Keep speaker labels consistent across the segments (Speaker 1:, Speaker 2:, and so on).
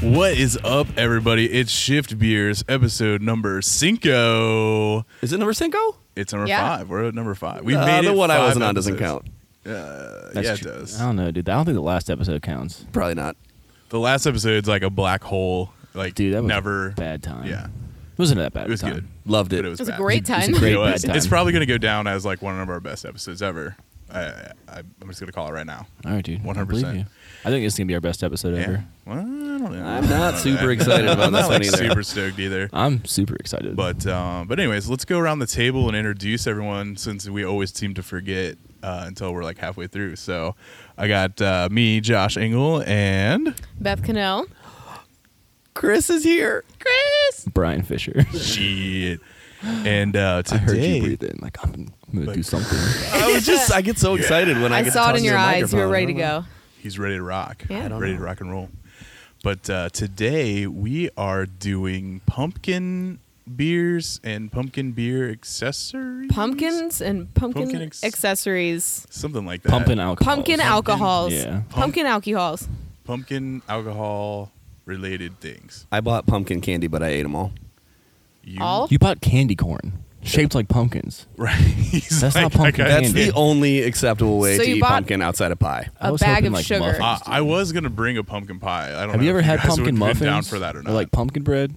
Speaker 1: What is up, everybody? It's Shift Beers, episode number cinco.
Speaker 2: Is it number cinco?
Speaker 1: It's number
Speaker 3: Yeah.
Speaker 1: five. We're at number five. We
Speaker 2: Uh,
Speaker 1: made
Speaker 2: the
Speaker 1: it
Speaker 2: one I
Speaker 1: five
Speaker 2: wasn't on doesn't
Speaker 1: episodes.
Speaker 2: count.
Speaker 1: Uh,
Speaker 4: That's
Speaker 1: yeah, it
Speaker 4: tr-
Speaker 1: does.
Speaker 4: I don't know, dude. I don't think the last episode counts.
Speaker 2: Probably not.
Speaker 1: The last episode's like a black hole. Like
Speaker 4: Dude, that was
Speaker 1: never.
Speaker 4: a bad time.
Speaker 1: Yeah,
Speaker 4: It wasn't that bad.
Speaker 1: it was
Speaker 4: of a
Speaker 1: good.
Speaker 4: time.
Speaker 2: Loved it.
Speaker 1: But it was,
Speaker 3: It was a
Speaker 1: bad.
Speaker 3: great
Speaker 4: It's a
Speaker 3: time.
Speaker 4: great
Speaker 1: You know
Speaker 4: bad
Speaker 1: what?
Speaker 4: time.
Speaker 1: It's probably going to go down as like one of our best episodes ever. I, I, I'm just going to call it right now.
Speaker 4: All right, dude. I
Speaker 1: 100%.
Speaker 4: believe you. I think it's gonna be our best episode
Speaker 1: Yeah.
Speaker 4: ever.
Speaker 1: Well, I don't know.
Speaker 2: I'm not super excited about
Speaker 1: I'm
Speaker 2: this
Speaker 1: not
Speaker 2: one
Speaker 1: like
Speaker 2: either.
Speaker 1: super stoked either.
Speaker 4: I'm super excited.
Speaker 1: But um, but anyways, let's go around the table and introduce everyone since we always seem to forget uh, until we're like halfway through. So I got uh, me, Josh Engel, and
Speaker 3: Beth Cannell.
Speaker 2: Chris is here.
Speaker 3: Chris.
Speaker 4: Brian Fisher.
Speaker 1: shit. And uh,
Speaker 4: I
Speaker 1: today,
Speaker 4: heard you breathe in. Like I'm, I'm gonna
Speaker 1: Like-
Speaker 4: do something.
Speaker 2: I was just, I get so excited when I,
Speaker 3: I,
Speaker 2: get
Speaker 3: saw
Speaker 2: to
Speaker 3: it
Speaker 2: talk
Speaker 3: in
Speaker 2: to
Speaker 3: your
Speaker 2: the
Speaker 3: eyes. You were
Speaker 2: microphone.
Speaker 3: ready to go.
Speaker 1: he's ready to rock.
Speaker 3: Yeah. I
Speaker 2: don't
Speaker 1: ready to
Speaker 2: know.
Speaker 1: rock and roll. But uh, today we are doing pumpkin beers and pumpkin beer accessories.
Speaker 3: Pumpkins and pumpkin,
Speaker 1: Pumpkin ex-
Speaker 3: accessories.
Speaker 1: Something like that.
Speaker 4: Pumping alcohol.
Speaker 3: Pumpkin alcohols.
Speaker 4: Yeah.
Speaker 3: Pumpkin alcohols.
Speaker 1: pumpkin alcohol related things.
Speaker 2: I bought pumpkin candy, but I ate them all.
Speaker 1: You,
Speaker 3: All?
Speaker 4: You bought candy corn shaped like pumpkins.
Speaker 1: Right. He's
Speaker 4: That's not pumpkin
Speaker 1: I, got-
Speaker 2: That's
Speaker 4: Candy.
Speaker 2: the only acceptable way
Speaker 3: So
Speaker 2: to
Speaker 3: you
Speaker 2: eat
Speaker 3: bought-
Speaker 2: pumpkin outside of pie.
Speaker 4: I
Speaker 3: A
Speaker 4: was
Speaker 3: bag
Speaker 4: hoping,
Speaker 3: of
Speaker 4: like,
Speaker 3: sugar.
Speaker 4: muffins,
Speaker 1: I, I
Speaker 4: dude.
Speaker 1: was gonna bring a pumpkin pie. I don't.
Speaker 4: Have
Speaker 1: know
Speaker 4: you
Speaker 1: if
Speaker 4: ever had
Speaker 1: guys would have
Speaker 4: pumpkin
Speaker 1: been
Speaker 4: muffins?
Speaker 1: Down for that or not?
Speaker 4: like pumpkin bread?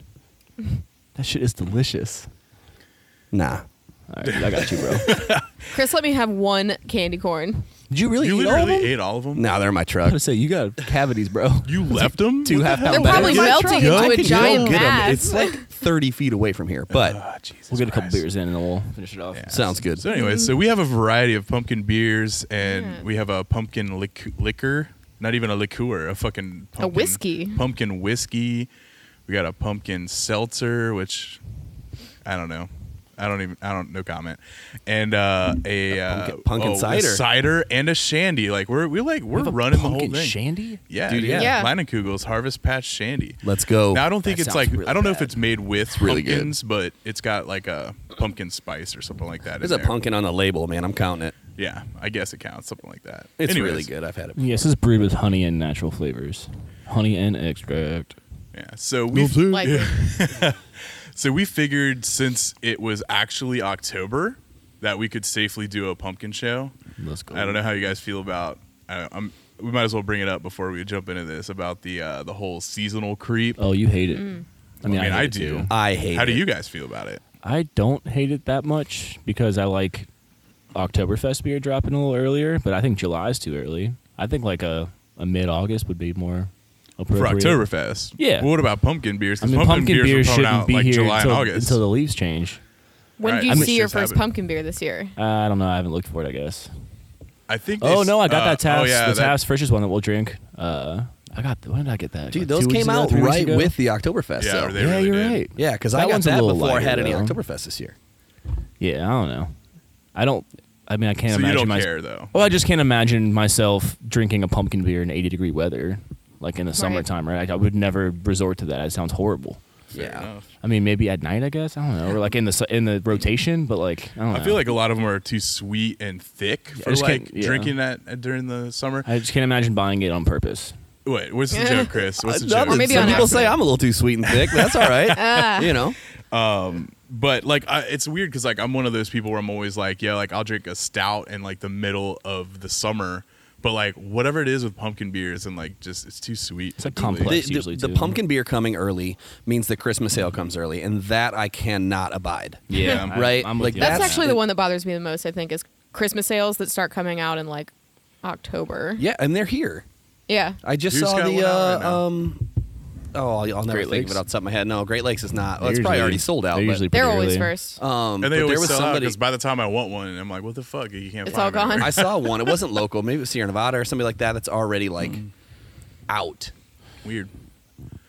Speaker 4: That shit is delicious.
Speaker 2: Nah.
Speaker 4: All right, I got you, bro.
Speaker 3: Chris let me have one candy corn.
Speaker 4: Did you really
Speaker 1: you
Speaker 4: eat all of
Speaker 1: literally
Speaker 4: them?
Speaker 1: ate all of them.
Speaker 2: Nah, they're in my
Speaker 4: I
Speaker 2: truck.
Speaker 4: gotta say, you got cavities, bro.
Speaker 1: You left them.
Speaker 4: Two half
Speaker 3: They're
Speaker 4: pound bags.
Speaker 3: probably
Speaker 2: Get a
Speaker 3: melting
Speaker 2: truck.
Speaker 3: into
Speaker 2: I
Speaker 3: a
Speaker 2: could go
Speaker 3: giant
Speaker 2: get 'em.
Speaker 3: mass.
Speaker 2: It's like 30 feet away from here,
Speaker 1: Ah,
Speaker 2: but
Speaker 4: We'll get a couple beers in and then we'll finish it off.
Speaker 2: sounds good.
Speaker 1: So anyway, so we have a variety of pumpkin beers, and
Speaker 3: Yeah.
Speaker 1: we have a pumpkin lic- liquor. Not even a liqueur, a fucking pumpkin,
Speaker 3: whiskey.
Speaker 1: Pumpkin whiskey. We got a pumpkin seltzer, which I don't know. I don't even. I don't. No comment. And uh, a, uh,
Speaker 2: pumpkin- pumpkin
Speaker 1: oh, a
Speaker 2: cider.
Speaker 1: cider and a shandy. Like we're we like we're
Speaker 4: We have a
Speaker 1: running the whole
Speaker 4: pumpkin
Speaker 1: thing.
Speaker 4: Shandy?
Speaker 1: Yeah,
Speaker 2: Dude, yeah.
Speaker 3: Yeah.
Speaker 1: Leinenkugel's Harvest Patch Shandy.
Speaker 2: Let's go.
Speaker 1: Now I don't think
Speaker 4: That
Speaker 1: it's
Speaker 4: sounds
Speaker 1: like
Speaker 4: really
Speaker 1: I don't know if
Speaker 4: bad.
Speaker 1: it's made with
Speaker 2: really good.
Speaker 1: pumpkins, but it's got like a pumpkin spice or something like that.
Speaker 2: There's a
Speaker 1: in there.
Speaker 2: pumpkin on the label, man. I'm counting it.
Speaker 1: Yeah, I guess it counts something like that.
Speaker 2: It's
Speaker 1: Anyways,
Speaker 2: really good. I've had it.
Speaker 4: Yes, this is brewed with honey and natural flavors. Honey and extract.
Speaker 1: Yeah. So we
Speaker 3: Like,
Speaker 1: so we figured since it was actually October that we could safely do a pumpkin show.
Speaker 4: Let's go.
Speaker 1: I don't know how you guys feel about. I don't, I'm. We might as well bring it up before we jump into this about the uh, the whole seasonal creep.
Speaker 4: Oh, you hate it. I mean,
Speaker 1: I
Speaker 4: I,
Speaker 1: mean,
Speaker 4: hate
Speaker 1: I
Speaker 4: it,
Speaker 1: do.
Speaker 4: too.
Speaker 2: I hate
Speaker 1: how
Speaker 2: it.
Speaker 1: do you guys feel about it?
Speaker 4: I don't hate it that much because I like Oktoberfest beer dropping a little earlier, but I think July's too early. I think like a, a mid August would be more
Speaker 1: for
Speaker 4: appropriate.
Speaker 1: Oktoberfest.
Speaker 4: Yeah.
Speaker 1: Well, what about pumpkin beers?
Speaker 4: I
Speaker 1: 'Cause
Speaker 4: mean, pumpkin, beer
Speaker 1: were thrown
Speaker 4: shouldn't
Speaker 1: out
Speaker 4: be
Speaker 1: like
Speaker 4: here
Speaker 1: July
Speaker 4: until,
Speaker 1: and August.
Speaker 4: until the leaves change.
Speaker 3: when
Speaker 1: Right,
Speaker 3: do you
Speaker 1: I mean,
Speaker 3: see your
Speaker 1: just
Speaker 3: first
Speaker 1: happened.
Speaker 3: pumpkin beer this year?
Speaker 4: Uh, I don't know. I haven't looked for it. I guess.
Speaker 1: I think.
Speaker 4: Oh
Speaker 1: they-
Speaker 4: no, I got
Speaker 1: uh,
Speaker 4: that Taft.
Speaker 1: Oh yeah,
Speaker 4: the
Speaker 1: that-
Speaker 4: Taft's freshest one that we'll drink. Uh, I got. When did I get that?
Speaker 2: Dude,
Speaker 4: Like, two
Speaker 2: those
Speaker 4: weeks
Speaker 2: came
Speaker 4: ago,
Speaker 2: out
Speaker 4: three weeks
Speaker 2: right
Speaker 4: ago?
Speaker 2: with the Oktoberfest.
Speaker 1: Yeah,
Speaker 2: so.
Speaker 1: or they-
Speaker 4: yeah, you're
Speaker 1: did.
Speaker 4: right.
Speaker 2: Yeah, because
Speaker 4: That
Speaker 2: I got
Speaker 4: one's a
Speaker 2: that
Speaker 4: little
Speaker 2: before I had
Speaker 4: lighter,
Speaker 2: any
Speaker 4: though.
Speaker 2: Oktoberfest this year.
Speaker 4: Yeah, I don't know. I don't. I mean, I can't
Speaker 1: So you
Speaker 4: imagine.
Speaker 1: don't
Speaker 4: my-
Speaker 1: care though.
Speaker 4: Well, I just can't imagine myself drinking a pumpkin beer in 80 degree weather, like in the
Speaker 3: Right.
Speaker 4: summertime, right? Like, I would never resort to that. It sounds horrible.
Speaker 2: yeah.
Speaker 1: enough.
Speaker 4: I mean, maybe at night, I guess. I don't know, or like in the su- in the rotation, but like I don't know.
Speaker 1: I feel like a lot of them are too sweet and thick for
Speaker 4: just
Speaker 1: like
Speaker 4: can't- yeah.
Speaker 1: drinking that uh, during the summer.
Speaker 4: I just can't imagine buying it on purpose.
Speaker 1: Wait, what's the joke, Chris? What's the
Speaker 2: Uh,
Speaker 1: joke?
Speaker 2: nothing.
Speaker 3: Or maybe
Speaker 2: some
Speaker 3: on
Speaker 2: people say
Speaker 3: accident.
Speaker 2: I'm a little too sweet and thick. but That's all
Speaker 3: Ah,
Speaker 2: right. you know,
Speaker 1: but like I, it's weird because like i'm one of those people where i'm always like yeah like i'll drink a stout in like the middle of the summer but like whatever it is with pumpkin beers and like just it's too sweet it's
Speaker 4: like complex.
Speaker 2: the,
Speaker 4: That's
Speaker 2: the-
Speaker 4: usually
Speaker 2: the
Speaker 4: too.
Speaker 2: pumpkin beer coming early means the Christmas ale comes early, and that I cannot abide.
Speaker 1: Yeah,
Speaker 4: I-
Speaker 2: right?
Speaker 4: I'm with
Speaker 2: Like,
Speaker 4: you on
Speaker 3: That's
Speaker 4: that.
Speaker 3: actually the one that bothers me the most, I think, is Christmas sales that start coming out in like October.
Speaker 2: Yeah, and they're here.
Speaker 3: Yeah.
Speaker 2: I just
Speaker 1: Who's
Speaker 2: saw
Speaker 1: got
Speaker 2: the
Speaker 1: one out right
Speaker 2: uh,
Speaker 1: now?
Speaker 2: um. Oh, I'll, I'll never
Speaker 4: Great
Speaker 2: think
Speaker 4: Lakes?
Speaker 2: of it off the top of my head. No, Great Lakes is not. Well, it's
Speaker 4: They're
Speaker 2: probably
Speaker 4: usually-
Speaker 2: already sold out.
Speaker 4: they're
Speaker 2: but,
Speaker 4: usually
Speaker 3: They're
Speaker 4: pretty
Speaker 3: always
Speaker 4: early.
Speaker 3: first.
Speaker 2: um,
Speaker 1: and
Speaker 2: but
Speaker 1: they
Speaker 2: there
Speaker 1: always
Speaker 2: was
Speaker 1: sell out
Speaker 2: somebody.
Speaker 1: because by the time i want one i'm like what the fuck you can't
Speaker 3: It's
Speaker 1: find
Speaker 3: all
Speaker 1: them anywhere.
Speaker 3: gone.
Speaker 2: I saw one. It wasn't local. Maybe it was Sierra Nevada or somebody like that. That's already like
Speaker 1: Mm.
Speaker 2: out.
Speaker 1: weird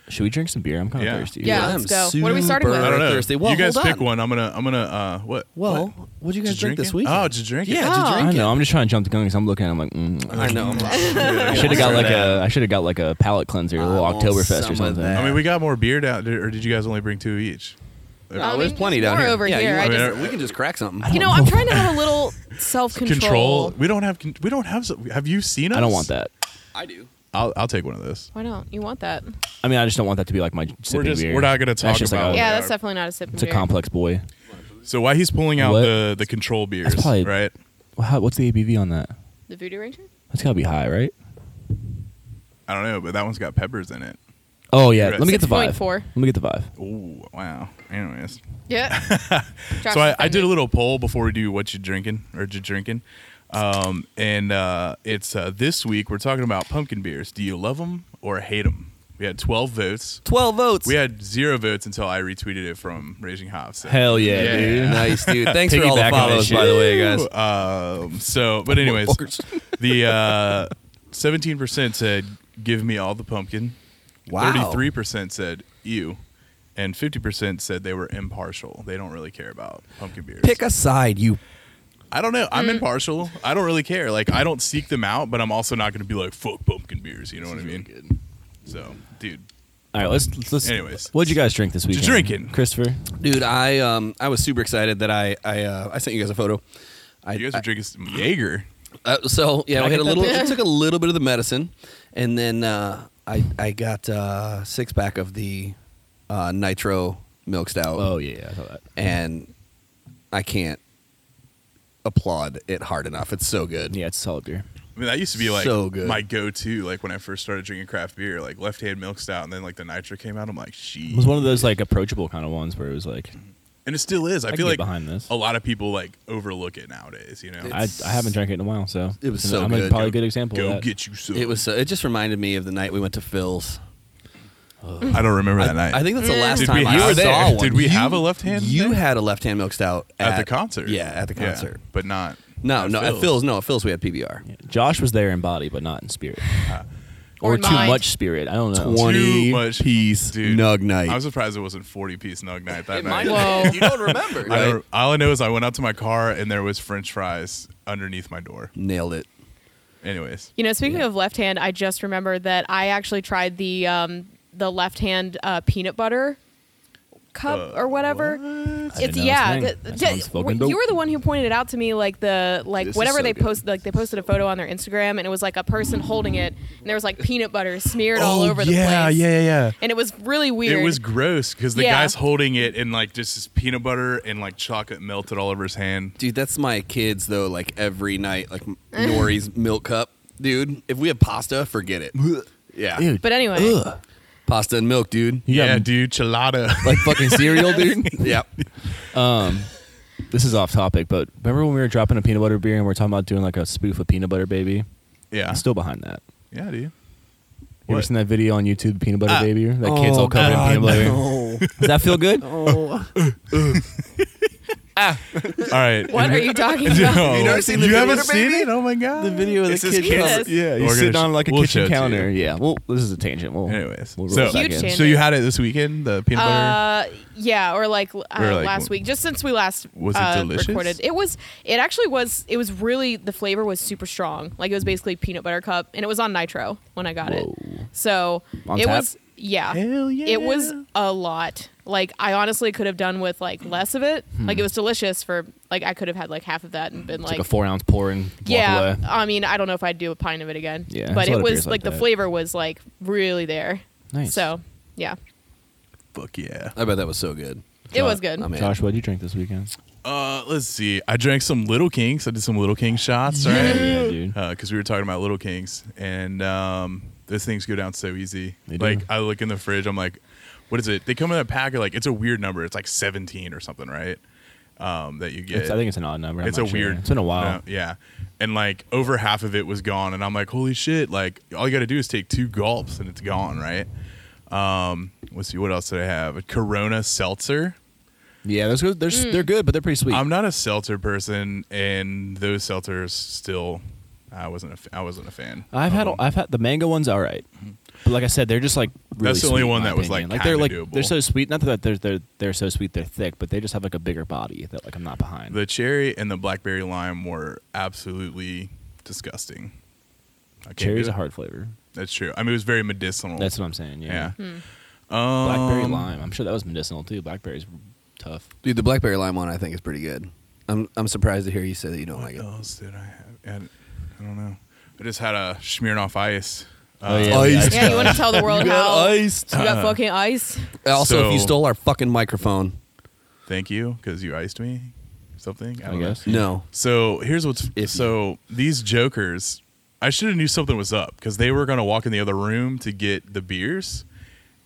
Speaker 4: Should we drink some beer? I'm kind of
Speaker 1: Yeah.
Speaker 4: thirsty.
Speaker 3: Yeah,
Speaker 2: I'm
Speaker 3: let's go. What are we starting
Speaker 2: super
Speaker 3: with?
Speaker 1: i don't know
Speaker 2: Thursday. Well,
Speaker 1: you guys
Speaker 2: hold
Speaker 1: pick
Speaker 2: on.
Speaker 1: one i'm gonna i'm gonna uh what
Speaker 2: Well,
Speaker 1: what?
Speaker 2: what did you guys
Speaker 1: Just
Speaker 2: drink this
Speaker 1: drinking?
Speaker 2: week?
Speaker 1: oh just drink it
Speaker 2: Yeah, did
Speaker 3: Oh.
Speaker 2: you drink
Speaker 4: I know.
Speaker 2: it?
Speaker 4: I'm just trying to jump the gun because I'm looking. and I'm like, mm,
Speaker 2: I know.
Speaker 4: I should have got like a. I should have got like a palate cleanser, a little
Speaker 2: I want
Speaker 4: Oktoberfest
Speaker 2: some
Speaker 4: or
Speaker 2: of
Speaker 4: something.
Speaker 2: that.
Speaker 1: i mean we got more beer down did- or did you guys only bring two each
Speaker 2: No,
Speaker 3: I
Speaker 2: Oh, there's
Speaker 3: mean,
Speaker 2: plenty
Speaker 3: there's
Speaker 2: down
Speaker 3: more
Speaker 2: here.
Speaker 3: over
Speaker 2: yeah,
Speaker 3: here.
Speaker 2: You,
Speaker 3: I
Speaker 2: I mean,
Speaker 1: just-
Speaker 2: we can just crack something.
Speaker 4: I
Speaker 3: You know,
Speaker 4: don't
Speaker 3: I'm
Speaker 4: know.
Speaker 3: trying to have a little self control.
Speaker 1: we don't have con- we don't have have you seen us
Speaker 4: I don't want that.
Speaker 2: I do.
Speaker 1: I'll I'll take one of those.
Speaker 3: Why don't you want
Speaker 1: Oh
Speaker 3: that?
Speaker 4: I mean, I just don't want that to be like my sipping
Speaker 1: We're just
Speaker 4: beer.
Speaker 1: we're not gonna
Speaker 4: That's
Speaker 1: talk
Speaker 4: just like
Speaker 1: about.
Speaker 4: a-
Speaker 1: it.
Speaker 3: yeah, that's definitely not a sip. and
Speaker 4: It's a
Speaker 3: beer.
Speaker 4: complex boy.
Speaker 1: So why he's pulling out
Speaker 4: What?
Speaker 1: the the control beers,
Speaker 4: probably-
Speaker 1: right?
Speaker 4: Well, how, what's the ABV on that?
Speaker 3: The Voodoo Ranger.
Speaker 4: That's gotta be high, right?
Speaker 1: I don't know, but that one's got peppers in it.
Speaker 4: Oh yeah,
Speaker 1: Right.
Speaker 4: let me get the vibe.
Speaker 3: 6.4.
Speaker 4: Let me get the vibe.
Speaker 1: Ooh, wow. Anyways,
Speaker 3: Yeah.
Speaker 1: so I, I did a little poll before we do what you drinking or you drinking, um, and uh, it's uh, this week we're talking about pumpkin beers. Do you love them or hate them? We had twelve votes.
Speaker 2: Twelve votes.
Speaker 1: We had zero votes until I retweeted it from Raging Hops. So-
Speaker 4: Hell yeah,
Speaker 1: Yeah.
Speaker 4: dude.
Speaker 2: nice, dude. Thanks for all the
Speaker 4: Piggyback on that
Speaker 2: follows,
Speaker 4: shit.
Speaker 2: by the way, guys.
Speaker 1: Um, so, but anyways, the uh, seventeen percent said, "Give me all the pumpkin."
Speaker 2: Wow.
Speaker 1: Thirty-three percent said, "Ew," and fifty percent said they were impartial. They don't really care about pumpkin beers.
Speaker 2: Pick a side, you.
Speaker 1: I don't know. I'm impartial. I don't really care. Like I don't seek them out, but I'm also not going to be like fuck pumpkin beers. You know what I mean? So, dude,
Speaker 4: All right, let's let's.
Speaker 1: Anyways.
Speaker 4: what'd you guys drink this weekend?
Speaker 1: Drinking.
Speaker 4: Christopher.
Speaker 2: Dude, I um I was super excited that I I uh, I sent you guys a photo. I,
Speaker 1: you guys are drinking some Jaeger.
Speaker 2: Uh, so yeah,
Speaker 4: Can
Speaker 2: I
Speaker 4: I
Speaker 2: had
Speaker 4: get
Speaker 2: a
Speaker 4: that
Speaker 2: little.
Speaker 3: bit?
Speaker 2: I took a little bit of the medicine, and then uh, I I got uh, six pack of the uh, nitro milk stout.
Speaker 4: Oh yeah, yeah, I thought that.
Speaker 2: and I can't applaud it hard enough. It's so good.
Speaker 4: Yeah, it's a solid beer.
Speaker 1: I mean, that used to be like
Speaker 2: So good.
Speaker 1: my go-to. Like when I first started drinking craft beer, like Left Hand Milk Stout, and then like the Nitro came out. I'm like, she.
Speaker 4: It was one of those like approachable kind of ones where it was like,
Speaker 1: and it still is. I,
Speaker 4: I, can
Speaker 1: feel
Speaker 4: get
Speaker 1: like
Speaker 4: behind this.
Speaker 1: a lot of people like overlook it nowadays. You know,
Speaker 4: I,
Speaker 2: It's-
Speaker 4: I haven't drank it in a while, so
Speaker 2: It was so
Speaker 4: I'm
Speaker 2: good.
Speaker 4: A, probably
Speaker 2: Go-
Speaker 4: a good example. of
Speaker 1: go
Speaker 4: that.
Speaker 1: get you some.
Speaker 2: It was. So, it just reminded me of the night we went to Phil's.
Speaker 1: I don't remember that night.
Speaker 2: I think that's the last
Speaker 1: Did
Speaker 2: time
Speaker 1: we-
Speaker 2: I
Speaker 1: you
Speaker 2: saw
Speaker 1: were there.
Speaker 2: one.
Speaker 1: Did we
Speaker 2: You-
Speaker 1: have a left hand
Speaker 2: You
Speaker 1: there?
Speaker 2: had a left hand milk stout
Speaker 1: at, the concert.
Speaker 2: Yeah, at the concert.
Speaker 1: but not.
Speaker 2: No, no, at
Speaker 1: Phil's.
Speaker 2: Phil's. No, at Phil's we had PBR.
Speaker 4: Josh was there in body, but not in spirit,
Speaker 3: Or
Speaker 4: or,
Speaker 3: in
Speaker 4: too
Speaker 3: mind.
Speaker 4: much spirit. I don't know.
Speaker 2: Twenty-
Speaker 1: Too much
Speaker 2: piece
Speaker 1: dude.
Speaker 2: nug night.
Speaker 1: I'm surprised it wasn't 40 piece nug night that night.
Speaker 3: might have Whoa.
Speaker 2: You don't remember,
Speaker 1: I
Speaker 2: right?
Speaker 1: don't, all I know is I went out to my car and there was French fries underneath my door.
Speaker 2: Nailed it.
Speaker 1: Anyways,
Speaker 3: You know, speaking of left hand, I just remember that I actually tried the um, the left hand uh, peanut butter cup
Speaker 1: Uh,
Speaker 3: or whatever.
Speaker 4: I didn't
Speaker 3: It's
Speaker 4: know
Speaker 3: yeah.
Speaker 4: this thing.
Speaker 3: the-
Speaker 4: That
Speaker 3: the-
Speaker 4: sounds fucking
Speaker 3: you
Speaker 4: dope.
Speaker 3: were the one who pointed it out to me, like the like
Speaker 2: This is
Speaker 3: whatever
Speaker 2: so
Speaker 3: they
Speaker 2: good.
Speaker 3: posted, like they posted a photo on their Instagram, and it was like a person holding it, and there was like peanut butter smeared all
Speaker 1: Oh,
Speaker 3: over
Speaker 1: yeah,
Speaker 3: the place.
Speaker 1: yeah, yeah,
Speaker 3: And it was really
Speaker 1: yeah.
Speaker 3: weird.
Speaker 1: It was gross because the
Speaker 3: Yeah.
Speaker 1: guy's holding it and like just his peanut butter and like chocolate melted all over his hand.
Speaker 2: Dude, that's my kids though. Like every night, like Nori's milk cup. Dude, if we have pasta, forget it. Yeah,
Speaker 4: Dude,
Speaker 3: but anyway,
Speaker 2: Ugh. pasta and milk, dude.
Speaker 4: You got
Speaker 1: yeah,
Speaker 4: me-
Speaker 1: dude, chilada.
Speaker 2: Like fucking cereal, dude. yep.
Speaker 4: this is off topic, but remember when we were dropping a peanut butter beer and we are talking about doing like a spoof of Peanut Butter Baby?
Speaker 1: yeah,
Speaker 4: I'm still behind that.
Speaker 1: yeah, dude.
Speaker 4: You ever
Speaker 1: What?
Speaker 4: seen that video on YouTube, Peanut Butter
Speaker 1: Ah.
Speaker 4: Baby? That kid's
Speaker 3: Oh,
Speaker 4: all covered in peanut butter. Does that feel good?
Speaker 1: All right.
Speaker 3: what are you talking about?
Speaker 1: No.
Speaker 2: You never seen the video,
Speaker 1: haven't
Speaker 2: baby?
Speaker 1: seen it? Oh my god.
Speaker 4: The video of
Speaker 1: It's
Speaker 4: the
Speaker 1: his
Speaker 4: kid.
Speaker 1: camera-
Speaker 3: Yes.
Speaker 4: Yeah, he's
Speaker 1: We're
Speaker 4: sitting
Speaker 1: gonna
Speaker 4: on like a
Speaker 1: we'll show
Speaker 4: kitchen
Speaker 1: it to you.
Speaker 4: counter. Yeah. Well, this is a tangent. We'll,
Speaker 1: Anyways,
Speaker 4: we'll roll
Speaker 1: so
Speaker 4: it back
Speaker 3: Huge
Speaker 4: in.
Speaker 3: tangent.
Speaker 1: so you had it this weekend, the peanut butter.
Speaker 3: Uh, yeah, or like uh,
Speaker 1: Or like
Speaker 3: last
Speaker 1: wh-
Speaker 3: week, just since we last
Speaker 1: Was it
Speaker 3: uh,
Speaker 1: delicious?
Speaker 3: recorded. It was. It actually was. It was really the flavor was super strong. Like it was basically peanut butter cup, and it was on nitro when I got it.
Speaker 4: Whoa.
Speaker 3: So
Speaker 4: On
Speaker 3: it
Speaker 4: tap?
Speaker 3: was. Yeah,
Speaker 1: Hell yeah.
Speaker 3: it was a lot. Like I honestly could have done with like less of it. Like it was delicious for like I could have had like half of that and been
Speaker 4: It's like a four ounce pour and walk
Speaker 3: yeah,
Speaker 4: away.
Speaker 3: I mean, I don't know if I'd do a pint of it again.
Speaker 4: Yeah,
Speaker 3: but
Speaker 4: there's a lot
Speaker 3: it
Speaker 4: of
Speaker 3: was
Speaker 4: beers
Speaker 3: like,
Speaker 4: like
Speaker 3: the
Speaker 4: that.
Speaker 3: flavor was like really there.
Speaker 4: Nice.
Speaker 3: So, yeah,
Speaker 1: Fuck yeah.
Speaker 2: I bet that was so good.
Speaker 3: it was good.
Speaker 2: I'm in.
Speaker 4: Josh, what did you drink this weekend?
Speaker 1: Uh, let's see. I drank some Little Kings. I did some Little King shots, right?
Speaker 4: Yeah, dude.
Speaker 1: Because we were talking about Little Kings, and um, those things go down so easy.
Speaker 4: They do.
Speaker 1: like I look in the fridge, I'm like, what is it? They come in a pack of like it's a weird number. It's like 17 or something, right? Um, that you get.
Speaker 4: It's- I think it's an odd number. I'm
Speaker 1: it's a
Speaker 4: not sure.
Speaker 1: weird.
Speaker 4: It's been a while.
Speaker 1: no, yeah, and like over half of it was gone, and I'm like, holy shit! Like all you got to do is take two gulps, and it's gone, right? Um, let's see, what else did I have? A Corona seltzer.
Speaker 4: Yeah, those good. They're, s-
Speaker 2: Mm.
Speaker 4: they're good, but they're pretty sweet.
Speaker 1: I'm not a seltzer person, and those seltzers still, I wasn't a, f- I wasn't a fan.
Speaker 4: I've had I've had the mango ones. All right, but like I said, they're just like really
Speaker 1: That's the only
Speaker 4: sweet in
Speaker 1: one
Speaker 4: my
Speaker 1: that was, like,
Speaker 4: opinion. they're like
Speaker 1: kinda doable.
Speaker 4: they're so sweet. Not that they're they're they're so sweet they're thick, but they just have like a bigger body that like I'm not behind.
Speaker 1: The cherry and the blackberry lime were absolutely disgusting. I can't
Speaker 4: Cherry's
Speaker 1: do
Speaker 4: a
Speaker 1: it.
Speaker 4: hard flavor.
Speaker 1: That's true. I mean, it was very medicinal.
Speaker 4: That's what I'm saying.
Speaker 1: yeah.
Speaker 4: Yeah,
Speaker 1: Um,
Speaker 4: blackberry lime. I'm sure that was medicinal too. Blackberries were tough.
Speaker 2: Dude, the blackberry lime one I think is pretty good. I'm I'm surprised to hear you
Speaker 1: Oh
Speaker 2: say that you don't like
Speaker 1: What
Speaker 2: it.
Speaker 1: else did I have? I don't know. I just had a Smirnoff Ice
Speaker 4: Oh, yeah,
Speaker 2: Iced.
Speaker 4: iced.
Speaker 3: Yeah, you want to tell the world how you
Speaker 2: iced.
Speaker 1: Uh.
Speaker 3: got fucking ice?
Speaker 2: Also, if you
Speaker 1: So-
Speaker 2: stole our fucking microphone,
Speaker 1: Thank you, because you iced me. Something.
Speaker 4: I
Speaker 1: don't know.
Speaker 4: guess.
Speaker 2: no.
Speaker 1: So here's what's
Speaker 2: Iffy.
Speaker 1: so these jokers. I should have knew something was up because they were gonna walk in the other room to get the beers,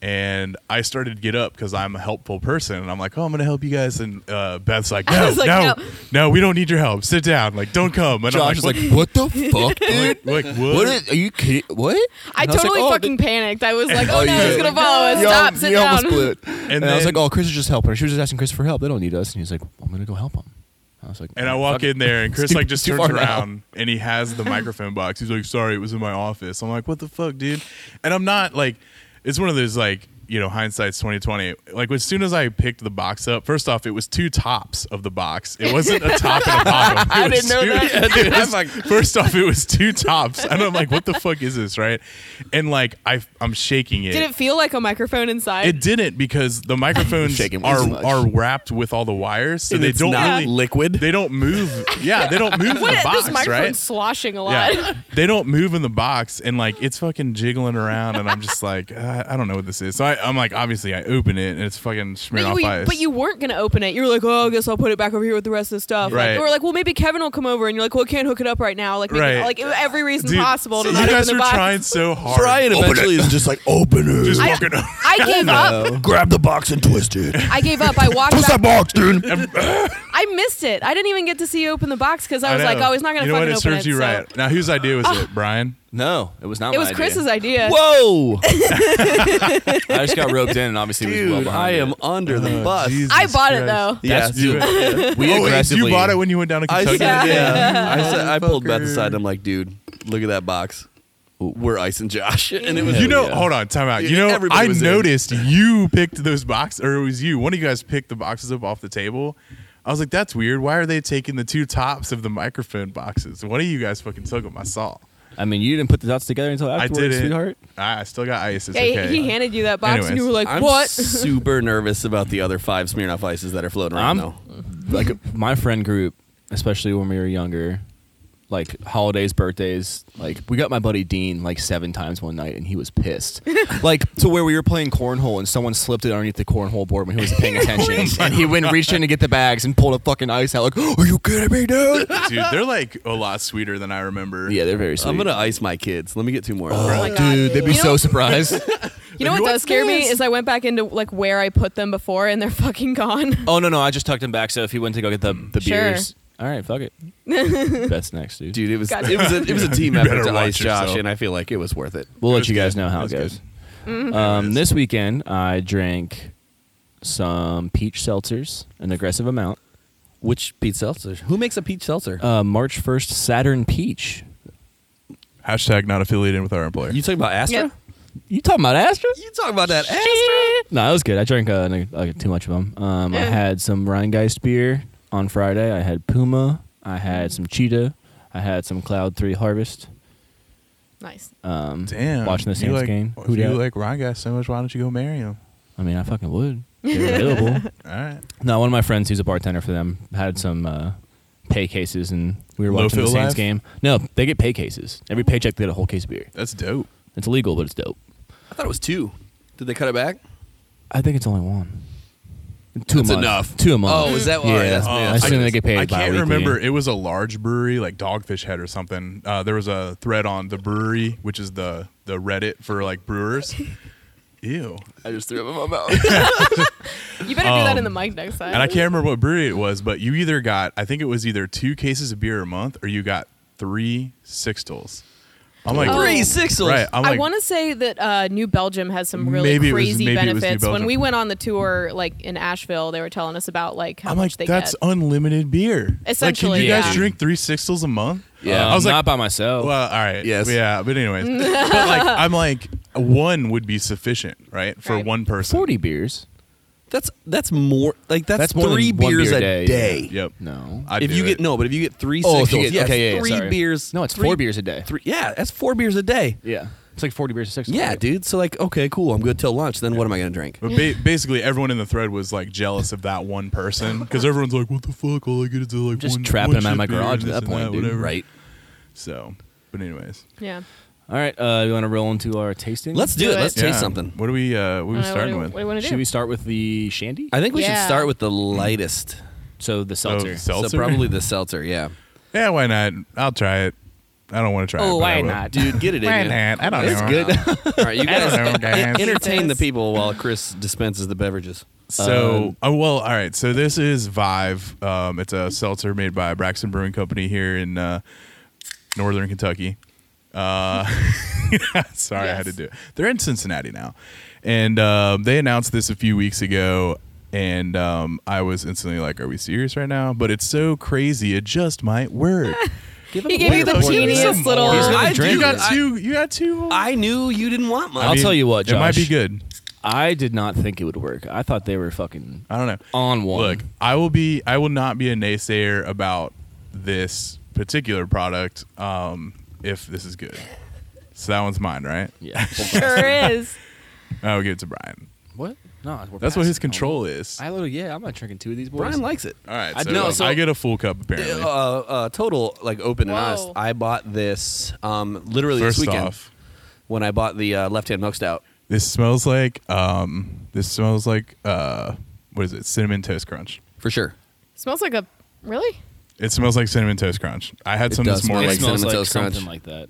Speaker 1: and I started to get up because I'm a helpful person and I'm like, oh, I'm gonna help you guys. And uh, Beth's like,
Speaker 3: I
Speaker 1: no,
Speaker 3: was like,
Speaker 1: no,
Speaker 3: no."
Speaker 1: no, we don't need your help. Sit down. Like, don't come. And
Speaker 2: Josh
Speaker 1: I'm
Speaker 2: is like, what the fuck, dude?
Speaker 1: what? Like, what?
Speaker 2: What is, are you kidding? What?
Speaker 3: I
Speaker 2: And was like,
Speaker 3: totally
Speaker 2: "Oh,
Speaker 3: fucking panicked. I was like, oh,
Speaker 2: Oh,
Speaker 3: no,
Speaker 2: yeah.
Speaker 3: it's gonna follow us.
Speaker 2: Yo,
Speaker 3: Stop, sit
Speaker 2: you almost
Speaker 3: down.
Speaker 2: blew it.
Speaker 1: And
Speaker 2: And, I was
Speaker 1: then-
Speaker 2: like, "Oh, Chris is just helping her. She was just
Speaker 4: asking Chris for help. They don't need us. And he's like, I'm going to go help him. I was like,
Speaker 1: And I walk in there, and Chris
Speaker 2: too-
Speaker 1: like just
Speaker 2: too
Speaker 1: turns
Speaker 2: far now.
Speaker 1: around, and he has the microphone box. He's like, "Sorry, it was in my office." I'm like, "What the fuck, dude?" And I'm not like, it's one of those like you know hindsight's 2020. Like as soon as I picked the box up, first off, it was two tops of the box. It wasn't a top and a bottom. It
Speaker 2: I
Speaker 1: was
Speaker 2: didn't know
Speaker 1: two-
Speaker 2: that.
Speaker 1: it
Speaker 2: Yeah, dude, I'm
Speaker 1: was-
Speaker 2: like-
Speaker 1: first off, it was two tops, and I'm like, "What the fuck is this?" Right? And like I I'm shaking
Speaker 3: Did it feel like a microphone inside?
Speaker 1: it didn't because the microphones
Speaker 2: Shaking way too much.
Speaker 1: are are wrapped with all the wires, so
Speaker 2: And
Speaker 1: they
Speaker 2: it's
Speaker 1: don't
Speaker 2: not
Speaker 1: really
Speaker 2: liquid?
Speaker 1: They don't move. Yeah, they don't move in the
Speaker 3: Wait,
Speaker 1: box,
Speaker 3: this microphone's
Speaker 1: right?
Speaker 3: sloshing a lot.
Speaker 1: Yeah, they don't move in the box, and like it's fucking jiggling around, and I'm just like, uh, I don't know what this is. So I, I'm like, obviously, I open it, and it's fucking smeared
Speaker 3: But
Speaker 1: off
Speaker 3: you,
Speaker 1: ice.
Speaker 3: but you weren't gonna open it. You were like, "Oh, I guess I'll put it back over here with the rest of the stuff." Like-
Speaker 1: Right.
Speaker 3: or like, "Well, maybe Kevin will come over," and you're like, "Well, I can't hook it up right now." Like, make it-
Speaker 1: Right.
Speaker 3: like every reason
Speaker 1: Dude,
Speaker 3: possible to
Speaker 1: you
Speaker 3: not
Speaker 1: guys
Speaker 3: open
Speaker 1: were
Speaker 3: the box.
Speaker 1: trying so hard.
Speaker 2: Brian eventually is just like, open it.
Speaker 1: just
Speaker 3: I-
Speaker 1: walking over.
Speaker 3: I gave up.
Speaker 2: Grab the box and twist it.
Speaker 3: I gave up. I walked
Speaker 2: Twist
Speaker 3: back.
Speaker 2: that box, dude.
Speaker 3: I missed it. I didn't even get to see you open the box because I was
Speaker 1: know.
Speaker 3: like, "Oh, he's not gonna
Speaker 1: You know what?
Speaker 3: fucking
Speaker 1: It
Speaker 3: open
Speaker 1: serves
Speaker 3: it."
Speaker 1: you
Speaker 3: so- Oh,
Speaker 1: right. Now, whose idea was it, Brian?
Speaker 5: No, it was not.
Speaker 3: It
Speaker 5: my
Speaker 3: was
Speaker 5: idea.
Speaker 3: Chris's idea.
Speaker 2: Whoa,
Speaker 5: I just got roped in, and obviously was well
Speaker 2: dude,
Speaker 5: behind.
Speaker 2: I
Speaker 5: it.
Speaker 2: am under the bus.
Speaker 1: Jesus
Speaker 3: I bought it
Speaker 1: Christ.
Speaker 3: though.
Speaker 2: Yes,
Speaker 5: That's- We
Speaker 1: oh, wait, you
Speaker 5: aggressively-
Speaker 1: bought it when you went down to
Speaker 2: I
Speaker 1: Kentucky.
Speaker 2: said, yeah. I, said, I pulled
Speaker 1: Motherfucker.
Speaker 2: Beth aside. And I'm like, dude, look at that box. We're Ice and Josh, and it was
Speaker 1: You know,
Speaker 5: yeah.
Speaker 1: hold on, time out.
Speaker 2: Yeah,
Speaker 1: You know,
Speaker 2: everybody
Speaker 1: I
Speaker 2: was in.
Speaker 1: noticed you picked those boxes, or it was you. One of you guys picked the boxes up off the table. I was like, that's weird. Why are they taking the two tops of the microphone boxes? One of you guys fucking took them. I saw.
Speaker 4: I mean, you didn't put the dots together until
Speaker 1: I
Speaker 4: afterwards,
Speaker 1: did it.
Speaker 4: sweetheart.
Speaker 1: I, I still got ice. It's
Speaker 3: Yeah, he-
Speaker 1: okay. uh,
Speaker 3: he handed you that box, and you
Speaker 1: Anyways,
Speaker 3: were like,
Speaker 2: I'm
Speaker 3: "What?"
Speaker 2: super nervous about the other five Smirnoff ices that are floating around
Speaker 4: I'm-
Speaker 2: now.
Speaker 4: Like, my friend group, especially when we were younger, like holidays, birthdays, like we got my buddy Dean like seven times one night and he was pissed. like to where we were playing cornhole and someone slipped it underneath the cornhole board when he wasn't paying attention. and he went and reached in to get the bags and pulled a fucking ice out like, Are you kidding me, dude?
Speaker 1: Dude, they're like a lot sweeter than I remember.
Speaker 4: yeah, they're very sweet.
Speaker 2: I'm gonna ice my kids. Let me get two more.
Speaker 3: my
Speaker 4: dude,
Speaker 3: God.
Speaker 4: they'd be
Speaker 3: You know-
Speaker 4: so surprised.
Speaker 3: You know what does scare me is I went back into like where I put them before, and they're fucking gone.
Speaker 4: Oh no, no, I just tucked him back. So if he went to go get the the
Speaker 3: Sure.
Speaker 4: beers, all right, fuck it. That's next, dude.
Speaker 2: Dude, it was
Speaker 3: Gotcha.
Speaker 2: it was a, it was a team effort
Speaker 1: better
Speaker 2: to
Speaker 1: watch
Speaker 2: ice Josh,
Speaker 1: yourself.
Speaker 2: and I feel like it was worth it.
Speaker 4: We'll
Speaker 1: It
Speaker 4: let
Speaker 1: was
Speaker 4: you guys
Speaker 1: good.
Speaker 4: know how
Speaker 1: It
Speaker 4: it
Speaker 1: was
Speaker 4: goes. Um, this weekend, I drank some peach seltzers, an aggressive amount.
Speaker 2: Which peach seltzer? Who makes a peach seltzer?
Speaker 4: Uh, March first, Saturn Peach.
Speaker 1: Hashtag not affiliated with our employer.
Speaker 2: you talking about Astra?
Speaker 3: Yep.
Speaker 4: You talking about Astra?
Speaker 2: You talking about that Astra?
Speaker 4: No, that was good. I drank uh, like, like too much of them. Um, I
Speaker 3: Yeah.
Speaker 4: had some Rheingeist beer on Friday. I had Puma. I had some Cheetah. I had some Cloud Three Harvest.
Speaker 3: Nice.
Speaker 1: Uh,
Speaker 4: Um,
Speaker 1: Damn.
Speaker 4: watching the
Speaker 1: you
Speaker 4: Saints
Speaker 1: like,
Speaker 4: game.
Speaker 1: If
Speaker 4: Who
Speaker 1: you
Speaker 4: dat?
Speaker 1: like Ryan guy so much, why don't you go marry him?
Speaker 4: I mean, I fucking would. They're available.
Speaker 1: All right.
Speaker 4: No, one of my friends who's a bartender for them had some uh, pay cases, and we were
Speaker 1: Low
Speaker 4: watching the
Speaker 1: fill
Speaker 4: Saints
Speaker 1: live?
Speaker 4: game. No, they get pay cases. Every paycheck, they get a whole case of beer.
Speaker 1: That's dope.
Speaker 4: It's illegal, but it's dope.
Speaker 2: I thought it was two. Did they cut it back?
Speaker 4: I think it's only one. Two
Speaker 2: That's
Speaker 4: a month.
Speaker 2: enough.
Speaker 4: Two a month.
Speaker 2: Oh, is that- all
Speaker 4: yeah?
Speaker 2: right, that's-
Speaker 4: I
Speaker 2: yeah,
Speaker 4: assume
Speaker 1: I-
Speaker 4: they get paid.
Speaker 1: I can't
Speaker 4: bi-weekly.
Speaker 1: remember. It was a large brewery, like Dogfish Head or something. Uh, there was a thread on the brewery, which is the the Reddit for like brewers. Ew.
Speaker 2: I just threw up in my mouth.
Speaker 3: You better do that in the mic next time.
Speaker 1: oh. And I can't remember what brewery it was, but you either got, I think it was either two cases of beer a month, or you got three sixtels. I'm like
Speaker 3: Three
Speaker 1: right.
Speaker 2: sixels.
Speaker 1: I'm
Speaker 3: I
Speaker 1: like,
Speaker 3: want to say that uh, New Belgium has some really
Speaker 1: Maybe it was-
Speaker 3: crazy
Speaker 1: maybe it was New
Speaker 3: benefits. When
Speaker 1: Belgium.
Speaker 3: we went on the tour, like in Asheville, they were telling us about like how
Speaker 1: I'm
Speaker 3: much
Speaker 1: like,
Speaker 3: they
Speaker 1: that's
Speaker 3: get.
Speaker 1: unlimited beer. like,
Speaker 3: Essentially,
Speaker 1: can you guys
Speaker 3: yeah.
Speaker 1: drink three sixtels a month?
Speaker 2: Yeah.
Speaker 4: Um,
Speaker 1: I was like,
Speaker 4: not by myself.
Speaker 1: Well, all right.
Speaker 2: Yes.
Speaker 1: Yeah. But anyways, but like I'm like one would be sufficient, right, for
Speaker 3: Right.
Speaker 1: one person.
Speaker 4: Forty beers.
Speaker 2: That's that's more like that's,
Speaker 4: That's more than
Speaker 2: three
Speaker 4: one
Speaker 2: beers
Speaker 4: beer
Speaker 2: a
Speaker 4: day.
Speaker 2: day.
Speaker 1: Yep.
Speaker 4: No.
Speaker 1: I'd
Speaker 2: If
Speaker 1: do
Speaker 2: you
Speaker 1: it.
Speaker 2: get no, but if you get three sixels,
Speaker 4: Oh, if you get-
Speaker 2: yes,
Speaker 4: okay, yeah, yeah,
Speaker 2: three
Speaker 4: sorry.
Speaker 2: beers.
Speaker 4: No, it's
Speaker 2: three-
Speaker 4: four beers a day.
Speaker 2: Three, yeah, that's four beers a day.
Speaker 4: Yeah. It's like forty beers to six.
Speaker 2: Yeah, dude. So like, okay, cool. I'm good till lunch. Then what am I gonna drink?
Speaker 1: But ba- basically, everyone in the thread was like jealous of that one person because everyone's like, "What the fuck? All I get is like
Speaker 4: Just
Speaker 1: one,
Speaker 4: trapping
Speaker 1: one
Speaker 4: him out of
Speaker 1: shit
Speaker 4: my
Speaker 1: beer
Speaker 4: garage
Speaker 1: and
Speaker 4: at
Speaker 1: this
Speaker 4: that
Speaker 1: and
Speaker 4: point, dude.
Speaker 1: whatever."
Speaker 2: Right.
Speaker 1: So, but anyways,
Speaker 3: yeah.
Speaker 4: All right, uh, you want to roll into our tasting?
Speaker 2: Let's do,
Speaker 3: Do
Speaker 2: it.
Speaker 3: it.
Speaker 2: Let's
Speaker 1: Yeah.
Speaker 2: taste something.
Speaker 1: What are we? Uh, what are
Speaker 3: I
Speaker 1: we
Speaker 3: don't know,
Speaker 1: starting
Speaker 3: what
Speaker 1: with?
Speaker 3: do you want to do?
Speaker 4: Should we start with the shandy?
Speaker 2: I think we should
Speaker 3: Yeah.
Speaker 2: start with the lightest.
Speaker 4: so the seltzer.
Speaker 1: so- Seltzer?
Speaker 2: So probably the seltzer, yeah.
Speaker 1: yeah, why not? I'll try it. I don't want to try it.
Speaker 4: Oh,
Speaker 1: but I
Speaker 4: why
Speaker 1: will.
Speaker 4: not?
Speaker 2: Dude, get it in.
Speaker 1: Why
Speaker 2: you.
Speaker 1: not? I don't
Speaker 2: It's
Speaker 1: know.
Speaker 2: good. All right, you
Speaker 1: I
Speaker 2: guys,
Speaker 1: don't know, guys.
Speaker 2: entertain the people while Chris dispenses the beverages.
Speaker 1: So,
Speaker 4: Um,
Speaker 1: oh, well, all right. So this is Vive. Um, it's a seltzer made by Braxton Brewing Company here in uh, Northern Kentucky. Uh, sorry, I had to
Speaker 3: Yes.
Speaker 1: do it. They're in Cincinnati now, and um, they announced this a few weeks ago. And um, I was instantly like, "Are we serious right now?" But it's so crazy; it just might work.
Speaker 2: Give
Speaker 3: He gave you the
Speaker 1: Wait, wait, wait.
Speaker 3: teeniest little.
Speaker 2: He's gonna
Speaker 1: I,
Speaker 2: drink
Speaker 1: you
Speaker 2: it.
Speaker 1: got two. You got two.
Speaker 2: I knew you didn't want mine.
Speaker 4: I'll tell you what,
Speaker 1: It might be
Speaker 4: Josh.
Speaker 1: good.
Speaker 4: I did not think it would work. I thought they were fucking
Speaker 1: I don't know.
Speaker 4: on one.
Speaker 1: Look, I will be. I will not be a naysayer about this particular product um, if this is good. So that one's mine, right?
Speaker 4: yeah.
Speaker 3: Sure is.
Speaker 1: I will give it to Brian.
Speaker 4: what? No, we're
Speaker 1: That's what his
Speaker 4: passing on.
Speaker 1: control is.
Speaker 4: I literally, yeah, I'm not drinking two of these boys.
Speaker 2: Brian likes it.
Speaker 1: All right,
Speaker 4: I
Speaker 1: so I,
Speaker 4: know, so-
Speaker 1: get a full cup apparently.
Speaker 2: Uh, uh, total, like open and honest.
Speaker 3: Whoa.
Speaker 2: I bought this um, literally
Speaker 1: First
Speaker 2: this weekend
Speaker 1: off,
Speaker 2: when I bought the uh, left hand milk stout.
Speaker 1: this smells like um, this smells like uh, what is it? Cinnamon toast crunch.
Speaker 2: For sure.
Speaker 3: Smells like a really.
Speaker 1: It smells like cinnamon toast crunch. I had
Speaker 2: It
Speaker 1: some
Speaker 2: does
Speaker 1: this morning.
Speaker 2: like
Speaker 4: it smells
Speaker 2: cinnamon
Speaker 4: like
Speaker 2: toast
Speaker 4: something
Speaker 2: crunch.
Speaker 4: like that.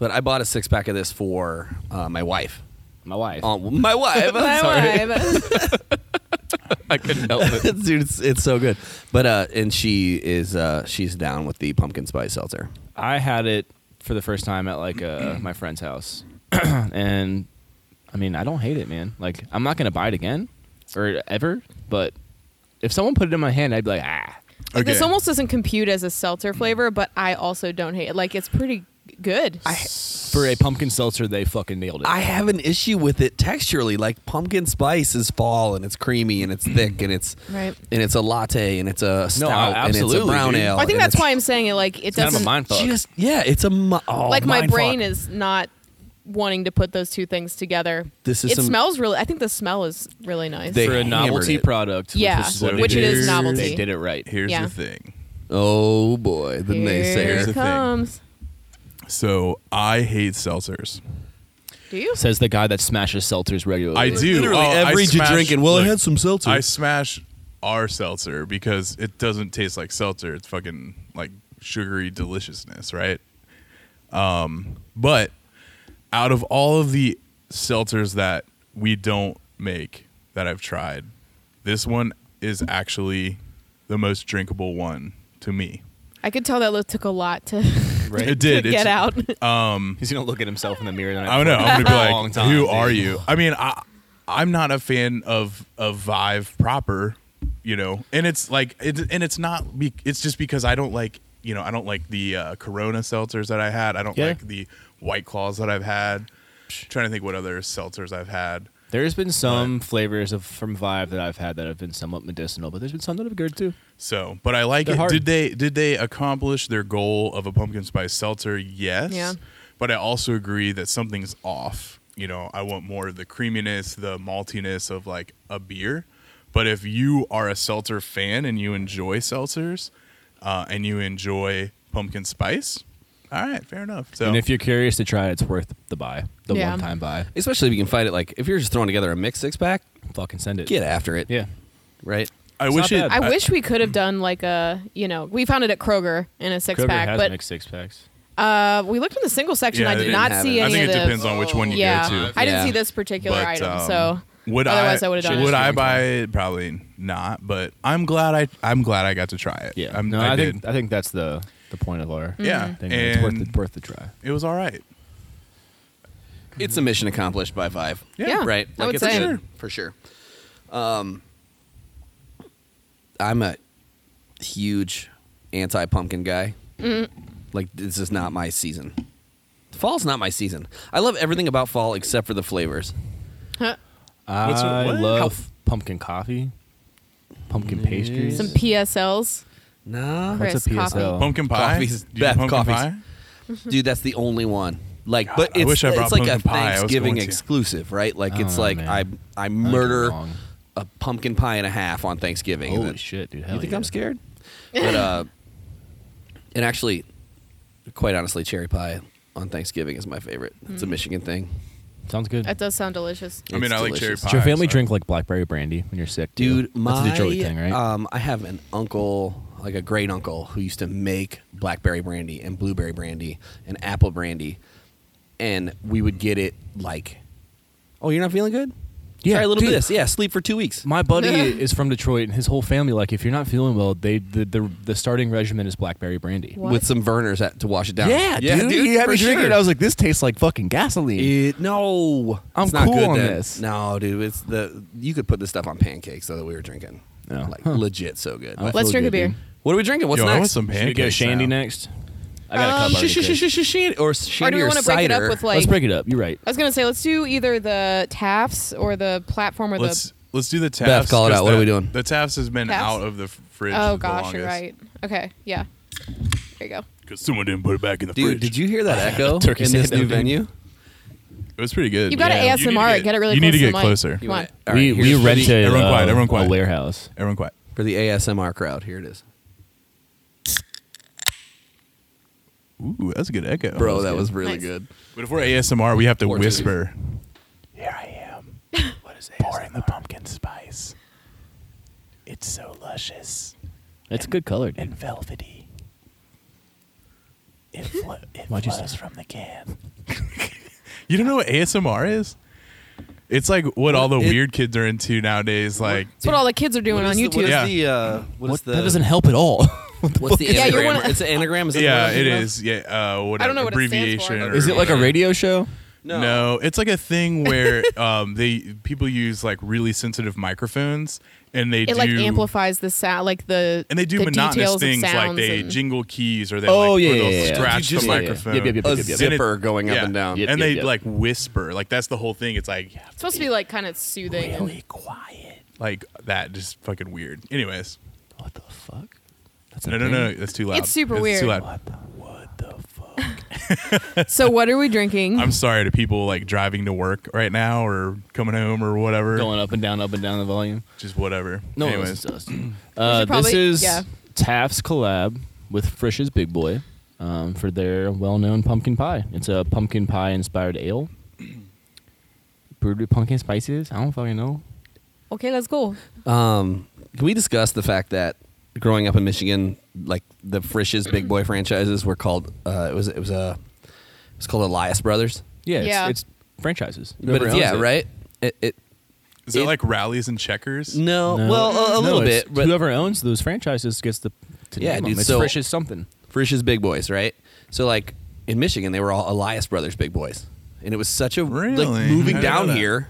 Speaker 2: But I bought a six pack of this for uh, my wife.
Speaker 4: My wife.
Speaker 2: Uh, my wife.
Speaker 3: My
Speaker 2: Sorry.
Speaker 3: wife.
Speaker 4: I couldn't help it.
Speaker 2: Dude, it's, it's so good. But uh, and she is uh, she's down with the pumpkin spice seltzer.
Speaker 4: I had it for the first time at like uh, my friend's house, and I mean, I don't hate it, man. Like, I'm not gonna buy it again or ever, but if someone put it in my hand, I'd be like, ah.
Speaker 3: Like, This
Speaker 1: Okay.
Speaker 3: almost doesn't compute as a seltzer flavor, but I also don't hate it. Like it's pretty good.
Speaker 4: For a pumpkin seltzer, they fucking nailed it.
Speaker 2: I have an issue with it texturally. Like pumpkin spice is fall and it's creamy and it's thick and it's
Speaker 3: Right.
Speaker 2: and it's a latte and it's a stout and it's a
Speaker 4: absolutely,
Speaker 2: brown
Speaker 4: dude.
Speaker 2: ale.
Speaker 3: I think
Speaker 2: and
Speaker 3: that's
Speaker 2: it's
Speaker 3: why I'm saying it. Like it
Speaker 4: kind of
Speaker 3: doesn't.
Speaker 4: a mind fuck.
Speaker 2: Just yeah, it's a mi- oh,
Speaker 3: like my
Speaker 2: mind
Speaker 3: brain
Speaker 2: fuck.
Speaker 3: is not wanting to put those two things together.
Speaker 2: This is
Speaker 3: it
Speaker 2: some-
Speaker 3: smells really. I think the smell is really nice.
Speaker 2: They
Speaker 4: for a
Speaker 2: hammered
Speaker 4: novelty
Speaker 2: it.
Speaker 4: product.
Speaker 3: Yeah,
Speaker 4: which is, what
Speaker 1: which it is
Speaker 4: They
Speaker 3: novelty.
Speaker 4: did it right.
Speaker 1: Here's
Speaker 3: Yeah.
Speaker 1: the thing.
Speaker 2: Oh boy, the
Speaker 3: Here
Speaker 1: the
Speaker 2: naysayer.
Speaker 1: thing.
Speaker 3: comes.
Speaker 1: So I hate seltzers.
Speaker 3: Do you?
Speaker 4: Says the guy that smashes seltzers regularly.
Speaker 1: I do.
Speaker 2: Literally
Speaker 1: Oh, I
Speaker 2: every
Speaker 1: smash-
Speaker 2: drinking. Well, I
Speaker 1: look,
Speaker 2: had some seltzer.
Speaker 1: I smash our seltzer because it doesn't taste like seltzer. It's fucking like sugary deliciousness, right? Um, but out of all of the seltzers that we don't make that I've tried, this one is actually the most drinkable one to me.
Speaker 3: I could tell that look took a lot to,
Speaker 4: Right?
Speaker 1: It did.
Speaker 3: to
Speaker 1: It's-
Speaker 3: get out.
Speaker 4: He's gonna look at himself in the mirror.
Speaker 1: I don't know. I'm gonna be like, who
Speaker 4: dude.
Speaker 1: are you? I mean, I, I'm not a fan of of Vive proper, you know. And it's like, it, and it's not. Be, it's just because I don't like, you know, I don't like the uh, Corona seltzers that I had. I don't
Speaker 4: Yeah.
Speaker 1: like the White Claws that I've had. trying to think what other seltzers I've had.
Speaker 4: There's been some flavors of from Vive that I've had that have been somewhat medicinal, but there's been some that have been good too.
Speaker 1: So, but I like
Speaker 4: They're
Speaker 1: it.
Speaker 4: hard.
Speaker 1: Did they did they accomplish their goal of a pumpkin spice seltzer? Yes.
Speaker 3: Yeah.
Speaker 1: But I also agree that something's off. You know, I want more of the creaminess, the maltiness of like a beer. But if you are a seltzer fan and you enjoy seltzers, uh, and you enjoy pumpkin spice, all right, fair enough. So
Speaker 4: And if you're curious to try it, it's worth the buy, the
Speaker 3: Yeah.
Speaker 4: one time buy.
Speaker 2: Especially if you can fight it. Like if you're just throwing together a mixed six pack,
Speaker 4: Fucking send it.
Speaker 2: get after it.
Speaker 4: Yeah.
Speaker 2: right.
Speaker 1: I
Speaker 4: it's
Speaker 1: wish it.
Speaker 4: not
Speaker 3: I wish we could have done like a, you know, we found it at Kroger in a six
Speaker 4: Kroger
Speaker 3: pack,
Speaker 4: has
Speaker 3: but
Speaker 4: mixed six packs.
Speaker 3: uh, we looked in the single section.
Speaker 1: Yeah,
Speaker 3: I
Speaker 1: they
Speaker 3: did
Speaker 1: didn't
Speaker 3: not
Speaker 2: have
Speaker 3: see
Speaker 2: it.
Speaker 1: I
Speaker 3: any
Speaker 1: think it
Speaker 3: of the.
Speaker 1: depends on which one you go
Speaker 3: yeah,
Speaker 1: to.
Speaker 3: I didn't
Speaker 2: Yeah.
Speaker 3: see this particular
Speaker 1: But,
Speaker 3: item,
Speaker 1: um,
Speaker 3: so
Speaker 1: would
Speaker 3: otherwise
Speaker 1: I,
Speaker 3: I, would have done
Speaker 1: Would
Speaker 3: it.
Speaker 1: I buy it? Probably not. But I'm glad I I'm glad I got to try it.
Speaker 4: Yeah.
Speaker 1: I'm,
Speaker 4: no,
Speaker 1: I,
Speaker 4: I,
Speaker 1: did.
Speaker 4: think I think that's the the point of our
Speaker 1: Yeah,
Speaker 4: thing. It's worth
Speaker 1: and-
Speaker 4: the worth the try.
Speaker 1: it was all right.
Speaker 2: It's a mission accomplished by five.
Speaker 1: Yeah.
Speaker 3: Yeah.
Speaker 2: right.
Speaker 3: I would
Speaker 2: it's
Speaker 3: say.
Speaker 2: good, for sure. Um, I'm a huge anti pumpkin guy. Like this is not my season. Fall's not my season. I love everything about fall except for the flavors.
Speaker 3: Huh.
Speaker 1: What's-
Speaker 4: I
Speaker 1: what?
Speaker 4: love pumpkin coffee, pumpkin pastries.
Speaker 3: Some PSLs.
Speaker 2: Nah,
Speaker 3: Chris
Speaker 4: What's a PSL?
Speaker 3: coffee.
Speaker 1: Pumpkin pie.
Speaker 2: Coffee's
Speaker 1: Do you
Speaker 2: best.
Speaker 1: pumpkin
Speaker 2: Coffee's-
Speaker 1: pie?
Speaker 2: dude, that's the only one. Like,
Speaker 1: God,
Speaker 2: but
Speaker 1: I
Speaker 2: it's,
Speaker 1: wish I brought
Speaker 2: it's like a
Speaker 1: pumpkin pie. I was
Speaker 2: Thanksgiving
Speaker 1: going to.
Speaker 2: exclusive, right? Like, it's
Speaker 4: Oh,
Speaker 2: like
Speaker 4: man.
Speaker 2: I I murder
Speaker 4: wrong.
Speaker 2: a pumpkin pie and a half on Thanksgiving. and
Speaker 4: Holy
Speaker 2: then-
Speaker 4: shit, dude! Hell
Speaker 2: you think
Speaker 4: yeah.
Speaker 2: I'm scared? But uh, and actually, quite honestly, cherry pie on Thanksgiving is my favorite. It's a
Speaker 4: Mm.
Speaker 2: Michigan thing.
Speaker 4: Sounds good.
Speaker 3: That does sound delicious.
Speaker 1: I mean,
Speaker 2: It's
Speaker 1: I like cherry
Speaker 2: delicious.
Speaker 1: pie.
Speaker 4: Does your family
Speaker 1: so-
Speaker 4: drink like blackberry brandy when you're sick, too?
Speaker 2: Dude, my
Speaker 4: That's a Detroit thing, right?
Speaker 2: Um, I have an uncle, like a great uncle, who used to make blackberry brandy and blueberry brandy and apple brandy, and we would get it like, oh, you're not feeling good?
Speaker 4: Yeah,
Speaker 2: Try a little bit
Speaker 4: dude.
Speaker 2: of this. Yeah, sleep for two weeks.
Speaker 4: my buddy is from Detroit, and his whole family, like, if you're not feeling well, they the the, the starting regimen is blackberry brandy.
Speaker 3: What?
Speaker 2: With some Verners at, to wash it down.
Speaker 4: Yeah, dude, you had
Speaker 2: for
Speaker 4: me drinking.
Speaker 2: sure.
Speaker 4: it. I was like, this tastes like fucking gasoline.
Speaker 2: It- no,
Speaker 4: I'm
Speaker 2: it's not
Speaker 4: cool
Speaker 2: good
Speaker 4: on
Speaker 2: then.
Speaker 4: this.
Speaker 2: No, dude, it's the you could put this stuff on pancakes though that we were drinking.
Speaker 4: Oh.
Speaker 2: Like
Speaker 4: Huh.
Speaker 2: legit, so good.
Speaker 4: I
Speaker 3: Let's
Speaker 4: feel
Speaker 3: drink a
Speaker 4: good,
Speaker 3: beer.
Speaker 4: dude.
Speaker 2: What are we drinking? What's
Speaker 1: Yo,
Speaker 2: next?
Speaker 1: I want some
Speaker 4: Should we go
Speaker 1: pancakes.
Speaker 4: Shandy
Speaker 1: now.
Speaker 4: next? I got a
Speaker 3: Um,
Speaker 4: cup. already
Speaker 2: Sh- sh-
Speaker 4: cooked.
Speaker 2: sh- sh- shandy or
Speaker 3: Or do
Speaker 2: shandy
Speaker 3: we
Speaker 2: or
Speaker 3: want to break it up
Speaker 2: cider.
Speaker 3: with like?
Speaker 4: Let's break it up. You're right.
Speaker 3: I was gonna say let's do either the Tafts or the platform or
Speaker 1: Let's
Speaker 3: the.
Speaker 1: let's do the Tafts.
Speaker 2: call it
Speaker 1: 'cause
Speaker 2: out. What are
Speaker 1: that-
Speaker 2: we doing?
Speaker 1: The Tafts has been
Speaker 3: Tafts?
Speaker 1: out of the f- fridge.
Speaker 3: Oh
Speaker 1: the
Speaker 3: gosh, you're
Speaker 1: longest.
Speaker 3: right. Okay, yeah. There you go.
Speaker 1: Because someone didn't put it back in the
Speaker 2: Dude,
Speaker 1: fridge.
Speaker 2: did you hear that echo
Speaker 4: Turkey
Speaker 2: in this
Speaker 4: sando,
Speaker 2: new
Speaker 4: dude.
Speaker 2: venue?
Speaker 1: It was pretty good.
Speaker 3: You gotta
Speaker 1: Yeah. need to
Speaker 3: ASMR it. Get it really
Speaker 1: You need to
Speaker 3: close to
Speaker 1: get closer.
Speaker 3: the mic. You- want-
Speaker 2: All
Speaker 4: we
Speaker 2: right,
Speaker 4: we
Speaker 2: here's for the-
Speaker 4: rented
Speaker 1: everyone
Speaker 4: uh,
Speaker 1: quiet, everyone
Speaker 4: a
Speaker 1: quiet.
Speaker 4: warehouse.
Speaker 1: Everyone quiet.
Speaker 2: for the ASMR crowd. Here it is,
Speaker 1: Ooh, that's a good echo.
Speaker 2: bro. That was really
Speaker 3: Nice.
Speaker 2: good.
Speaker 1: But if we're ASMR, we have to
Speaker 2: Portuguese.
Speaker 1: whisper. Here I am. What is pouring the pumpkin spice? It's so luscious
Speaker 4: It's a good color, dude.
Speaker 1: velvety. It, it
Speaker 4: Why'd you flows say-
Speaker 1: from the can. you don't know what ASMR is? It's like what all the
Speaker 2: It-
Speaker 1: weird kids are into nowadays. Like,
Speaker 3: That's what all the kids are doing on YouTube.
Speaker 1: Yeah.
Speaker 2: the uh, what
Speaker 4: What- that doesn't help at all. What the
Speaker 2: What's the
Speaker 4: fuck?
Speaker 3: Yeah, you're
Speaker 2: anagram?
Speaker 3: one of-
Speaker 2: it's an anagram. Is that
Speaker 1: yeah,
Speaker 2: what I'm
Speaker 1: it
Speaker 2: thinking of?
Speaker 1: is. Yeah, uh, whatever.
Speaker 3: don't know what it stands for,
Speaker 1: abbreviation.
Speaker 3: but-
Speaker 1: or
Speaker 4: Is it like a radio show?
Speaker 1: No. it's like a thing where um, they people use like really sensitive microphones, and they
Speaker 3: it
Speaker 1: do
Speaker 3: like amplifies the sound, like the
Speaker 1: and they do
Speaker 3: the details
Speaker 1: monotonous
Speaker 3: of
Speaker 1: things like
Speaker 3: sounds
Speaker 1: they
Speaker 3: and-
Speaker 1: jingle keys or they
Speaker 4: Oh,
Speaker 1: like,
Speaker 4: yeah,
Speaker 1: or they'll
Speaker 4: yeah, yeah.
Speaker 1: scratch
Speaker 2: You just-
Speaker 1: the
Speaker 2: yeah, yeah.
Speaker 1: microphone.
Speaker 4: Yep, yep, yep,
Speaker 2: A
Speaker 4: yep, yep.
Speaker 1: And it-
Speaker 2: zipper going up
Speaker 1: yeah.
Speaker 2: and down.
Speaker 4: Yep.
Speaker 1: and they like whisper, like that's the whole thing. It's like you have
Speaker 3: It's supposed to be like kind of soothing. and-
Speaker 1: quiet, like that, just fucking weird. Anyways,
Speaker 4: What the fuck? That's
Speaker 1: no, no, no, that's too loud.
Speaker 3: It's super
Speaker 1: That's
Speaker 3: weird.
Speaker 1: Too loud.
Speaker 3: So what are we drinking?
Speaker 1: I'm sorry to people like driving to work right now or coming home or whatever.
Speaker 4: Going up and down, up and down the volume.
Speaker 1: Just whatever.
Speaker 4: No, one
Speaker 1: Anyways,
Speaker 4: listens to us. Uh,
Speaker 3: probably-
Speaker 4: this is
Speaker 3: yeah.
Speaker 4: Taft's collab with Frisch's Big Boy um, for their well-known pumpkin pie. It's a pumpkin pie inspired ale, brewed with pumpkin spices. I don't fucking know.
Speaker 3: okay, let's go.
Speaker 2: Um, can we discuss the fact that growing up in Michigan, like the Frisch's Big Boy franchises were called? Uh, it was it was a it was called Elias Brothers.
Speaker 4: Yeah,
Speaker 3: Yeah.
Speaker 4: It's, it's franchises.
Speaker 2: but it's, yeah, right. It, it
Speaker 1: is it
Speaker 2: it-
Speaker 1: like rallies and checkers?
Speaker 2: no, well a, a
Speaker 4: No,
Speaker 2: little
Speaker 4: it's
Speaker 2: bit. But
Speaker 4: whoever owns those franchises gets the to
Speaker 2: Yeah,
Speaker 4: name
Speaker 2: dude,
Speaker 4: 'em. It's
Speaker 2: so-
Speaker 4: Frisch's something.
Speaker 2: Frisch's Big Boys, right? So like in Michigan, they were all Elias Brothers Big Boys, and it was such a
Speaker 1: Really?
Speaker 2: like moving
Speaker 1: I didn't know
Speaker 2: down
Speaker 1: that.
Speaker 2: here,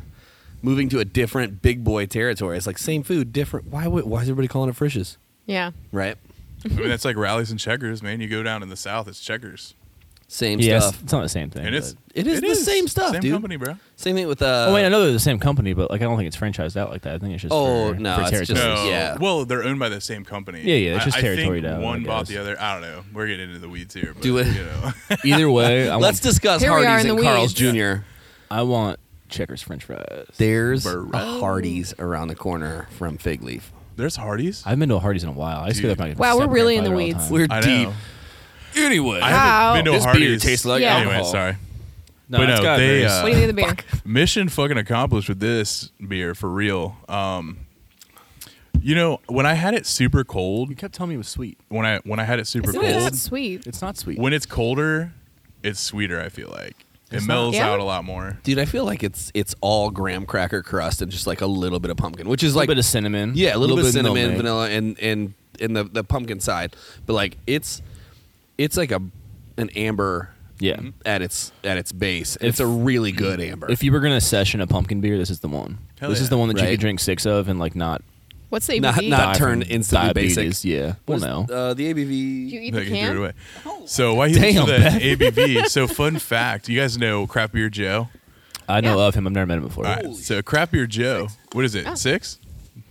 Speaker 2: moving to a different Big Boy territory. It's like same food, different. Why would why is everybody calling it Frisch's?
Speaker 3: Yeah.
Speaker 2: Right?
Speaker 1: I mean, that's like rallies and checkers, man. You go down in the south, it's checkers,
Speaker 2: Same
Speaker 4: Yes,
Speaker 2: stuff.
Speaker 4: it's not the same thing.
Speaker 1: and it's
Speaker 4: but-
Speaker 2: It is the same stuff,
Speaker 1: same
Speaker 2: dude.
Speaker 1: company, bro.
Speaker 2: Same thing with uh.
Speaker 4: oh wait, I know they're the same company, but like I don't think it's franchised out like that. I think it's just
Speaker 2: Oh,
Speaker 4: for,
Speaker 2: no,
Speaker 4: for
Speaker 2: it's just-
Speaker 4: territories.
Speaker 1: No,
Speaker 2: yeah.
Speaker 1: Well, they're owned by the same company.
Speaker 4: Yeah, yeah, it's
Speaker 1: I-
Speaker 4: just
Speaker 1: I,
Speaker 4: territory
Speaker 1: Think
Speaker 4: down, I
Speaker 1: one bought
Speaker 4: guess.
Speaker 1: the other. I don't know. We're getting into the weeds here. But,
Speaker 2: Do it.
Speaker 1: You know.
Speaker 4: Either way, I
Speaker 2: Let's
Speaker 4: want,
Speaker 2: discuss
Speaker 3: Here we are
Speaker 2: Hardee's
Speaker 3: in
Speaker 2: and
Speaker 3: the
Speaker 2: Carl's
Speaker 3: weeds.
Speaker 2: Jr.
Speaker 4: I want Checkers French fries.
Speaker 2: There's
Speaker 1: Burrow.
Speaker 2: a Hardee's around the corner from Fig Leaf.
Speaker 1: There's Hardee's.
Speaker 4: I haven't been to a Hardee's in a while. I just go there.
Speaker 1: Dude.
Speaker 4: with my
Speaker 3: Wow, we're
Speaker 4: step
Speaker 3: really in the
Speaker 4: grandfather all
Speaker 2: We're
Speaker 1: I
Speaker 2: deep.
Speaker 1: know.
Speaker 4: Anyway,
Speaker 1: I
Speaker 3: Wow.
Speaker 1: haven't been to a
Speaker 4: This beer
Speaker 1: Hardee's.
Speaker 4: tastes like
Speaker 3: Yeah.
Speaker 1: Anyway,
Speaker 4: alcohol.
Speaker 1: sorry. but no, they, uh,
Speaker 3: What do you think of the beer?
Speaker 1: Mission fucking accomplished with this beer for real. Um, you know, when I had it super cold,
Speaker 4: You kept telling me it was sweet.
Speaker 1: when I when I had it super
Speaker 3: It's not that
Speaker 1: cold,
Speaker 3: sweet.
Speaker 4: It's not sweet.
Speaker 1: when it's colder, it's sweeter. I feel like it
Speaker 4: It's not-
Speaker 1: mellows
Speaker 3: Yeah?
Speaker 1: out a lot more.
Speaker 2: Dude, I feel like it's it's all graham cracker crust and just like a little bit of pumpkin, which is
Speaker 4: a little
Speaker 2: like
Speaker 4: bit of cinnamon.
Speaker 2: yeah, a little, bit of
Speaker 4: of
Speaker 2: cinnamon,
Speaker 4: milk.
Speaker 2: vanilla, and and and the the pumpkin side. But like it's it's like a an amber
Speaker 4: Yeah.
Speaker 2: at its at its base.
Speaker 4: If-
Speaker 2: it's a really good amber.
Speaker 4: If you were gonna session a pumpkin beer, this is the one.
Speaker 1: Hell
Speaker 4: this
Speaker 1: yeah.
Speaker 4: is the one that you
Speaker 2: Right.
Speaker 4: could drink six of and like not.
Speaker 3: What's the ABV?
Speaker 2: Not- not-
Speaker 4: die
Speaker 2: turn
Speaker 4: from
Speaker 2: instantly basic.
Speaker 4: diabetes. Yeah.
Speaker 2: What
Speaker 4: well,
Speaker 2: is-
Speaker 4: no.
Speaker 2: uh, the ABV.
Speaker 3: Do you eat
Speaker 1: They
Speaker 3: the
Speaker 1: can throw it
Speaker 3: can?
Speaker 1: away. So why he
Speaker 4: Oh. Damn,
Speaker 1: to the ABV? So fun fact, you guys know Craft Beer Joe.
Speaker 4: I know
Speaker 3: yeah.
Speaker 4: of him. I've never met him before.
Speaker 1: All right, so Craft Beer Joe, what is it?
Speaker 3: Oh.
Speaker 1: Six?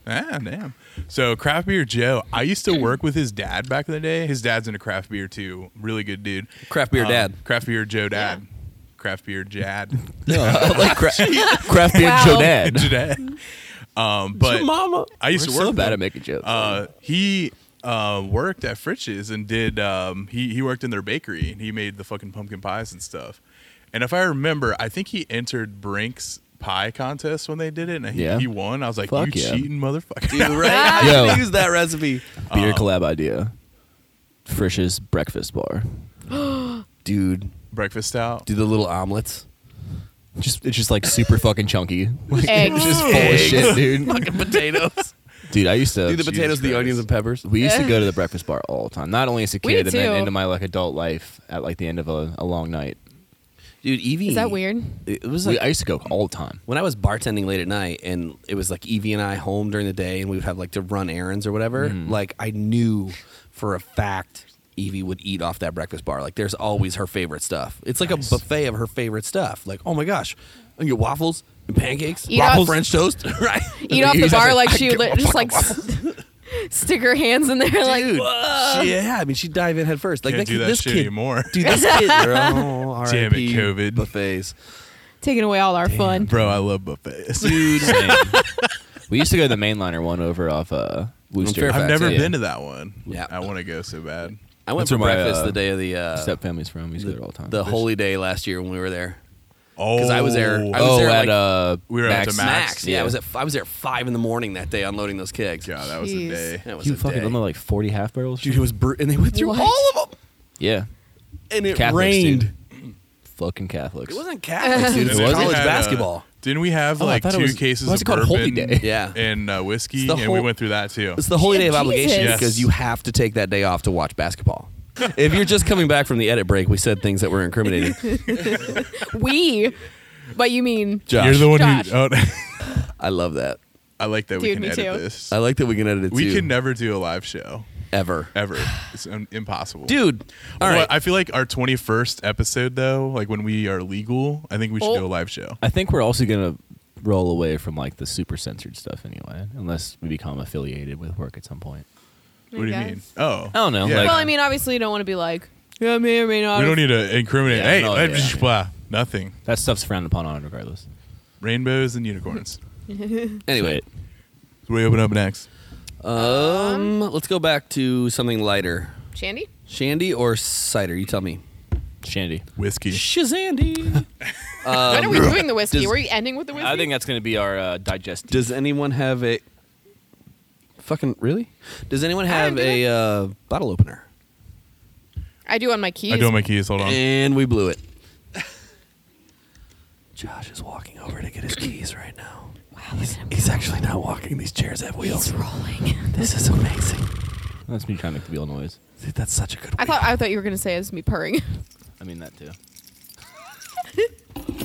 Speaker 1: Ah, damn. So Craft Beer Joe, I used to work with his dad back in the day. His dad's into craft beer too. Really good dude.
Speaker 2: Craft beer
Speaker 1: Um,
Speaker 2: dad.
Speaker 1: Craft beer Joe dad.
Speaker 3: Yeah.
Speaker 1: Craft beer Jad.
Speaker 2: like cra-
Speaker 4: Craft beer
Speaker 3: Wow.
Speaker 4: Joe Dad.
Speaker 1: Jad. Um, but
Speaker 2: mama.
Speaker 1: I used
Speaker 4: We're
Speaker 1: to work
Speaker 4: so
Speaker 1: with
Speaker 4: bad
Speaker 1: him.
Speaker 4: at making jokes.
Speaker 1: Uh, he uh, worked at Fritz's and did um, he he worked in their bakery and he made the fucking pumpkin pies and stuff. And if I remember, I think he entered Brink's pie contest when they did it and he,
Speaker 4: Yeah.
Speaker 1: he won. I was like,
Speaker 4: Fuck
Speaker 1: you
Speaker 4: yeah.
Speaker 1: cheating motherfucker!
Speaker 2: Dude, right? I
Speaker 4: Yo.
Speaker 2: should use that recipe.
Speaker 4: Beer collab idea. Frisch's breakfast bar.
Speaker 2: Dude,
Speaker 1: Breakfast out.
Speaker 2: do the little omelets.
Speaker 4: Just it's just like super fucking chunky. Like,
Speaker 3: Eggs.
Speaker 4: Just full of shit, dude.
Speaker 2: Fucking potatoes.
Speaker 4: Dude, I used to
Speaker 3: Oh,
Speaker 2: do the
Speaker 1: Jesus
Speaker 2: potatoes, the
Speaker 1: Christ.
Speaker 2: onions, and peppers.
Speaker 4: We used to go to the breakfast bar all the time. Not only as a
Speaker 3: We
Speaker 4: kid,
Speaker 3: did
Speaker 4: and then
Speaker 3: too.
Speaker 4: into my like adult life at like the end of a, a long night.
Speaker 2: Dude, Evie.
Speaker 3: Is that weird?
Speaker 2: It was
Speaker 4: We-
Speaker 2: like
Speaker 4: I used to go all the time.
Speaker 2: when I was bartending late at night, and it was like Evie and I home during the day, and we would have like to run errands or whatever.
Speaker 3: Hmm.
Speaker 2: Like I knew for a fact Evie would eat off that breakfast bar. Like there's always her favorite stuff. It's like a buffet of her favorite stuff. Like oh my gosh, I can get waffles and pancakes,
Speaker 3: Eat
Speaker 2: waffle
Speaker 3: off-
Speaker 2: French toast, right?
Speaker 3: Eat off the
Speaker 4: He's
Speaker 3: bar
Speaker 4: like,
Speaker 3: like
Speaker 2: I
Speaker 3: she
Speaker 2: give
Speaker 3: would
Speaker 2: a
Speaker 3: li- just like
Speaker 2: fuck
Speaker 3: s- stick her hands in there like
Speaker 2: Dude, she- yeah, I mean she'd dive in head first. Like
Speaker 1: Can't
Speaker 2: that
Speaker 1: do
Speaker 2: kid-
Speaker 1: that
Speaker 2: this
Speaker 1: shit
Speaker 2: kid,
Speaker 1: anymore.
Speaker 2: dude. This kid, oh,
Speaker 1: Damn it,
Speaker 2: RIP
Speaker 1: COVID.
Speaker 2: buffets.
Speaker 3: taking away all our fun.
Speaker 1: Bro, I love buffets.
Speaker 4: Dude, we used to go to the mainliner one over off uh, Wooster.
Speaker 2: Fairfax,
Speaker 1: I've never
Speaker 2: yeah.
Speaker 1: been to that one.
Speaker 2: Yeah.
Speaker 1: I want to go so bad.
Speaker 2: I went for
Speaker 4: That's where my,
Speaker 2: breakfast
Speaker 4: uh,
Speaker 2: the day of the uh,
Speaker 4: Step family's from. We used to go there all the time.
Speaker 2: the holy day last year when we were there.
Speaker 1: Oh,
Speaker 2: 'Cause I was there- I was
Speaker 4: oh,
Speaker 2: there,
Speaker 4: at
Speaker 2: like-
Speaker 4: uh,
Speaker 1: We were out
Speaker 4: Max.
Speaker 1: to
Speaker 2: Max.
Speaker 1: Max,
Speaker 2: yeah,
Speaker 4: yeah.
Speaker 2: I was at I was there at five in the morning that day unloading those kegs.
Speaker 1: God, that was
Speaker 3: Jeez.
Speaker 1: a day.
Speaker 2: That was
Speaker 4: You
Speaker 2: a
Speaker 4: fucking
Speaker 2: day.
Speaker 4: remember like forty half barrels?
Speaker 2: dude. It was brut, and they went through
Speaker 3: What?
Speaker 2: all of them,
Speaker 4: yeah,
Speaker 2: and it
Speaker 4: Catholics,
Speaker 2: rained.
Speaker 4: dude. fucking Catholics.
Speaker 2: It wasn't Catholics, dude. It was
Speaker 1: Didn't we
Speaker 2: college
Speaker 1: had, uh,
Speaker 2: basketball.
Speaker 1: didn't we have
Speaker 4: Oh, I
Speaker 1: like
Speaker 4: thought it
Speaker 1: two
Speaker 4: was-
Speaker 1: cases
Speaker 4: why is
Speaker 1: of
Speaker 4: it called Holy
Speaker 1: bourbon
Speaker 4: Day?
Speaker 2: Yeah.
Speaker 1: and uh, whiskey,
Speaker 2: It's the
Speaker 1: and we
Speaker 2: whole-
Speaker 1: went through that too?
Speaker 2: it's the holy day of
Speaker 3: Jesus.
Speaker 2: obligation
Speaker 3: Yes.
Speaker 2: because you have to take that day off to watch basketball. if you're just coming back from the edit break, we said things that were incriminating.
Speaker 3: We, but you mean
Speaker 2: Josh,
Speaker 1: You're the one
Speaker 3: Josh.
Speaker 1: who. Oh,
Speaker 2: I love that.
Speaker 1: I like that we
Speaker 3: Dude,
Speaker 1: can
Speaker 3: me
Speaker 1: edit
Speaker 3: too.
Speaker 1: this.
Speaker 2: I like that we can edit it.
Speaker 1: we
Speaker 2: too,
Speaker 1: can never do a live show
Speaker 2: ever,
Speaker 1: ever. It's un- impossible,
Speaker 2: dude. All
Speaker 1: Well,
Speaker 2: right,
Speaker 1: I feel like our 21st episode though, like when we are legal, I think we should
Speaker 3: Oh.
Speaker 1: do a live show.
Speaker 4: I think we're also gonna roll away from like the super censored stuff anyway, unless we become affiliated with work at some point.
Speaker 1: What do you mean? Oh, I
Speaker 4: don't know, like-
Speaker 3: Well, I mean, obviously you don't want to be like, yeah, may or may not.
Speaker 1: we
Speaker 3: have-
Speaker 1: don't need to incriminate.
Speaker 4: Yeah,
Speaker 1: hey,
Speaker 4: no,
Speaker 1: that-
Speaker 4: yeah.
Speaker 1: blah, nothing.
Speaker 4: That stuff's frowned upon on regardless.
Speaker 1: Rainbows and unicorns.
Speaker 2: anyway,
Speaker 1: we open up next.
Speaker 2: um, let's go back to something lighter.
Speaker 3: Shandy.
Speaker 2: Shandy or cider? You tell me.
Speaker 4: Shandy.
Speaker 1: Whiskey.
Speaker 2: Shazandy.
Speaker 3: when are we doing the whiskey?
Speaker 2: does-
Speaker 3: Were you ending with the whiskey?
Speaker 4: I think that's gonna be our uh, digestive.
Speaker 2: Does anyone have a fucking really? Does anyone have
Speaker 3: did
Speaker 2: a uh, bottle opener?
Speaker 3: I do on my keys.
Speaker 1: I don't my keys. Hold on.
Speaker 4: Eh.
Speaker 2: And we blew it. Josh is walking over to get his keys right now. Wow,
Speaker 3: Oh,
Speaker 2: he's, he's actually not walking. These chairs have wheels.
Speaker 3: rolling.
Speaker 2: This is amazing.
Speaker 4: That's me trying to make the wheel noise.
Speaker 2: Dude, that's such a good.
Speaker 3: I thought I thought you were gonna say it's me purring.
Speaker 4: I mean that too.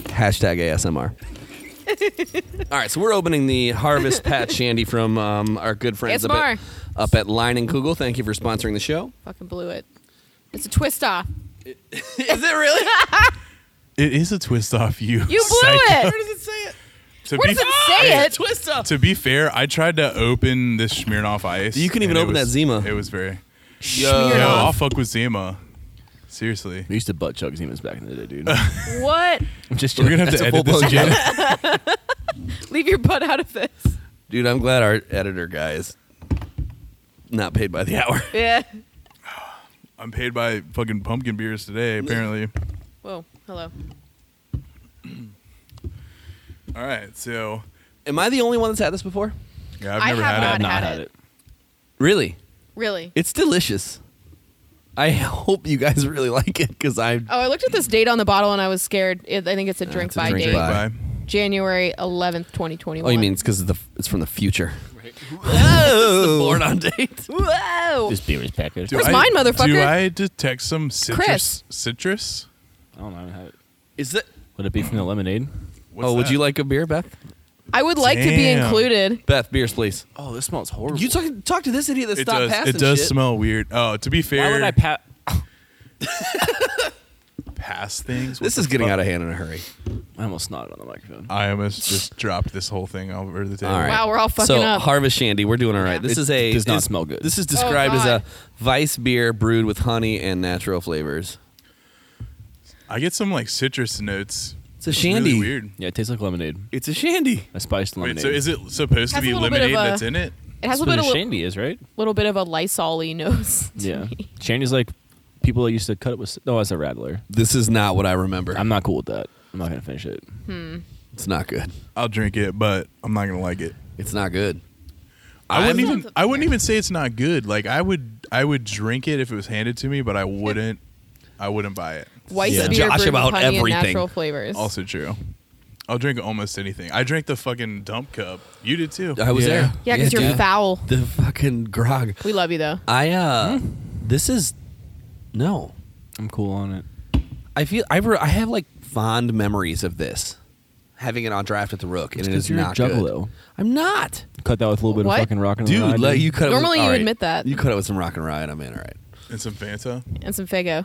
Speaker 2: Hashtag ASMR. All right, so we're opening the Harvest Pat Shandy from um, our good friends up at,
Speaker 3: ASMR.
Speaker 2: up at Line and Kugel. Thank you for sponsoring the show.
Speaker 3: Fucking blew it. It's a twist off.
Speaker 2: Is it really?
Speaker 1: It is a twist off you.
Speaker 3: You blew
Speaker 1: psycho.
Speaker 3: it.
Speaker 2: does it say it?
Speaker 1: To
Speaker 3: Where
Speaker 1: be,
Speaker 3: does it say it?
Speaker 2: Twist up.
Speaker 1: to be fair, I tried to open this Smirnoff Ice.
Speaker 2: You couldn't
Speaker 1: and
Speaker 2: even
Speaker 1: it
Speaker 2: open
Speaker 1: was-
Speaker 2: that Zima.
Speaker 1: It was very.
Speaker 2: Smear
Speaker 1: Yo,
Speaker 2: it off.
Speaker 1: I'll fuck with Zima. Seriously.
Speaker 4: We used to butt chug Zimas back in the day, dude.
Speaker 3: What?
Speaker 4: I'm just
Speaker 1: We're gonna have to
Speaker 4: joking. That's a
Speaker 1: edit this
Speaker 4: full-blown
Speaker 1: again.
Speaker 3: Leave your butt out of this.
Speaker 2: Dude, I'm glad our editor guy is not paid by the hour.
Speaker 3: Yeah.
Speaker 1: I'm paid by fucking pumpkin beers today, apparently.
Speaker 3: Whoa. Hello.
Speaker 1: All right, so
Speaker 2: Am I the only one that's had this before?
Speaker 1: yeah, I've
Speaker 3: I
Speaker 1: never
Speaker 3: have
Speaker 1: had
Speaker 4: I've
Speaker 1: it.
Speaker 3: not. had
Speaker 4: not had
Speaker 3: it.
Speaker 4: it.
Speaker 2: Really?
Speaker 3: Really?
Speaker 2: It's delicious. I hope you guys really like it because I.
Speaker 3: Oh, I looked at this date on the bottle and I was scared. It, I think it's a drink
Speaker 2: it's a
Speaker 3: by
Speaker 2: drink
Speaker 3: date.
Speaker 2: by.
Speaker 1: Bye.
Speaker 3: January 11th, 2021.
Speaker 2: Oh, you mean it's because the it's from the future? Oh, born on date.
Speaker 3: Whoa.
Speaker 4: This beer is packaged.
Speaker 1: Do
Speaker 3: Where's
Speaker 1: I-
Speaker 3: mine, motherfucker?
Speaker 1: Do I detect some citrus?
Speaker 3: Chris.
Speaker 1: Citrus?
Speaker 4: I don't know. I haven't had it.
Speaker 2: Is it?
Speaker 4: Would it be from the lemonade?
Speaker 1: What's
Speaker 2: oh, would
Speaker 1: that?
Speaker 2: you like a beer, Beth?
Speaker 3: I would like to be
Speaker 1: Damn.
Speaker 3: included.
Speaker 2: Beth, beers, please.
Speaker 4: Oh, this smells horrible.
Speaker 2: You talk talk to this idiot that
Speaker 1: It
Speaker 2: stopped
Speaker 1: does.
Speaker 2: passing
Speaker 1: It does
Speaker 2: shit.
Speaker 1: smell weird. Oh, to be fair,
Speaker 4: Why would I pat?
Speaker 1: pass things? What
Speaker 2: This
Speaker 1: the
Speaker 2: is getting
Speaker 1: fuck?
Speaker 2: out of hand in a hurry.
Speaker 4: I almost snotted on the microphone.
Speaker 1: I almost just dropped this whole thing over the table.
Speaker 2: All right.
Speaker 3: Wow, we're all fucking
Speaker 2: so,
Speaker 3: up. Oh,
Speaker 2: Harvest Shandy, we're doing all right. This
Speaker 4: It
Speaker 2: is a
Speaker 4: does not
Speaker 2: is-
Speaker 4: smell good.
Speaker 2: This is described as
Speaker 3: God.
Speaker 2: a vice beer brewed with honey and natural flavors.
Speaker 1: I get some like citrus notes.
Speaker 2: It's a
Speaker 1: Really
Speaker 2: shandy.
Speaker 1: weird.
Speaker 4: Yeah, it tastes like lemonade.
Speaker 2: It's a shandy.
Speaker 4: A spiced lemonade.
Speaker 1: Wait, so is it supposed
Speaker 3: Has a
Speaker 1: to be
Speaker 3: little bit of
Speaker 1: lemonade
Speaker 3: a-
Speaker 1: that's in it?
Speaker 3: It has a
Speaker 4: That's
Speaker 3: bit
Speaker 4: what
Speaker 3: of
Speaker 4: a
Speaker 3: li-
Speaker 4: shandy is, right?
Speaker 3: little bit of a Lysol-y nose. to
Speaker 4: Yeah.
Speaker 3: me.
Speaker 4: Shandy's like people that used to cut it with. No, that's a rattler.
Speaker 2: This is not what I remember.
Speaker 4: I'm not cool with that. I'm not gonna finish it.
Speaker 2: it's not good.
Speaker 1: I'll drink it, but I'm not gonna like it.
Speaker 2: It's not good.
Speaker 1: I wouldn't
Speaker 3: I'm-
Speaker 1: even. I wouldn't even say it's not good. Like I would. I would drink it if it was handed to me, but I wouldn't. I wouldn't buy it.
Speaker 3: White
Speaker 2: Yeah.
Speaker 3: beer
Speaker 2: Josh
Speaker 3: brewed
Speaker 2: about
Speaker 3: with honey
Speaker 2: everything.
Speaker 3: and natural flavors.
Speaker 1: Also true. I'll drink almost anything. I drank the fucking dump cup. You did too.
Speaker 2: I was
Speaker 4: Yeah.
Speaker 2: there.
Speaker 3: yeah, because you're
Speaker 2: dude.
Speaker 3: foul.
Speaker 2: The fucking grog.
Speaker 3: We love you though.
Speaker 2: I uh,
Speaker 4: Hmm.
Speaker 2: this is no.
Speaker 4: I'm cool on it.
Speaker 2: I feel I re- I have like fond memories of this, having it on draft at the Rook, and
Speaker 4: It's
Speaker 2: it
Speaker 4: 'cause
Speaker 2: is
Speaker 4: you're a
Speaker 2: not
Speaker 4: juggalo.
Speaker 2: good. I'm not,
Speaker 4: Cut that with a little bit
Speaker 3: What?
Speaker 4: of fucking rock and
Speaker 2: dude. Like you cut it
Speaker 3: Normally
Speaker 2: with,
Speaker 3: you
Speaker 2: all right.
Speaker 3: admit that.
Speaker 2: You cut it with some rock and ride. I'm in. All right.
Speaker 1: And some Fanta
Speaker 3: And some Fago.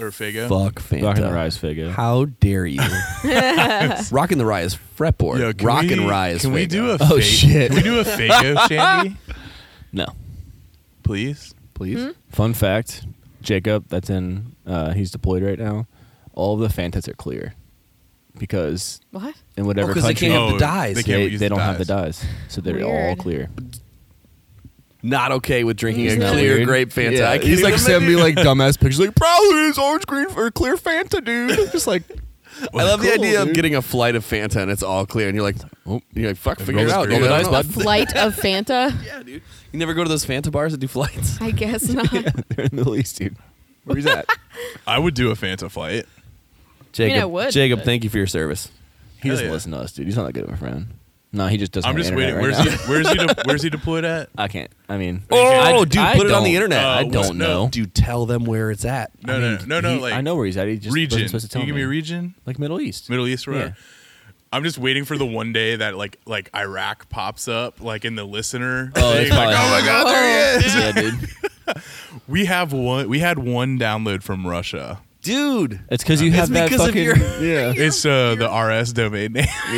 Speaker 1: or Fega.
Speaker 2: Fuck
Speaker 4: rock and
Speaker 2: Fanta.
Speaker 4: rise figure.
Speaker 2: How dare you? rock and the Rye is fretboard.
Speaker 1: Yo, can
Speaker 2: rock
Speaker 1: we-
Speaker 2: and Rye is
Speaker 1: Can we
Speaker 2: Fanta.
Speaker 1: do a?
Speaker 4: Oh,
Speaker 1: Fe-
Speaker 4: shit.
Speaker 1: Can we do a Fega shandy,
Speaker 4: No.
Speaker 1: please?
Speaker 2: please?
Speaker 3: Hmm?
Speaker 4: Fun fact, Jacob, that's in. Uh, he's deployed right now. All of the Fantas are clear because
Speaker 3: What?
Speaker 4: in whatever
Speaker 2: Oh, 'cause they
Speaker 4: country
Speaker 2: can't have the dyes.
Speaker 1: Oh, They, can't
Speaker 4: they,
Speaker 1: use
Speaker 4: they don't have the dyes, so they're all
Speaker 3: Weird.
Speaker 4: clear.
Speaker 2: Not okay with drinking
Speaker 4: Isn't
Speaker 2: a
Speaker 4: that
Speaker 2: clear
Speaker 4: weird?
Speaker 2: grape Fanta.
Speaker 4: Yeah.
Speaker 2: I can't
Speaker 4: He's like
Speaker 2: even-
Speaker 4: sending me like dumbass pictures, like probably is orange green for clear Fanta, dude. I'm just like
Speaker 2: I love the
Speaker 4: Cool,
Speaker 2: idea of
Speaker 4: dude.
Speaker 2: getting a flight of Fanta and it's all clear, and you're like, oh, you're like, fuck, figure it
Speaker 1: rolls
Speaker 2: out.
Speaker 1: through.
Speaker 2: Don't
Speaker 1: Yeah.
Speaker 2: I don't know.
Speaker 3: Flight of Fanta?
Speaker 2: Yeah, dude. You never go to those Fanta bars that do flights?
Speaker 3: I guess not.
Speaker 4: they're in the Middle East, dude. Where he's at?
Speaker 1: I would do a Fanta flight.
Speaker 2: Jacob,
Speaker 3: I would,
Speaker 2: Jacob,
Speaker 3: but-
Speaker 2: thank you for your service.
Speaker 4: He
Speaker 1: Hell
Speaker 4: doesn't
Speaker 1: yeah.
Speaker 4: listen to us, dude. He's not that good of a friend. No, he just doesn't.
Speaker 1: I'm
Speaker 4: have
Speaker 1: just waiting.
Speaker 4: internet
Speaker 1: Where's
Speaker 4: right
Speaker 1: he?
Speaker 4: now.
Speaker 1: Where's he? De- where's he deployed at?
Speaker 4: I can't. I mean,
Speaker 2: Oh,
Speaker 4: I-
Speaker 2: dude,
Speaker 4: I
Speaker 2: put it on the
Speaker 4: don't-
Speaker 2: internet.
Speaker 1: uh,
Speaker 2: I
Speaker 1: what's-
Speaker 2: don't
Speaker 1: no.
Speaker 2: know. Dude, tell them where it's at.
Speaker 1: No, no, no, no,
Speaker 4: He-
Speaker 1: Like
Speaker 4: I know where he's at. He just
Speaker 1: region.
Speaker 4: wasn't supposed to tell
Speaker 1: you give me
Speaker 4: me.
Speaker 1: a region,
Speaker 4: like Middle East.
Speaker 1: Middle East, or
Speaker 4: Yeah.
Speaker 1: I'm just waiting for the one day that like like Iraq pops up like in the listener.
Speaker 4: Oh,
Speaker 1: thing.
Speaker 4: it's
Speaker 1: Like,
Speaker 4: probably-
Speaker 1: oh my god, there he is.
Speaker 4: yeah, dude.
Speaker 1: We have one. We had one download from Russia.
Speaker 2: Dude.
Speaker 4: It's because you
Speaker 2: It's
Speaker 4: have that
Speaker 2: because of
Speaker 4: fucking.
Speaker 2: your-
Speaker 4: yeah.
Speaker 1: It's uh, the RS domain name.
Speaker 3: Oh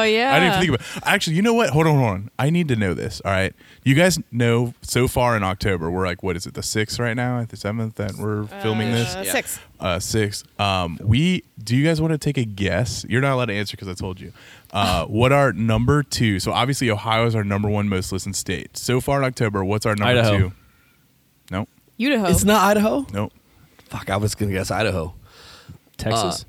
Speaker 3: yeah.
Speaker 1: I didn't even think about. Actually, you know what? Hold on, hold on. I need to know this. All right, you guys know so far in October we're like what is it the sixth right now? The seventh that we're filming this.
Speaker 3: Uh,
Speaker 2: Yeah.
Speaker 3: Six.
Speaker 1: Uh, six. Um, we do you guys want to take a guess? You're not allowed to answer because I told you. Uh, what our number two? So obviously Ohio is our number one most listened state so far in October. What's our number
Speaker 4: Idaho.
Speaker 1: two? Nope,
Speaker 3: Idaho.
Speaker 2: It's not Idaho?
Speaker 1: nope.
Speaker 2: Fuck, I was going to guess Idaho.
Speaker 4: Texas.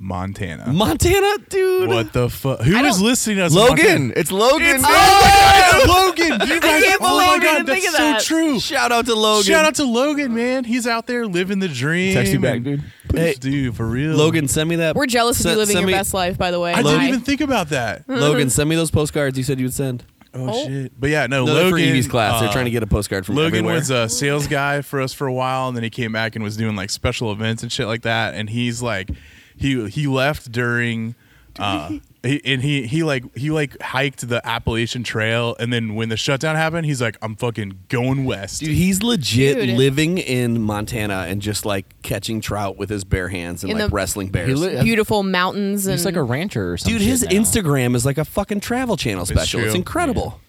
Speaker 1: Montana.
Speaker 2: Montana, dude.
Speaker 1: what the fuck? Who is
Speaker 3: don't-
Speaker 1: listening to us? in
Speaker 2: Logan.
Speaker 1: Montana?
Speaker 2: It's Logan. Oh,
Speaker 1: It's
Speaker 2: Logan. You guys,
Speaker 3: can't
Speaker 1: Oh my
Speaker 3: believe I
Speaker 1: god,
Speaker 3: didn't
Speaker 1: that's
Speaker 3: think of
Speaker 1: so
Speaker 3: that.
Speaker 1: true.
Speaker 2: Shout out to Logan.
Speaker 1: Shout out to Logan, man. He's out there living the dream.
Speaker 4: Text you back, dude.
Speaker 1: Hey, dude, for real.
Speaker 2: Logan, send me that.
Speaker 3: We're jealous of
Speaker 2: sen-
Speaker 3: you living
Speaker 2: send
Speaker 3: your
Speaker 2: me-
Speaker 3: best life, by the way.
Speaker 1: I didn't
Speaker 3: Hi.
Speaker 1: even think about that. Oh,
Speaker 2: Logan, send me those postcards you said you would send.
Speaker 3: Oh.
Speaker 1: shit. But yeah, no,
Speaker 2: No, they're
Speaker 1: Logan.
Speaker 2: for Evie's class.
Speaker 1: uh,
Speaker 2: They're trying to get a postcard from
Speaker 1: Logan
Speaker 2: everywhere.
Speaker 1: was a sales guy for us for a while, and then he came back and was doing like special events and shit like that. And he's like, he he left during, uh, he, and he he like he like hiked the Appalachian Trail, and then when the shutdown happened, he's like, I'm fucking going west.
Speaker 2: Dude, he's legit
Speaker 3: Dude.
Speaker 2: living in Montana and just like catching trout with his bare hands and
Speaker 3: In
Speaker 2: like
Speaker 3: the-
Speaker 2: wrestling bears.
Speaker 4: He li-
Speaker 3: beautiful mountains and
Speaker 4: He's like a rancher or something.
Speaker 2: Dude, his Instagram is like a fucking travel channel special. It's,
Speaker 1: true.
Speaker 2: incredible.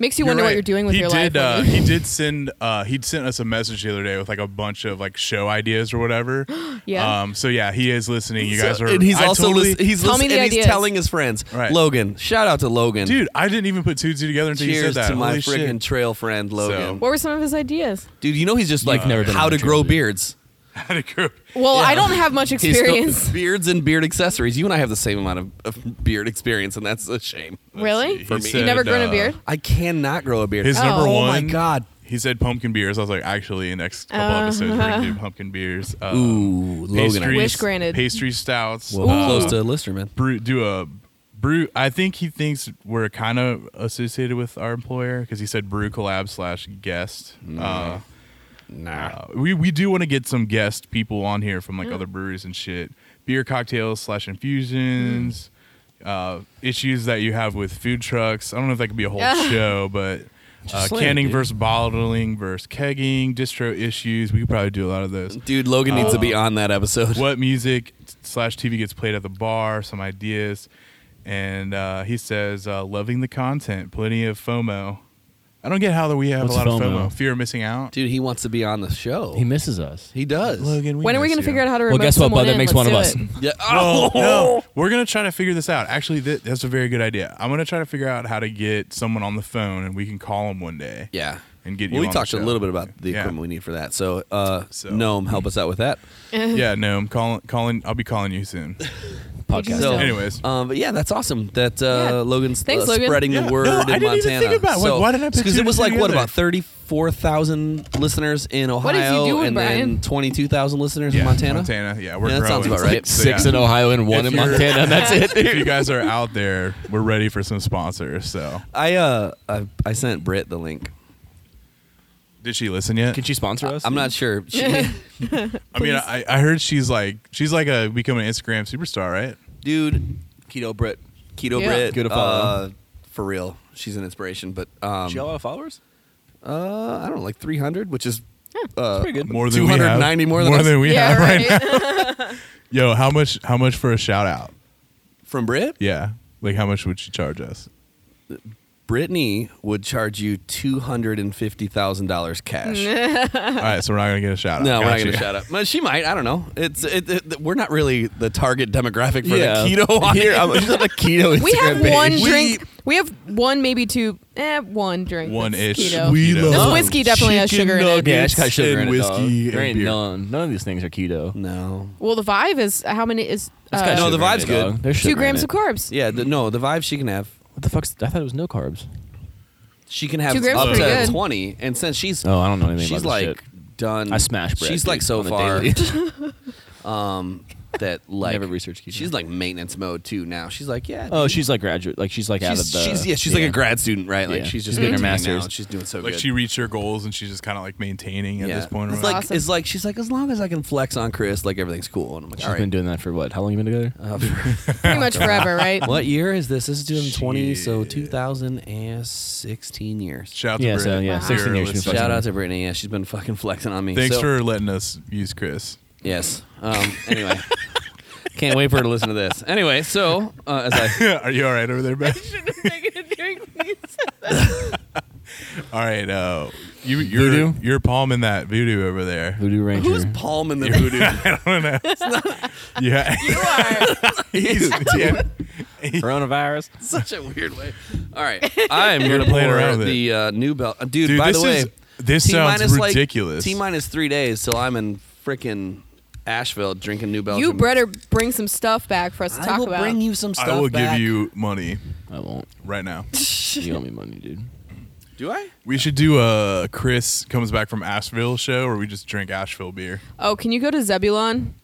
Speaker 3: makes you wonder what you're doing with
Speaker 1: he
Speaker 3: your
Speaker 1: did,
Speaker 3: life.
Speaker 1: Uh,
Speaker 3: when
Speaker 1: he
Speaker 3: you-
Speaker 1: did send. Uh, he sent us a message the other day with like a bunch of like show ideas or whatever.
Speaker 3: Yeah.
Speaker 1: Um. So yeah, he is listening. You guys
Speaker 2: So-
Speaker 1: are.
Speaker 2: and he's
Speaker 1: I
Speaker 2: also
Speaker 1: totally,
Speaker 2: lis- he's
Speaker 3: Tell me
Speaker 2: lis-
Speaker 3: the
Speaker 2: and he's
Speaker 3: ideas.
Speaker 2: telling his friends.
Speaker 1: Right.
Speaker 2: Logan, shout out to Logan.
Speaker 1: dude. I didn't even put two and two together until you
Speaker 2: cheers
Speaker 1: said that.
Speaker 2: to my
Speaker 1: Holy
Speaker 2: friggin'
Speaker 1: shit.
Speaker 2: trail friend Logan.
Speaker 3: what were some of his ideas?
Speaker 2: Dude, you know he's just like
Speaker 4: never been
Speaker 2: how
Speaker 4: on
Speaker 2: to
Speaker 4: a
Speaker 2: grow
Speaker 4: trail, dude.
Speaker 2: beards.
Speaker 1: Had a group.
Speaker 3: Well, I don't have much
Speaker 2: He's still-
Speaker 3: experience.
Speaker 2: beards and beard accessories. You and I have the same amount of, of beard experience, and that's a shame.
Speaker 3: really?
Speaker 1: For me.
Speaker 3: You never
Speaker 1: Said,
Speaker 3: grown
Speaker 1: uh,
Speaker 3: a beard?
Speaker 2: I cannot grow a beard.
Speaker 1: His
Speaker 3: Oh.
Speaker 1: number
Speaker 2: oh
Speaker 1: one.
Speaker 2: my god.
Speaker 1: He said pumpkin beers. I was like, actually, in the next couple
Speaker 3: Uh-huh.
Speaker 1: episodes, we're gonna do pumpkin beers. Uh,
Speaker 2: Ooh, Logan.
Speaker 1: pastries,
Speaker 3: Wish granted.
Speaker 1: Pastry stouts.
Speaker 2: Well,
Speaker 1: uh,
Speaker 2: close to Listerman.
Speaker 1: brew, do a brew. I think he thinks we're kind of associated with our employer because he said brew collab slash guest. Uh,
Speaker 2: Nah.
Speaker 1: uh, we we do want to get some guest people on here from like
Speaker 3: Mm.
Speaker 1: other breweries and shit. Beer cocktails slash infusions.
Speaker 3: Mm.
Speaker 1: Uh, issues that you have with food trucks. I don't know if that could be a whole
Speaker 3: Yeah.
Speaker 1: show, but uh,
Speaker 4: slam it,
Speaker 1: canning
Speaker 4: dude.
Speaker 1: versus bottling versus kegging, distro issues. We could probably do a lot of those.
Speaker 2: Dude, Logan needs to be on that episode.
Speaker 1: Uh, what music slash TV gets played at the bar, some ideas, and uh, he says uh, loving the content, plenty of FOMO, I don't get how that we have
Speaker 6: What's
Speaker 1: a lot of
Speaker 6: FOMO?
Speaker 1: FOMO, fear of missing out.
Speaker 2: Dude, he wants to be on the show.
Speaker 6: He misses us.
Speaker 2: He does.
Speaker 1: Logan,
Speaker 3: When are we
Speaker 1: miss
Speaker 3: going to
Speaker 1: you.
Speaker 3: figure out how to
Speaker 6: Well,
Speaker 3: remote
Speaker 6: guess what,
Speaker 3: someone
Speaker 6: bud? That
Speaker 3: in?
Speaker 6: makes
Speaker 3: Let's
Speaker 6: one of us.
Speaker 3: do it.
Speaker 2: Yeah.
Speaker 1: Well,
Speaker 2: Oh.
Speaker 1: no, we're gonna try to figure this out. Actually, th- that's a very good idea. I'm gonna try to figure out how to get someone on the phone, and we can call them one day.
Speaker 2: Yeah.
Speaker 1: and get
Speaker 2: Well,
Speaker 1: you
Speaker 2: we
Speaker 1: on
Speaker 2: talked
Speaker 1: the
Speaker 2: a
Speaker 1: show.
Speaker 2: little bit about the
Speaker 1: Yeah.
Speaker 2: equipment we need for that. So, uh,
Speaker 1: So-
Speaker 2: Gnome, help us out with that.
Speaker 1: yeah, no, I'm calling. Calling. I'll be calling you soon.
Speaker 6: Podcast.
Speaker 2: So,
Speaker 1: Anyways.
Speaker 2: um, but yeah, that's awesome that uh,
Speaker 3: Yeah.
Speaker 2: Logan's
Speaker 3: Thanks,
Speaker 2: uh,
Speaker 3: Logan.
Speaker 2: spreading
Speaker 1: Yeah.
Speaker 2: the word
Speaker 1: No, I
Speaker 2: in
Speaker 1: didn't even
Speaker 2: Montana.
Speaker 1: think about it. Like, why did I put
Speaker 2: Because
Speaker 1: two
Speaker 2: it
Speaker 1: and
Speaker 2: was
Speaker 1: two
Speaker 2: like what
Speaker 1: together?
Speaker 2: about thirty-four thousand listeners in Ohio,
Speaker 3: What is he doing,
Speaker 2: and then
Speaker 3: Brian?
Speaker 2: twenty-two thousand listeners
Speaker 1: Yeah,
Speaker 2: in Montana.
Speaker 1: Montana. Yeah, we're
Speaker 2: Yeah, that
Speaker 1: growing.
Speaker 2: sounds about right.
Speaker 1: So,
Speaker 6: Six
Speaker 1: yeah.
Speaker 6: in Ohio and one
Speaker 1: If
Speaker 6: in
Speaker 1: you're-
Speaker 6: Montana. and That's it.
Speaker 1: If you guys are out there, we're ready for some sponsors. So,
Speaker 2: I uh, I, I sent Britt the link.
Speaker 1: did she listen yet?
Speaker 4: Could you sponsor us?
Speaker 2: I'm not sure. She,
Speaker 1: I mean, I, I heard she's like she's like a become an Instagram superstar, right?
Speaker 2: dude,
Speaker 4: Keto Brit.
Speaker 2: keto
Speaker 3: Yeah.
Speaker 2: Britt,
Speaker 4: Good to follow.
Speaker 2: uh, for real. She's an inspiration. But um,
Speaker 4: She got a lot of followers.
Speaker 2: uh, I don't know, like three hundred, which is
Speaker 3: Hmm,
Speaker 2: uh,
Speaker 4: pretty good.
Speaker 1: More than we have.
Speaker 2: 290 more than us.
Speaker 1: we
Speaker 3: yeah,
Speaker 1: have right.
Speaker 3: right.
Speaker 1: now. Yo, how much? How much for a shout out?
Speaker 2: from Brit.
Speaker 1: Yeah, like how much would she charge us?
Speaker 2: Brittany would charge you two hundred and fifty thousand dollars cash.
Speaker 1: All right, so we're not gonna get a shout out.
Speaker 2: No, we're not
Speaker 1: Gotcha.
Speaker 2: going to shout up. But she might. I don't know. It's it, it- we're not really the target demographic for
Speaker 4: Yeah.
Speaker 2: the keto on here.
Speaker 4: I'm just on a keto Instagram
Speaker 3: we have
Speaker 4: page.
Speaker 3: one
Speaker 2: We-
Speaker 3: drink. We have one, maybe two. Eh, one drink.
Speaker 1: One
Speaker 3: that's
Speaker 1: ish.
Speaker 3: keto.
Speaker 1: We
Speaker 6: Keto.
Speaker 1: love
Speaker 3: This whiskey definitely has
Speaker 1: chicken
Speaker 3: sugar in it.
Speaker 4: Yeah, it's got sugar
Speaker 1: and
Speaker 4: in it, dog.
Speaker 1: whiskey
Speaker 4: There
Speaker 1: and
Speaker 4: ain't
Speaker 1: beer.
Speaker 4: None, none of these things are keto.
Speaker 2: No.
Speaker 3: Well, the vibe is how many is uh,
Speaker 4: It's got
Speaker 2: no,
Speaker 4: sugar
Speaker 2: the
Speaker 4: in
Speaker 2: vibe's
Speaker 4: it,
Speaker 2: good.
Speaker 4: dog. Uh, There's
Speaker 3: two
Speaker 4: sugar in
Speaker 3: grams
Speaker 4: it.
Speaker 3: of carbs.
Speaker 2: Yeah. The, no. The vibe she can have.
Speaker 4: What the fuck's? I thought it was no carbs.
Speaker 2: She can have
Speaker 3: Two grams
Speaker 2: up to
Speaker 1: is pretty
Speaker 3: good.
Speaker 2: twenty. And since she's
Speaker 4: Oh, I don't know anything
Speaker 2: she's
Speaker 4: about this
Speaker 2: like done.
Speaker 4: I smash bread,
Speaker 2: She's
Speaker 4: dude,
Speaker 2: like so
Speaker 4: on the
Speaker 2: far.
Speaker 4: daily.
Speaker 2: um, that like
Speaker 4: Never researched keto.
Speaker 2: She's like maintenance mode too now. She's like yeah.
Speaker 4: Oh, she's like graduate. Like she's like out
Speaker 2: She's,
Speaker 4: of the.
Speaker 2: she's yeah. She's like a grad student, right? Like
Speaker 4: Yeah.
Speaker 2: she's just
Speaker 4: She's getting her
Speaker 2: getting
Speaker 4: master's.
Speaker 2: Now. She's doing so
Speaker 1: Like
Speaker 2: good.
Speaker 1: she reached her goals and she's just kind of like maintaining at
Speaker 2: Yeah.
Speaker 1: this point. or
Speaker 2: It's
Speaker 1: whatever.
Speaker 2: like
Speaker 3: Awesome.
Speaker 2: it's like she's like as long as I can flex on Chris, like everything's cool. And I'm like,
Speaker 4: She's
Speaker 2: all right.
Speaker 4: been doing that for what? How long you been together?
Speaker 3: Pretty much forever, right?
Speaker 2: what year is this? This is 2020, so
Speaker 1: Shit.
Speaker 2: 2016 years.
Speaker 1: shout out
Speaker 4: Yeah,
Speaker 1: to
Speaker 4: so,
Speaker 1: Britt.
Speaker 4: yeah,
Speaker 1: You're
Speaker 4: 16 years
Speaker 1: a
Speaker 4: she was
Speaker 1: listener.
Speaker 2: Shout out to Brittany. Yeah, she's been fucking flexing on me.
Speaker 1: Thanks
Speaker 2: So-
Speaker 1: for letting us use Chris.
Speaker 2: yes. Um, anyway, can't wait for her to listen to this. Anyway, so uh, as I
Speaker 1: Are you all right over there, Ben?
Speaker 3: shouldn't have taken a drink, please.
Speaker 1: All right, uh, you you're
Speaker 4: Voodoo?
Speaker 1: you're palming that voodoo over there.
Speaker 4: Voodoo Ranger.
Speaker 2: who's palm in the voodoo?
Speaker 1: I don't know. yeah,
Speaker 3: You are.
Speaker 1: he's yeah.
Speaker 4: Coronavirus.
Speaker 2: Such a weird way. All right, I'm
Speaker 1: You're
Speaker 2: gonna
Speaker 1: playing
Speaker 2: pour
Speaker 1: around with it.
Speaker 2: the uh, new belt, Uh, dude.
Speaker 1: Dude,
Speaker 2: by
Speaker 1: this
Speaker 2: the way,
Speaker 1: is- this
Speaker 2: T-minus,
Speaker 1: sounds
Speaker 2: like-
Speaker 1: ridiculous.
Speaker 2: T minus three days till I'm in freaking Asheville drinking new Belgium.
Speaker 3: You better bring some stuff back for us to
Speaker 2: I
Speaker 3: talk
Speaker 2: will
Speaker 3: about.
Speaker 2: bring you some stuff.
Speaker 1: I will
Speaker 2: back.
Speaker 1: give you money
Speaker 4: I won't.
Speaker 1: right now.
Speaker 4: You owe me money, dude.
Speaker 2: Do I?
Speaker 1: We should do a Chris comes back from Asheville show where we just drink Asheville beer.
Speaker 3: oh, can you go to Zebulon?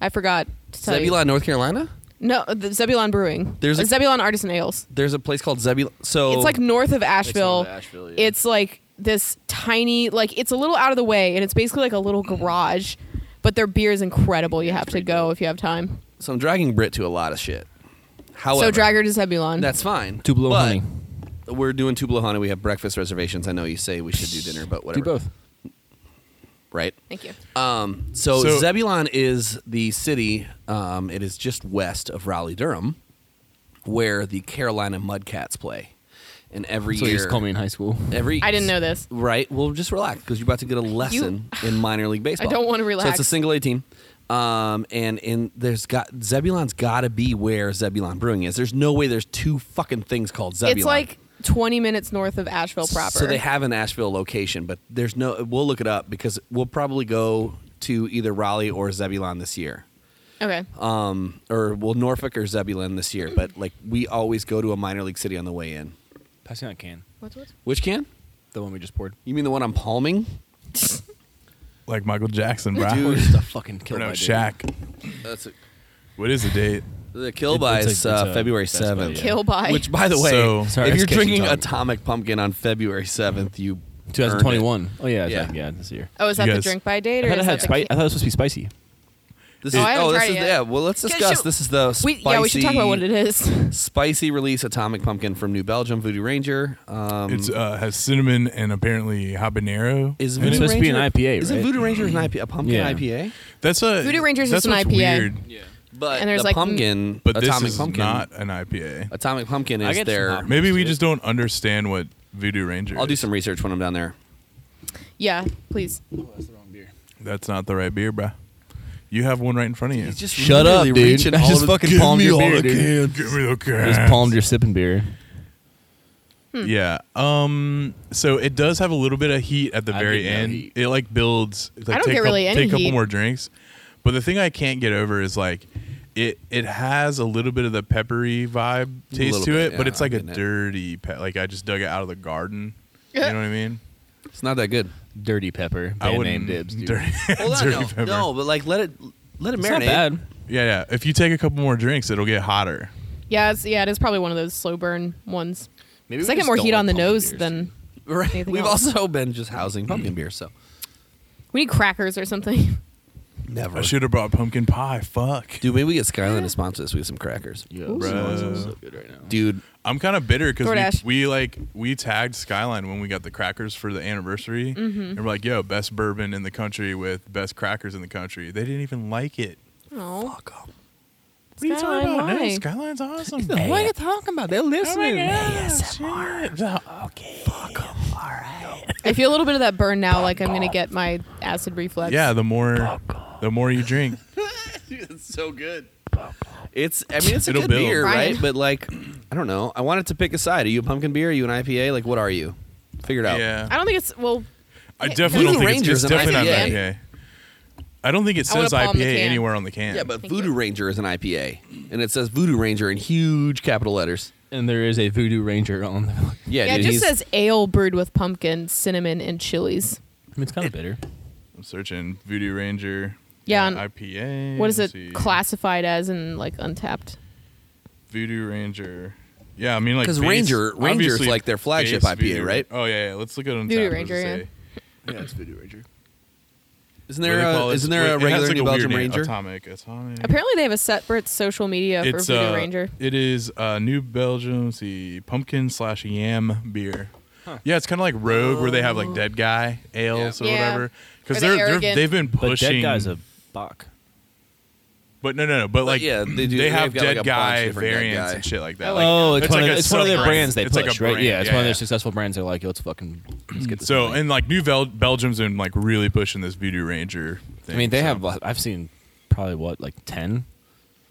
Speaker 3: I forgot to tell
Speaker 2: Zebulon, North Carolina.
Speaker 3: you. No, the Zebulon Brewing.
Speaker 2: There's a- Oh.
Speaker 3: Uh, Zebulon Artisan Ales.
Speaker 2: There's a place called Zebulon. So
Speaker 3: It's like north of Asheville.
Speaker 4: Asheville, yeah.
Speaker 3: It's like this tiny, like it's a little out of the way, and it's basically like a little garage. But their beer is incredible. You have to go if you have time.
Speaker 2: so I'm dragging Brit to a lot of shit. However,
Speaker 3: so drag her to Zebulon.
Speaker 2: that's fine.
Speaker 4: Tupelo
Speaker 2: but
Speaker 4: honey.
Speaker 2: We're doing Tupelo honey. We have breakfast reservations. I know you say we should do dinner, but whatever.
Speaker 4: Do both.
Speaker 2: right?
Speaker 3: Thank you.
Speaker 2: Um, so,
Speaker 1: So-
Speaker 2: Zebulon is the city. Um, it is just west of Raleigh Durham, where the Carolina Mudcats play. And every
Speaker 4: So
Speaker 2: year,
Speaker 4: you just call me in high school.
Speaker 2: every
Speaker 3: I didn't know this.
Speaker 2: Right. Well, just relax because you're about to get a lesson in minor league baseball.
Speaker 3: don't wanna
Speaker 2: So it's
Speaker 3: relax.
Speaker 2: a single A team. Um, and in there's got Zebulon's got to be where Zebulon Brewing is. There's no way there's two fucking things called Zebulon.
Speaker 3: It's like 20 minutes north of Asheville proper.
Speaker 2: So they have an Asheville location, but there's no. We'll look it up because we'll probably go to either Raleigh or Zebulon this year,
Speaker 3: okay.
Speaker 2: um, or well Norfolk or Zebulon this year. But like we always go to a minor league city on the way in.
Speaker 4: Pass me that can.
Speaker 3: What's what's?
Speaker 2: Which can?
Speaker 4: The one we just poured.
Speaker 2: You mean the one I'm palming?
Speaker 1: Like Michael Jackson, bro.
Speaker 2: Dude,
Speaker 4: Just a fucking
Speaker 1: or
Speaker 4: kill
Speaker 1: no,
Speaker 4: my dude.
Speaker 1: Shaq.
Speaker 2: That's a,
Speaker 1: What is the date?
Speaker 2: the kill
Speaker 4: It-
Speaker 2: by
Speaker 4: it's a-
Speaker 2: is uh,
Speaker 4: it's a
Speaker 2: February
Speaker 4: Best Buy,
Speaker 2: seventh.
Speaker 4: yeah.
Speaker 3: Kill by.
Speaker 2: Which, by the way,
Speaker 1: So-
Speaker 4: Sorry,
Speaker 2: if
Speaker 4: it's
Speaker 2: you're
Speaker 4: kitchen
Speaker 2: drinking
Speaker 4: time.
Speaker 2: Atomic Pumpkin on February seventh, you earned it.
Speaker 4: 2021. Oh yeah, it's
Speaker 2: Yeah.
Speaker 4: like- yeah, this year.
Speaker 3: oh, is that
Speaker 1: you
Speaker 3: the
Speaker 1: guys-
Speaker 3: drink by date
Speaker 4: I
Speaker 3: or
Speaker 4: thought,
Speaker 3: is
Speaker 4: it had
Speaker 3: that
Speaker 4: spi- I
Speaker 3: the
Speaker 4: thought it was supposed to be spicy.
Speaker 2: This
Speaker 3: Oh,
Speaker 2: is,
Speaker 3: I haven't
Speaker 2: oh, this
Speaker 3: tried
Speaker 2: is
Speaker 3: it yet.
Speaker 2: yeah. Well, let's
Speaker 3: Get-
Speaker 2: discuss.
Speaker 3: should-
Speaker 2: this is the
Speaker 3: we, yeah, we should talk about what
Speaker 2: spicy-
Speaker 3: it is.
Speaker 2: spicy release atomic pumpkin from new belgium voodoo ranger um
Speaker 1: It's uh, has cinnamon and apparently habanero.
Speaker 2: is
Speaker 1: in it.
Speaker 2: voodoo
Speaker 4: supposed to be an
Speaker 2: Ranger-
Speaker 4: IPA,
Speaker 2: isn't
Speaker 4: right?
Speaker 2: voodoo ranger an IPA, a pumpkin
Speaker 4: Yeah.
Speaker 2: ipa
Speaker 1: That's a
Speaker 3: Voodoo Ranger's
Speaker 1: That's
Speaker 3: is an
Speaker 1: what's
Speaker 3: IPA.
Speaker 1: weird.
Speaker 2: but
Speaker 3: And there's
Speaker 2: the
Speaker 3: like-
Speaker 2: pumpkin
Speaker 1: But
Speaker 2: atomic
Speaker 1: this is
Speaker 2: pumpkin
Speaker 1: not an IPA.
Speaker 2: atomic pumpkin
Speaker 4: I
Speaker 2: is
Speaker 4: get some
Speaker 2: their
Speaker 4: hop.
Speaker 1: Maybe we
Speaker 4: Dude.
Speaker 1: just don't understand what Voodoo Ranger.
Speaker 2: I'll do
Speaker 1: is.
Speaker 2: some research when I'm down there.
Speaker 3: Yeah, please.
Speaker 1: That's not the right beer, bruh. You have one right in front of you.
Speaker 2: just
Speaker 4: Shut up, dude. I just fucking palmed your beer, dude.
Speaker 1: Give me the
Speaker 4: Just
Speaker 1: cans.
Speaker 4: palmed your sipping beer.
Speaker 1: Yeah. Um. So it does have a little bit of heat at the
Speaker 4: I
Speaker 1: very
Speaker 4: get no
Speaker 1: end.
Speaker 4: heat.
Speaker 1: It like builds. Like,
Speaker 3: I don't
Speaker 1: take
Speaker 3: get
Speaker 1: a
Speaker 3: really
Speaker 1: couple,
Speaker 3: any
Speaker 1: Take a couple
Speaker 3: heat.
Speaker 1: more drinks. But the thing I can't get over is like, it it has a little bit of the peppery vibe taste
Speaker 2: little
Speaker 1: to
Speaker 2: bit,
Speaker 1: it, but
Speaker 2: yeah,
Speaker 1: it's like a
Speaker 2: I'm getting it.
Speaker 1: dirty pe- like I just dug it out of the garden. You know what I mean?
Speaker 2: It's not that good.
Speaker 4: Dirty Pepper.
Speaker 1: I
Speaker 4: Band
Speaker 1: wouldn't-
Speaker 4: name dibs, dude.
Speaker 1: Dirty,
Speaker 2: Well,
Speaker 1: dirty
Speaker 2: no,
Speaker 1: pepper.
Speaker 2: no, but like let it let it
Speaker 4: It's
Speaker 2: marinate.
Speaker 4: not bad.
Speaker 1: Yeah, yeah. If you take a couple more drinks, it'll get hotter.
Speaker 3: Yeah, it's, yeah, it is probably one of those slow burn ones.
Speaker 4: Maybe
Speaker 3: Because
Speaker 4: we
Speaker 3: I get
Speaker 4: just
Speaker 3: more
Speaker 4: don't
Speaker 3: heat
Speaker 4: like
Speaker 3: on the
Speaker 4: pumpkin
Speaker 3: nose
Speaker 4: beers,
Speaker 3: than
Speaker 2: Right.
Speaker 3: Anything
Speaker 2: We've
Speaker 3: else?
Speaker 2: also been just housing pumpkin beer, so
Speaker 3: we need crackers or something.
Speaker 2: never.
Speaker 1: I should have brought pumpkin pie. Fuck.
Speaker 2: Dude, maybe we get Skyline to sponsor this. We have some crackers.
Speaker 4: dude.
Speaker 3: Ooh.
Speaker 4: Yeah,
Speaker 1: Bruh.
Speaker 4: so good right now.
Speaker 2: Dude,
Speaker 1: I'm kind of bitter because
Speaker 3: DoorDash.
Speaker 1: we, we like we tagged Skyline when we got the crackers for the anniversary,
Speaker 3: Mm-hmm.
Speaker 1: and we're like, "Yo, best bourbon in the country with best crackers in the country." They didn't even like it.
Speaker 3: Oh,
Speaker 1: What are you talking
Speaker 3: Skyline,
Speaker 1: about? No,
Speaker 3: why?
Speaker 1: Skyline's awesome.
Speaker 4: What are you talking about? They're listening.
Speaker 1: Oh
Speaker 3: I feel a little bit of that burn now. Like I'm gonna get my acid reflex.
Speaker 1: Yeah, the more the more you drink,
Speaker 2: it's so good. It's I mean it's a
Speaker 1: It'll
Speaker 2: good
Speaker 1: build.
Speaker 2: beer,
Speaker 3: Right.
Speaker 2: right? But like I don't know. I wanted to pick a side. Are you a pumpkin beer? Are you an IPA? Like what are you? Figure it out.
Speaker 1: yeah.
Speaker 3: I don't think it's well.
Speaker 1: I
Speaker 3: Yeah,
Speaker 1: definitely
Speaker 2: Voodoo
Speaker 1: don't think it's,
Speaker 2: Ranger's
Speaker 1: it's
Speaker 2: an
Speaker 1: definitely not an
Speaker 2: IPA.
Speaker 1: IPA. I don't think it
Speaker 3: I wanna
Speaker 1: says
Speaker 3: palm the
Speaker 1: IPA
Speaker 3: can.
Speaker 1: anywhere on the can.
Speaker 2: Yeah, but
Speaker 3: Thank
Speaker 2: Voodoo
Speaker 3: you.
Speaker 2: Ranger is an IPA. And it says Voodoo Ranger in huge capital letters.
Speaker 4: And there is a Voodoo Ranger on the. I
Speaker 2: Yeah,
Speaker 3: Yeah, it
Speaker 2: dude,
Speaker 3: just
Speaker 2: he's-
Speaker 3: says ale brewed with pumpkin, cinnamon, and chilies.
Speaker 4: mean, it's kind of bitter.
Speaker 1: I'm searching Voodoo Ranger.
Speaker 3: Yeah, and
Speaker 1: IPA.
Speaker 3: What is
Speaker 1: let's
Speaker 3: it
Speaker 1: see.
Speaker 3: classified as in like untapped?
Speaker 1: Voodoo Ranger. Yeah, I mean like
Speaker 2: 'Cause
Speaker 1: base-
Speaker 2: Ranger- Ranger's
Speaker 1: obviously
Speaker 2: like their flagship
Speaker 1: base
Speaker 2: IPA,
Speaker 1: Voodoo-
Speaker 2: right?
Speaker 1: Oh yeah, yeah. Let's look at it on
Speaker 3: Voodoo
Speaker 1: tap, what does it
Speaker 3: Ranger, yeah.
Speaker 1: say?
Speaker 4: Yeah, it's Voodoo Ranger.
Speaker 2: Isn't
Speaker 1: What do
Speaker 2: there
Speaker 1: they
Speaker 2: a,
Speaker 1: call it?
Speaker 2: isn't there a
Speaker 1: Wait, it has,
Speaker 2: regular
Speaker 1: like,
Speaker 2: New
Speaker 1: a weird
Speaker 2: Belgium
Speaker 1: name.
Speaker 2: Ranger?
Speaker 1: Atomic, Atomic.
Speaker 3: Apparently, they have a separate social media
Speaker 1: it's
Speaker 3: for Voodoo
Speaker 1: uh,
Speaker 3: Ranger.
Speaker 1: It is uh, New Belgium. let's See, pumpkin slash yam beer. Yeah, it's kind of like Rogue, where they have like Dead Guy ales or
Speaker 3: Oh. Yeah.
Speaker 1: whatever,
Speaker 3: Are
Speaker 1: because
Speaker 3: they
Speaker 1: they're, they're
Speaker 3: arrogant?
Speaker 1: they've been
Speaker 6: But
Speaker 1: pushing.
Speaker 6: Dead Guy's a Bach.
Speaker 1: but no, no, no. But like,
Speaker 2: yeah, they do-
Speaker 1: They
Speaker 2: they've
Speaker 1: have
Speaker 2: got,
Speaker 1: Dead
Speaker 2: like, a bunch of
Speaker 1: Guy
Speaker 2: different Dead
Speaker 1: variants
Speaker 2: Guy.
Speaker 1: and shit like that.
Speaker 3: Oh,
Speaker 1: Like,
Speaker 4: Oh, it's,
Speaker 1: It's
Speaker 4: one,
Speaker 1: like
Speaker 4: of,
Speaker 1: a
Speaker 4: it's one of their
Speaker 1: sub-brand.
Speaker 4: brands they
Speaker 1: It's like
Speaker 4: push,
Speaker 1: a
Speaker 4: right?
Speaker 1: brand,
Speaker 4: Yeah, it's
Speaker 1: yeah,
Speaker 4: one of
Speaker 1: yeah.
Speaker 4: their successful brands. They're like, yo, let's fucking let's get this.
Speaker 1: so
Speaker 4: thing.
Speaker 1: and like New Bel- Belgium's been like really pushing this Voodoo Ranger. Thing,
Speaker 4: I mean, they
Speaker 1: so-
Speaker 4: have. I've seen probably what like ten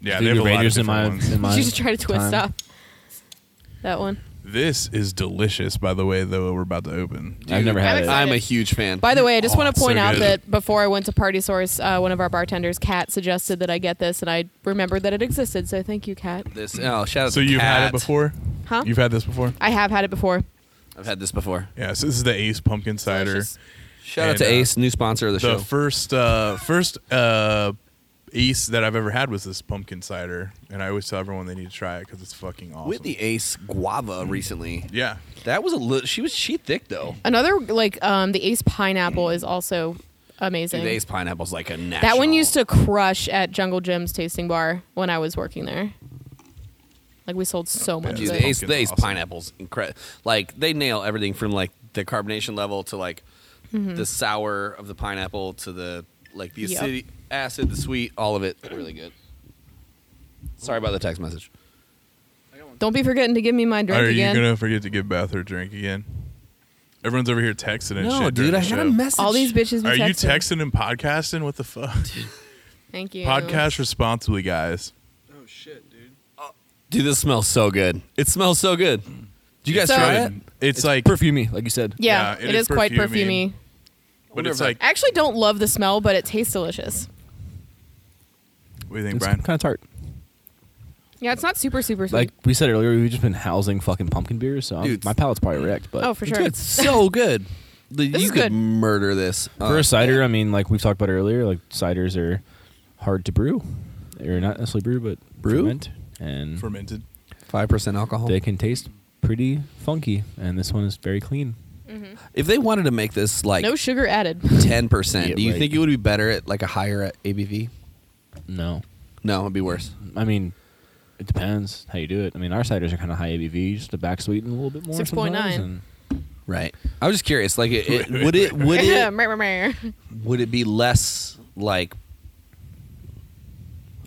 Speaker 1: yeah, they have
Speaker 4: Voodoo
Speaker 1: a lot of
Speaker 4: Rangers in
Speaker 1: different
Speaker 4: my
Speaker 1: ones.
Speaker 4: in my.
Speaker 3: you should try to twist
Speaker 4: time.
Speaker 3: up that one.
Speaker 1: This is delicious, by the way. Though we're about to open.
Speaker 4: I've never had
Speaker 3: I'm
Speaker 4: it.
Speaker 3: excited.
Speaker 2: I'm a huge fan.
Speaker 3: By the way, I just
Speaker 1: Oh,
Speaker 3: want
Speaker 1: it's
Speaker 3: to
Speaker 1: so
Speaker 3: point out
Speaker 1: good.
Speaker 3: that before I went to Party Source, uh, one of our bartenders, Kat, suggested that I get this, and I remembered that it existed. So thank you, Kat.
Speaker 2: this oh shout out
Speaker 1: So
Speaker 2: to
Speaker 1: you've had
Speaker 2: Kat.
Speaker 1: it before?
Speaker 3: Huh?
Speaker 1: You've had this before?
Speaker 3: I have had it before.
Speaker 2: I've had this before.
Speaker 1: Yeah. So this is the Ace Pumpkin Cider.
Speaker 3: Delicious.
Speaker 2: Shout out
Speaker 1: And,
Speaker 2: to
Speaker 1: uh,
Speaker 2: Ace, new sponsor of the,
Speaker 1: The
Speaker 2: show.
Speaker 1: first uh, first uh, Ace that I've ever had was this pumpkin cider, and I always tell everyone they need to try it because it's fucking awesome.
Speaker 2: With the Ace guava recently.
Speaker 1: yeah.
Speaker 2: That was a little. She was she thick though.
Speaker 3: Another like um, the Ace Pineapple is also amazing.
Speaker 2: Dude, Ace pineapple's like a national.
Speaker 3: That one used to crush at Jungle Jim's tasting bar when I was working there. Like we sold so much
Speaker 2: Dude,
Speaker 3: of
Speaker 2: the
Speaker 3: it.
Speaker 2: Ace, the Ace
Speaker 1: Pumpkin's awesome.
Speaker 2: pineapples incredible. Like they nail everything from like the carbonation level to like
Speaker 3: Mm-hmm.
Speaker 2: the sour of the pineapple to the like the
Speaker 3: Yep.
Speaker 2: acidi- acid, the sweet, all of it. Really good. Sorry about the text message.
Speaker 3: Don't be forgetting to give me my drink
Speaker 1: Are
Speaker 3: again.
Speaker 1: you gonna forget to give Beth her drink again? Everyone's over here texting and shit. during the show.
Speaker 3: All these bitches. Be
Speaker 1: Are you texting and podcasting? What the fuck?
Speaker 3: Thank you.
Speaker 1: Podcast responsibly, guys.
Speaker 2: Dude, this smells so good. It smells so good. Do you guys
Speaker 3: So-
Speaker 2: try it?
Speaker 1: It's, like,
Speaker 4: perfumey, like you said.
Speaker 3: Yeah,
Speaker 1: Yeah, it
Speaker 3: it
Speaker 1: is
Speaker 3: is, quite
Speaker 1: perfumey.
Speaker 3: perfumey.
Speaker 1: but it's
Speaker 2: wonder
Speaker 1: like,
Speaker 3: I actually don't love the smell, but it tastes delicious.
Speaker 1: what do you think,
Speaker 4: It's
Speaker 1: Brian?
Speaker 4: kind of tart.
Speaker 3: Yeah, it's not super super sweet.
Speaker 4: Like we said earlier, we've just been housing fucking pumpkin beers, so I'm-
Speaker 2: Dude.
Speaker 4: my palate's probably wrecked. But
Speaker 3: oh, for
Speaker 2: Dude,
Speaker 3: sure.
Speaker 2: It's so good. The-
Speaker 3: This
Speaker 2: you
Speaker 3: is
Speaker 2: could
Speaker 3: good.
Speaker 2: murder this.
Speaker 4: for
Speaker 2: Uh,
Speaker 4: a cider, I mean, like we've talked about earlier, like ciders are hard to brew. They're not necessarily brew, but
Speaker 2: Brew?
Speaker 4: ferment, and
Speaker 1: Fermented.
Speaker 2: 5% alcohol.
Speaker 4: they can taste pretty funky. And this one is very clean.
Speaker 2: If they wanted to make this like
Speaker 3: no sugar added.
Speaker 2: 10%,
Speaker 4: Yeah,
Speaker 2: do you
Speaker 4: right.
Speaker 2: think it would be better at like a higher ABV?
Speaker 4: No,
Speaker 2: No, it'd be worse.
Speaker 4: I mean, it depends how you do it. I mean, our ciders are kind of high ABV, just to back sweeten a little bit more.
Speaker 3: 6.9.
Speaker 4: sometimes,
Speaker 2: Right. I was just curious like it, it- would it would
Speaker 3: Yeah,
Speaker 2: it
Speaker 3: right, right, right.
Speaker 2: would it be less like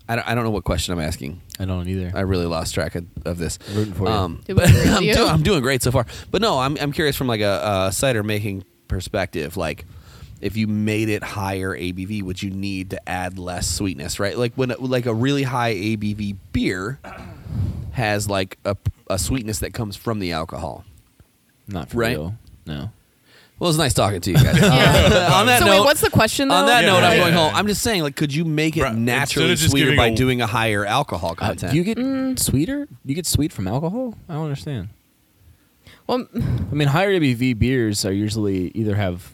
Speaker 2: I don't, I don't know what question I'm asking.
Speaker 6: I don't either.
Speaker 2: I really lost track of, of this. Um,
Speaker 6: Rooting for you.
Speaker 3: Did we
Speaker 2: but
Speaker 3: lose
Speaker 2: I'm,
Speaker 3: you?
Speaker 2: do- I'm doing great so far. But no, I'm, I'm curious from like a, a cider making perspective. Like, if you made it higher ABV, would you need to add less sweetness? Right? Like when like a really high ABV beer has like a, a sweetness that comes from the alcohol.
Speaker 6: Not for
Speaker 2: Right?
Speaker 6: real. No.
Speaker 2: Well, it's nice talking to you guys.
Speaker 3: Yeah.
Speaker 2: on that
Speaker 3: so
Speaker 2: note,
Speaker 3: wait, what's the question though?
Speaker 2: on that
Speaker 1: Yeah,
Speaker 2: note, I'm
Speaker 1: yeah,
Speaker 2: going
Speaker 1: yeah.
Speaker 2: home. I'm just saying, like, could you make it
Speaker 1: Right. Instead of
Speaker 2: naturally
Speaker 1: just
Speaker 2: sweeter
Speaker 1: giving
Speaker 2: by
Speaker 1: a-
Speaker 2: doing a higher alcohol
Speaker 6: Uh,
Speaker 2: content?
Speaker 6: do you get sweeter? You get sweet from alcohol? I don't understand.
Speaker 3: Well,
Speaker 6: I mean, higher ABV beers are usually either have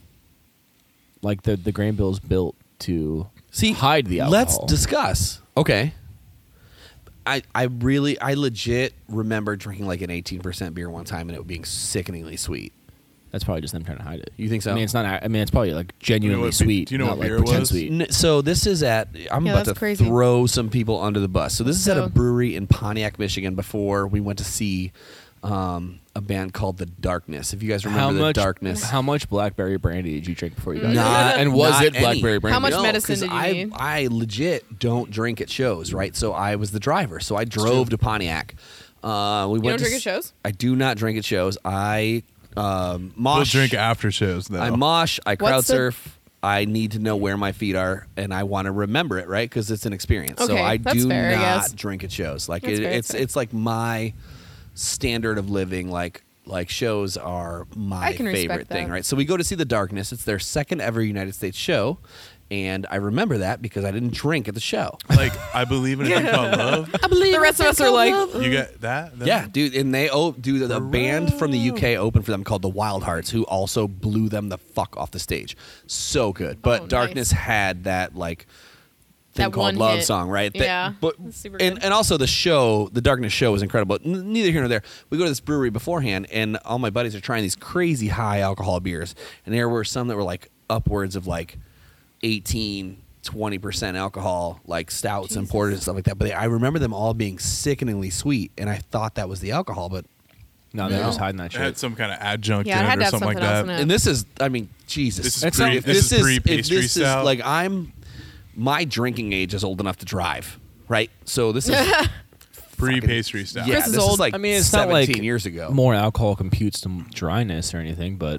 Speaker 6: like the the grain bill's built to
Speaker 2: See,
Speaker 6: hide the
Speaker 2: Let's
Speaker 6: alcohol.
Speaker 2: discuss. Okay. I I really I legit remember drinking like an 18% beer one time and it being sickeningly sweet.
Speaker 6: That's probably just them trying to hide it.
Speaker 2: You think so?
Speaker 6: I mean, it's not. I mean, it's probably like genuinely
Speaker 1: what be-
Speaker 6: sweet.
Speaker 1: do you know
Speaker 6: not
Speaker 1: what
Speaker 6: like
Speaker 1: beer
Speaker 6: pretend
Speaker 1: was?
Speaker 6: Sweet.
Speaker 2: N- So this is at I'm
Speaker 3: Yeah,
Speaker 2: about
Speaker 3: that's
Speaker 2: to
Speaker 3: crazy.
Speaker 2: throw some people under the bus. So this is at a
Speaker 3: So-
Speaker 2: brewery in Pontiac, Michigan. Before we went to see um, a band called The Darkness. If you guys remember
Speaker 6: How
Speaker 2: The
Speaker 6: much
Speaker 2: Darkness,
Speaker 6: How much blackberry brandy did you drink before you got here?
Speaker 2: Not-
Speaker 4: and was
Speaker 2: not
Speaker 4: it
Speaker 2: any.
Speaker 4: blackberry brandy?
Speaker 3: How much
Speaker 2: No,
Speaker 3: medicine
Speaker 2: 'cause
Speaker 3: did you
Speaker 2: I,
Speaker 3: need?
Speaker 2: I legit don't drink at shows, right? So I was the driver. So I drove to Pontiac. Uh, we
Speaker 3: don't
Speaker 2: went to
Speaker 3: drink
Speaker 2: s-
Speaker 3: at shows?
Speaker 2: I do not drink at shows. I um, mosh.
Speaker 1: We'll drink after shows though.
Speaker 2: I mosh. I crowd
Speaker 3: What's the-
Speaker 2: surf. I need to know where my feet are, and I want to remember it, right? Because it's an experience. so
Speaker 3: Okay,
Speaker 2: I
Speaker 3: that's
Speaker 2: do
Speaker 3: fair, I
Speaker 2: not
Speaker 3: guess.
Speaker 2: drink at shows. Like
Speaker 3: That's
Speaker 2: it,
Speaker 3: fair,
Speaker 2: it's
Speaker 3: that's fair.
Speaker 2: it's like my standard of living. Like like shows are my
Speaker 3: I can respect
Speaker 2: favorite thing,
Speaker 3: that.
Speaker 2: right? So we go to see the Darkness. It's their second ever United States show, and I remember that because I didn't drink at the show.
Speaker 1: like I believe in a thing called love.
Speaker 3: the rest of us are like,
Speaker 1: You got that? That-
Speaker 2: Yeah, dude, and they oh, dude, the band from the UK opened for them called the Wild Hearts, who also blew them the fuck off the stage. So good, but
Speaker 3: Oh, nice.
Speaker 2: Darkness had that like thing
Speaker 3: That
Speaker 2: called
Speaker 3: one
Speaker 2: Love
Speaker 3: hit.
Speaker 2: Song, right? That-
Speaker 3: Yeah,
Speaker 2: but
Speaker 3: that's super
Speaker 2: and
Speaker 3: good.
Speaker 2: and also the show, the Darkness show was incredible. N- neither here nor there. We go to this brewery beforehand, and all my buddies are trying these crazy high alcohol beers, and there were some that were like upwards of like 18 20% alcohol like stouts and porters and stuff like that but they, i remember them all being sickeningly sweet and i thought that was the alcohol but
Speaker 6: No, they're
Speaker 2: No.
Speaker 6: just hiding that
Speaker 1: It
Speaker 6: shit.
Speaker 1: had some kind of adjunct
Speaker 3: Yeah, it
Speaker 1: in it,
Speaker 3: had to
Speaker 1: or
Speaker 3: have
Speaker 1: something like
Speaker 3: something else
Speaker 1: that.
Speaker 3: in it.
Speaker 2: and this is i mean jesus
Speaker 1: This is
Speaker 2: That's
Speaker 1: pre-
Speaker 2: if
Speaker 1: this is
Speaker 2: if
Speaker 1: pre-pastry
Speaker 2: this is
Speaker 1: style.
Speaker 2: like i'm my drinking age is old enough to drive right so this is yeah
Speaker 1: Pre pastry stuff.
Speaker 3: Chris is
Speaker 2: this
Speaker 3: old.
Speaker 2: is like
Speaker 6: I mean, it's
Speaker 2: 17
Speaker 6: not like
Speaker 2: years ago
Speaker 6: More alcohol computes to dryness or anything, but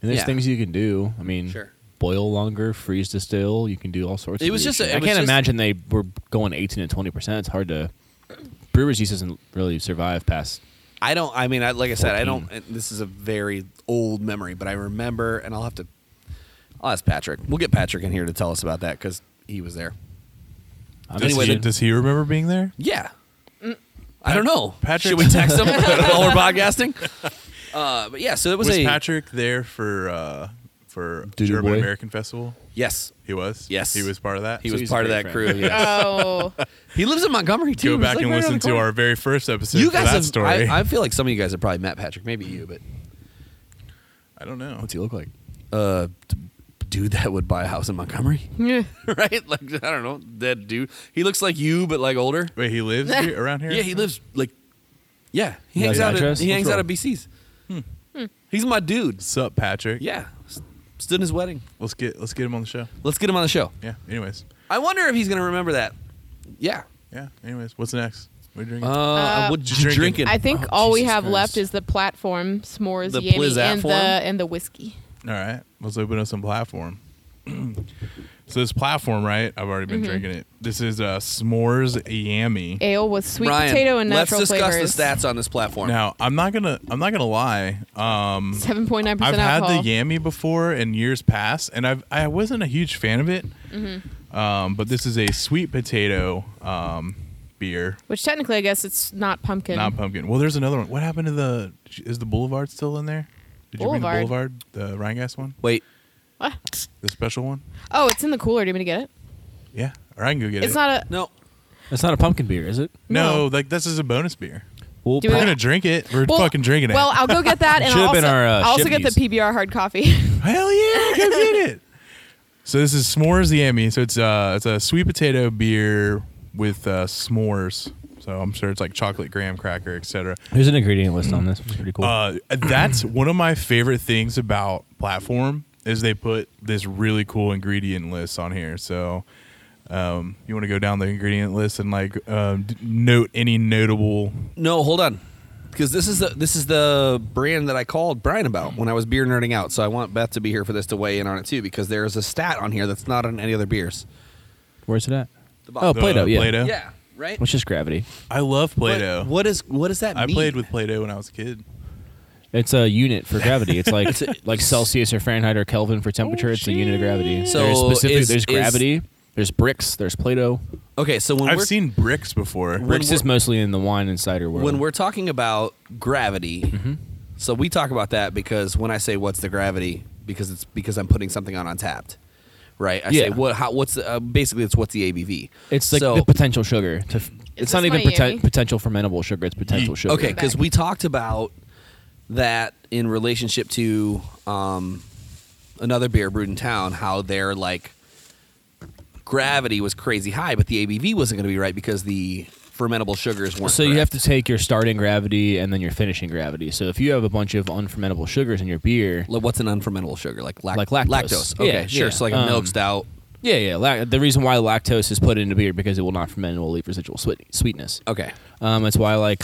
Speaker 6: and there's
Speaker 2: Yeah.
Speaker 6: things you can do. I mean,
Speaker 2: Sure.
Speaker 6: boil longer, freeze distill. You can do all sorts.
Speaker 2: It
Speaker 6: of
Speaker 2: was
Speaker 6: weird
Speaker 2: just a-
Speaker 6: shit.
Speaker 2: it
Speaker 6: I
Speaker 2: was
Speaker 6: can't
Speaker 2: just-
Speaker 6: imagine they were going 18 and 20 percent. It's hard to. Brewer's yeast doesn't really survive past.
Speaker 2: I don't. I mean, I, like I said, I don't. and This is a very old memory, but I remember, and I'll have to. I'll ask Patrick. We'll get Patrick in here to tell us about that because he was there.
Speaker 6: I'm
Speaker 1: Does,
Speaker 2: Anyway,
Speaker 1: he,
Speaker 2: then-
Speaker 1: does he remember being there?
Speaker 2: Yeah. I don't know.
Speaker 1: Patrick-
Speaker 2: should we text him while we're podcasting? Uh, but yeah, so it was,
Speaker 1: Was
Speaker 2: a
Speaker 1: Patrick there for uh, for
Speaker 6: Doodoo
Speaker 1: German
Speaker 6: Boy?
Speaker 1: American Festival?
Speaker 2: yes.
Speaker 1: He was.
Speaker 2: Yes.
Speaker 1: he was part of that.
Speaker 2: He
Speaker 1: So
Speaker 2: was
Speaker 6: he's
Speaker 2: part
Speaker 6: a
Speaker 2: of that
Speaker 6: great
Speaker 2: crew. Yeah.
Speaker 3: oh,
Speaker 2: he lives in Montgomery too.
Speaker 1: go
Speaker 2: He's,
Speaker 1: back
Speaker 2: like,
Speaker 1: and
Speaker 2: right around
Speaker 1: listen
Speaker 2: the
Speaker 1: to
Speaker 2: corner.
Speaker 1: our very first episode.
Speaker 2: You
Speaker 1: for
Speaker 2: guys
Speaker 1: that
Speaker 2: have.
Speaker 1: story.
Speaker 2: I, I feel like some of you guys have probably met Patrick. Maybe you, but
Speaker 1: I don't know.
Speaker 6: What's he look like?
Speaker 2: uh, t- dude that would buy a house in Montgomery.
Speaker 3: yeah.
Speaker 2: right? Like I don't know, that dude. He looks like you, but like older.
Speaker 1: Wait, he lives here, around here?
Speaker 2: Yeah, he lives like. Yeah, he
Speaker 6: You
Speaker 2: hangs
Speaker 6: got
Speaker 2: out.
Speaker 6: his
Speaker 2: At,
Speaker 6: address?
Speaker 2: he
Speaker 6: What's
Speaker 2: hangs out
Speaker 6: wrong?
Speaker 2: at BC's.
Speaker 1: Hmm.
Speaker 2: He's my dude.
Speaker 1: What's up, Patrick?
Speaker 2: Yeah, S- stood in his wedding.
Speaker 1: Let's get let's get him on the show.
Speaker 2: Let's get him on the show.
Speaker 1: Yeah. Anyways.
Speaker 2: I wonder if he's gonna remember that. Yeah.
Speaker 1: Yeah. Anyways. What's next? What are you drinking?
Speaker 2: Uh, what you
Speaker 1: drinking.
Speaker 2: drinking?
Speaker 3: I think all we
Speaker 6: Jesus
Speaker 3: have
Speaker 6: Christ.
Speaker 3: left is the platform s'mores,
Speaker 2: Oh, The
Speaker 3: yummy,
Speaker 2: Plizzat
Speaker 3: and
Speaker 2: form?
Speaker 3: the and the whiskey.
Speaker 1: All right, let's open up some platform. so this platform, right? I've already
Speaker 2: Mm-hmm.
Speaker 1: been drinking it. This is uh, s'mores yammy.
Speaker 3: Ale with sweet
Speaker 2: Ryan,
Speaker 3: potato and
Speaker 2: let's
Speaker 3: natural
Speaker 2: discuss
Speaker 3: flavors.
Speaker 2: the stats on this platform.
Speaker 1: Now I'm not gonna I'm not gonna lie. Um,
Speaker 3: Seven point nine
Speaker 1: I've
Speaker 3: percent
Speaker 1: had
Speaker 3: alcohol.
Speaker 1: the yammy before in years past, and I've I wasn't a huge fan of it.
Speaker 2: Mm-hmm.
Speaker 1: Um, but this is a sweet potato um, beer,
Speaker 3: Which technically, I guess it's not pumpkin.
Speaker 1: not pumpkin. Well, there's another one. What happened to the? Is the Boulevard still in there? Did you bring the
Speaker 3: Boulevard?
Speaker 1: Boulevard, the Rhine Gas one,
Speaker 2: Wait,
Speaker 3: What?
Speaker 1: the special one?
Speaker 3: Oh, it's in the cooler. Do you want me to get it?
Speaker 1: Yeah, or I can go get it.
Speaker 3: It's not a.
Speaker 2: no.
Speaker 6: That's not a pumpkin beer, is it?
Speaker 1: no,
Speaker 3: no.
Speaker 1: like this is a bonus beer.
Speaker 6: Well,
Speaker 3: Do we-
Speaker 1: We're gonna drink it. We're
Speaker 3: Well,
Speaker 1: fucking drinking it.
Speaker 3: Well, I'll go get that, and
Speaker 6: Should've
Speaker 3: I'll also,
Speaker 6: been our, uh,
Speaker 3: I'll also
Speaker 6: ship
Speaker 3: get the
Speaker 6: yeast.
Speaker 3: PBR hard coffee.
Speaker 1: hell yeah, go get it. So this is s'mores yummy. So it's uh it's a sweet potato beer with uh, s'mores. So I'm sure it's like chocolate graham cracker, etc.
Speaker 6: there's an ingredient list on this. It's pretty cool.
Speaker 1: Uh, that's one of my favorite things about platform is they put this really cool ingredient list on here. So Um, you want to go down the ingredient list and like um, d- note any notable.
Speaker 2: No, hold on, because this is the this is the brand that I called Brian about when I was beer nerding out. So I want Beth to be here for this to weigh in on it too, because there is a stat on here that's not on any other beers.
Speaker 4: Where's it at?
Speaker 2: bottom.
Speaker 4: Oh, Play-Doh.
Speaker 1: The
Speaker 4: Yeah.
Speaker 1: uh, Play-Doh.
Speaker 2: Yeah, right.
Speaker 4: Which is gravity.
Speaker 1: I love
Speaker 2: But
Speaker 1: Play-Doh.
Speaker 2: What is what does that
Speaker 1: I
Speaker 2: mean?
Speaker 1: played with Play-Doh when I was a kid.
Speaker 4: It's a unit for gravity. It's like like Celsius or Fahrenheit or Kelvin for temperature. it's a unit of gravity.
Speaker 2: Oh, So
Speaker 4: there's specific.
Speaker 2: is-
Speaker 4: there's
Speaker 2: is-
Speaker 4: gravity. there's bricks. There's Play-Doh.
Speaker 2: Okay, so when
Speaker 1: I've
Speaker 2: we're
Speaker 1: seen bricks before.
Speaker 2: When
Speaker 4: Bricks
Speaker 2: we're-
Speaker 4: is mostly in the wine and cider world.
Speaker 2: when we're talking about gravity,
Speaker 4: Mm-hmm.
Speaker 2: so we talk about that because when I say what's the gravity, because it's because I'm putting something on Untapped, right? I say
Speaker 4: Yeah.
Speaker 2: what? How, what's the, uh, basically it's what's the ABV?
Speaker 4: it's like
Speaker 2: so,
Speaker 4: the potential sugar. To, f- it's,
Speaker 3: Is
Speaker 4: not
Speaker 3: this
Speaker 4: even
Speaker 3: my
Speaker 4: poten-
Speaker 3: Yeti?
Speaker 4: potential fermentable sugar. It's potential sugar.
Speaker 2: okay, because
Speaker 3: back.
Speaker 2: we talked about that in relationship to um, another beer brewed in town, how their like gravity was crazy high, but the ABV wasn't going to be right because the fermentable sugars weren't.
Speaker 4: So you have
Speaker 2: correct.
Speaker 4: to take your starting gravity and then your finishing gravity. So if you have a bunch of unfermentable sugars in your beer,
Speaker 2: Like, What's an unfermentable sugar? Like, lact-
Speaker 4: Like lactose.
Speaker 2: Okay,
Speaker 4: Yeah,
Speaker 2: sure.
Speaker 4: yeah.
Speaker 2: So like a milk
Speaker 4: Um,
Speaker 2: stout.
Speaker 4: yeah, yeah. La- the reason why lactose is put into beer because it will not ferment and will leave residual sweet- sweetness.
Speaker 2: Okay.
Speaker 4: Um, that's why like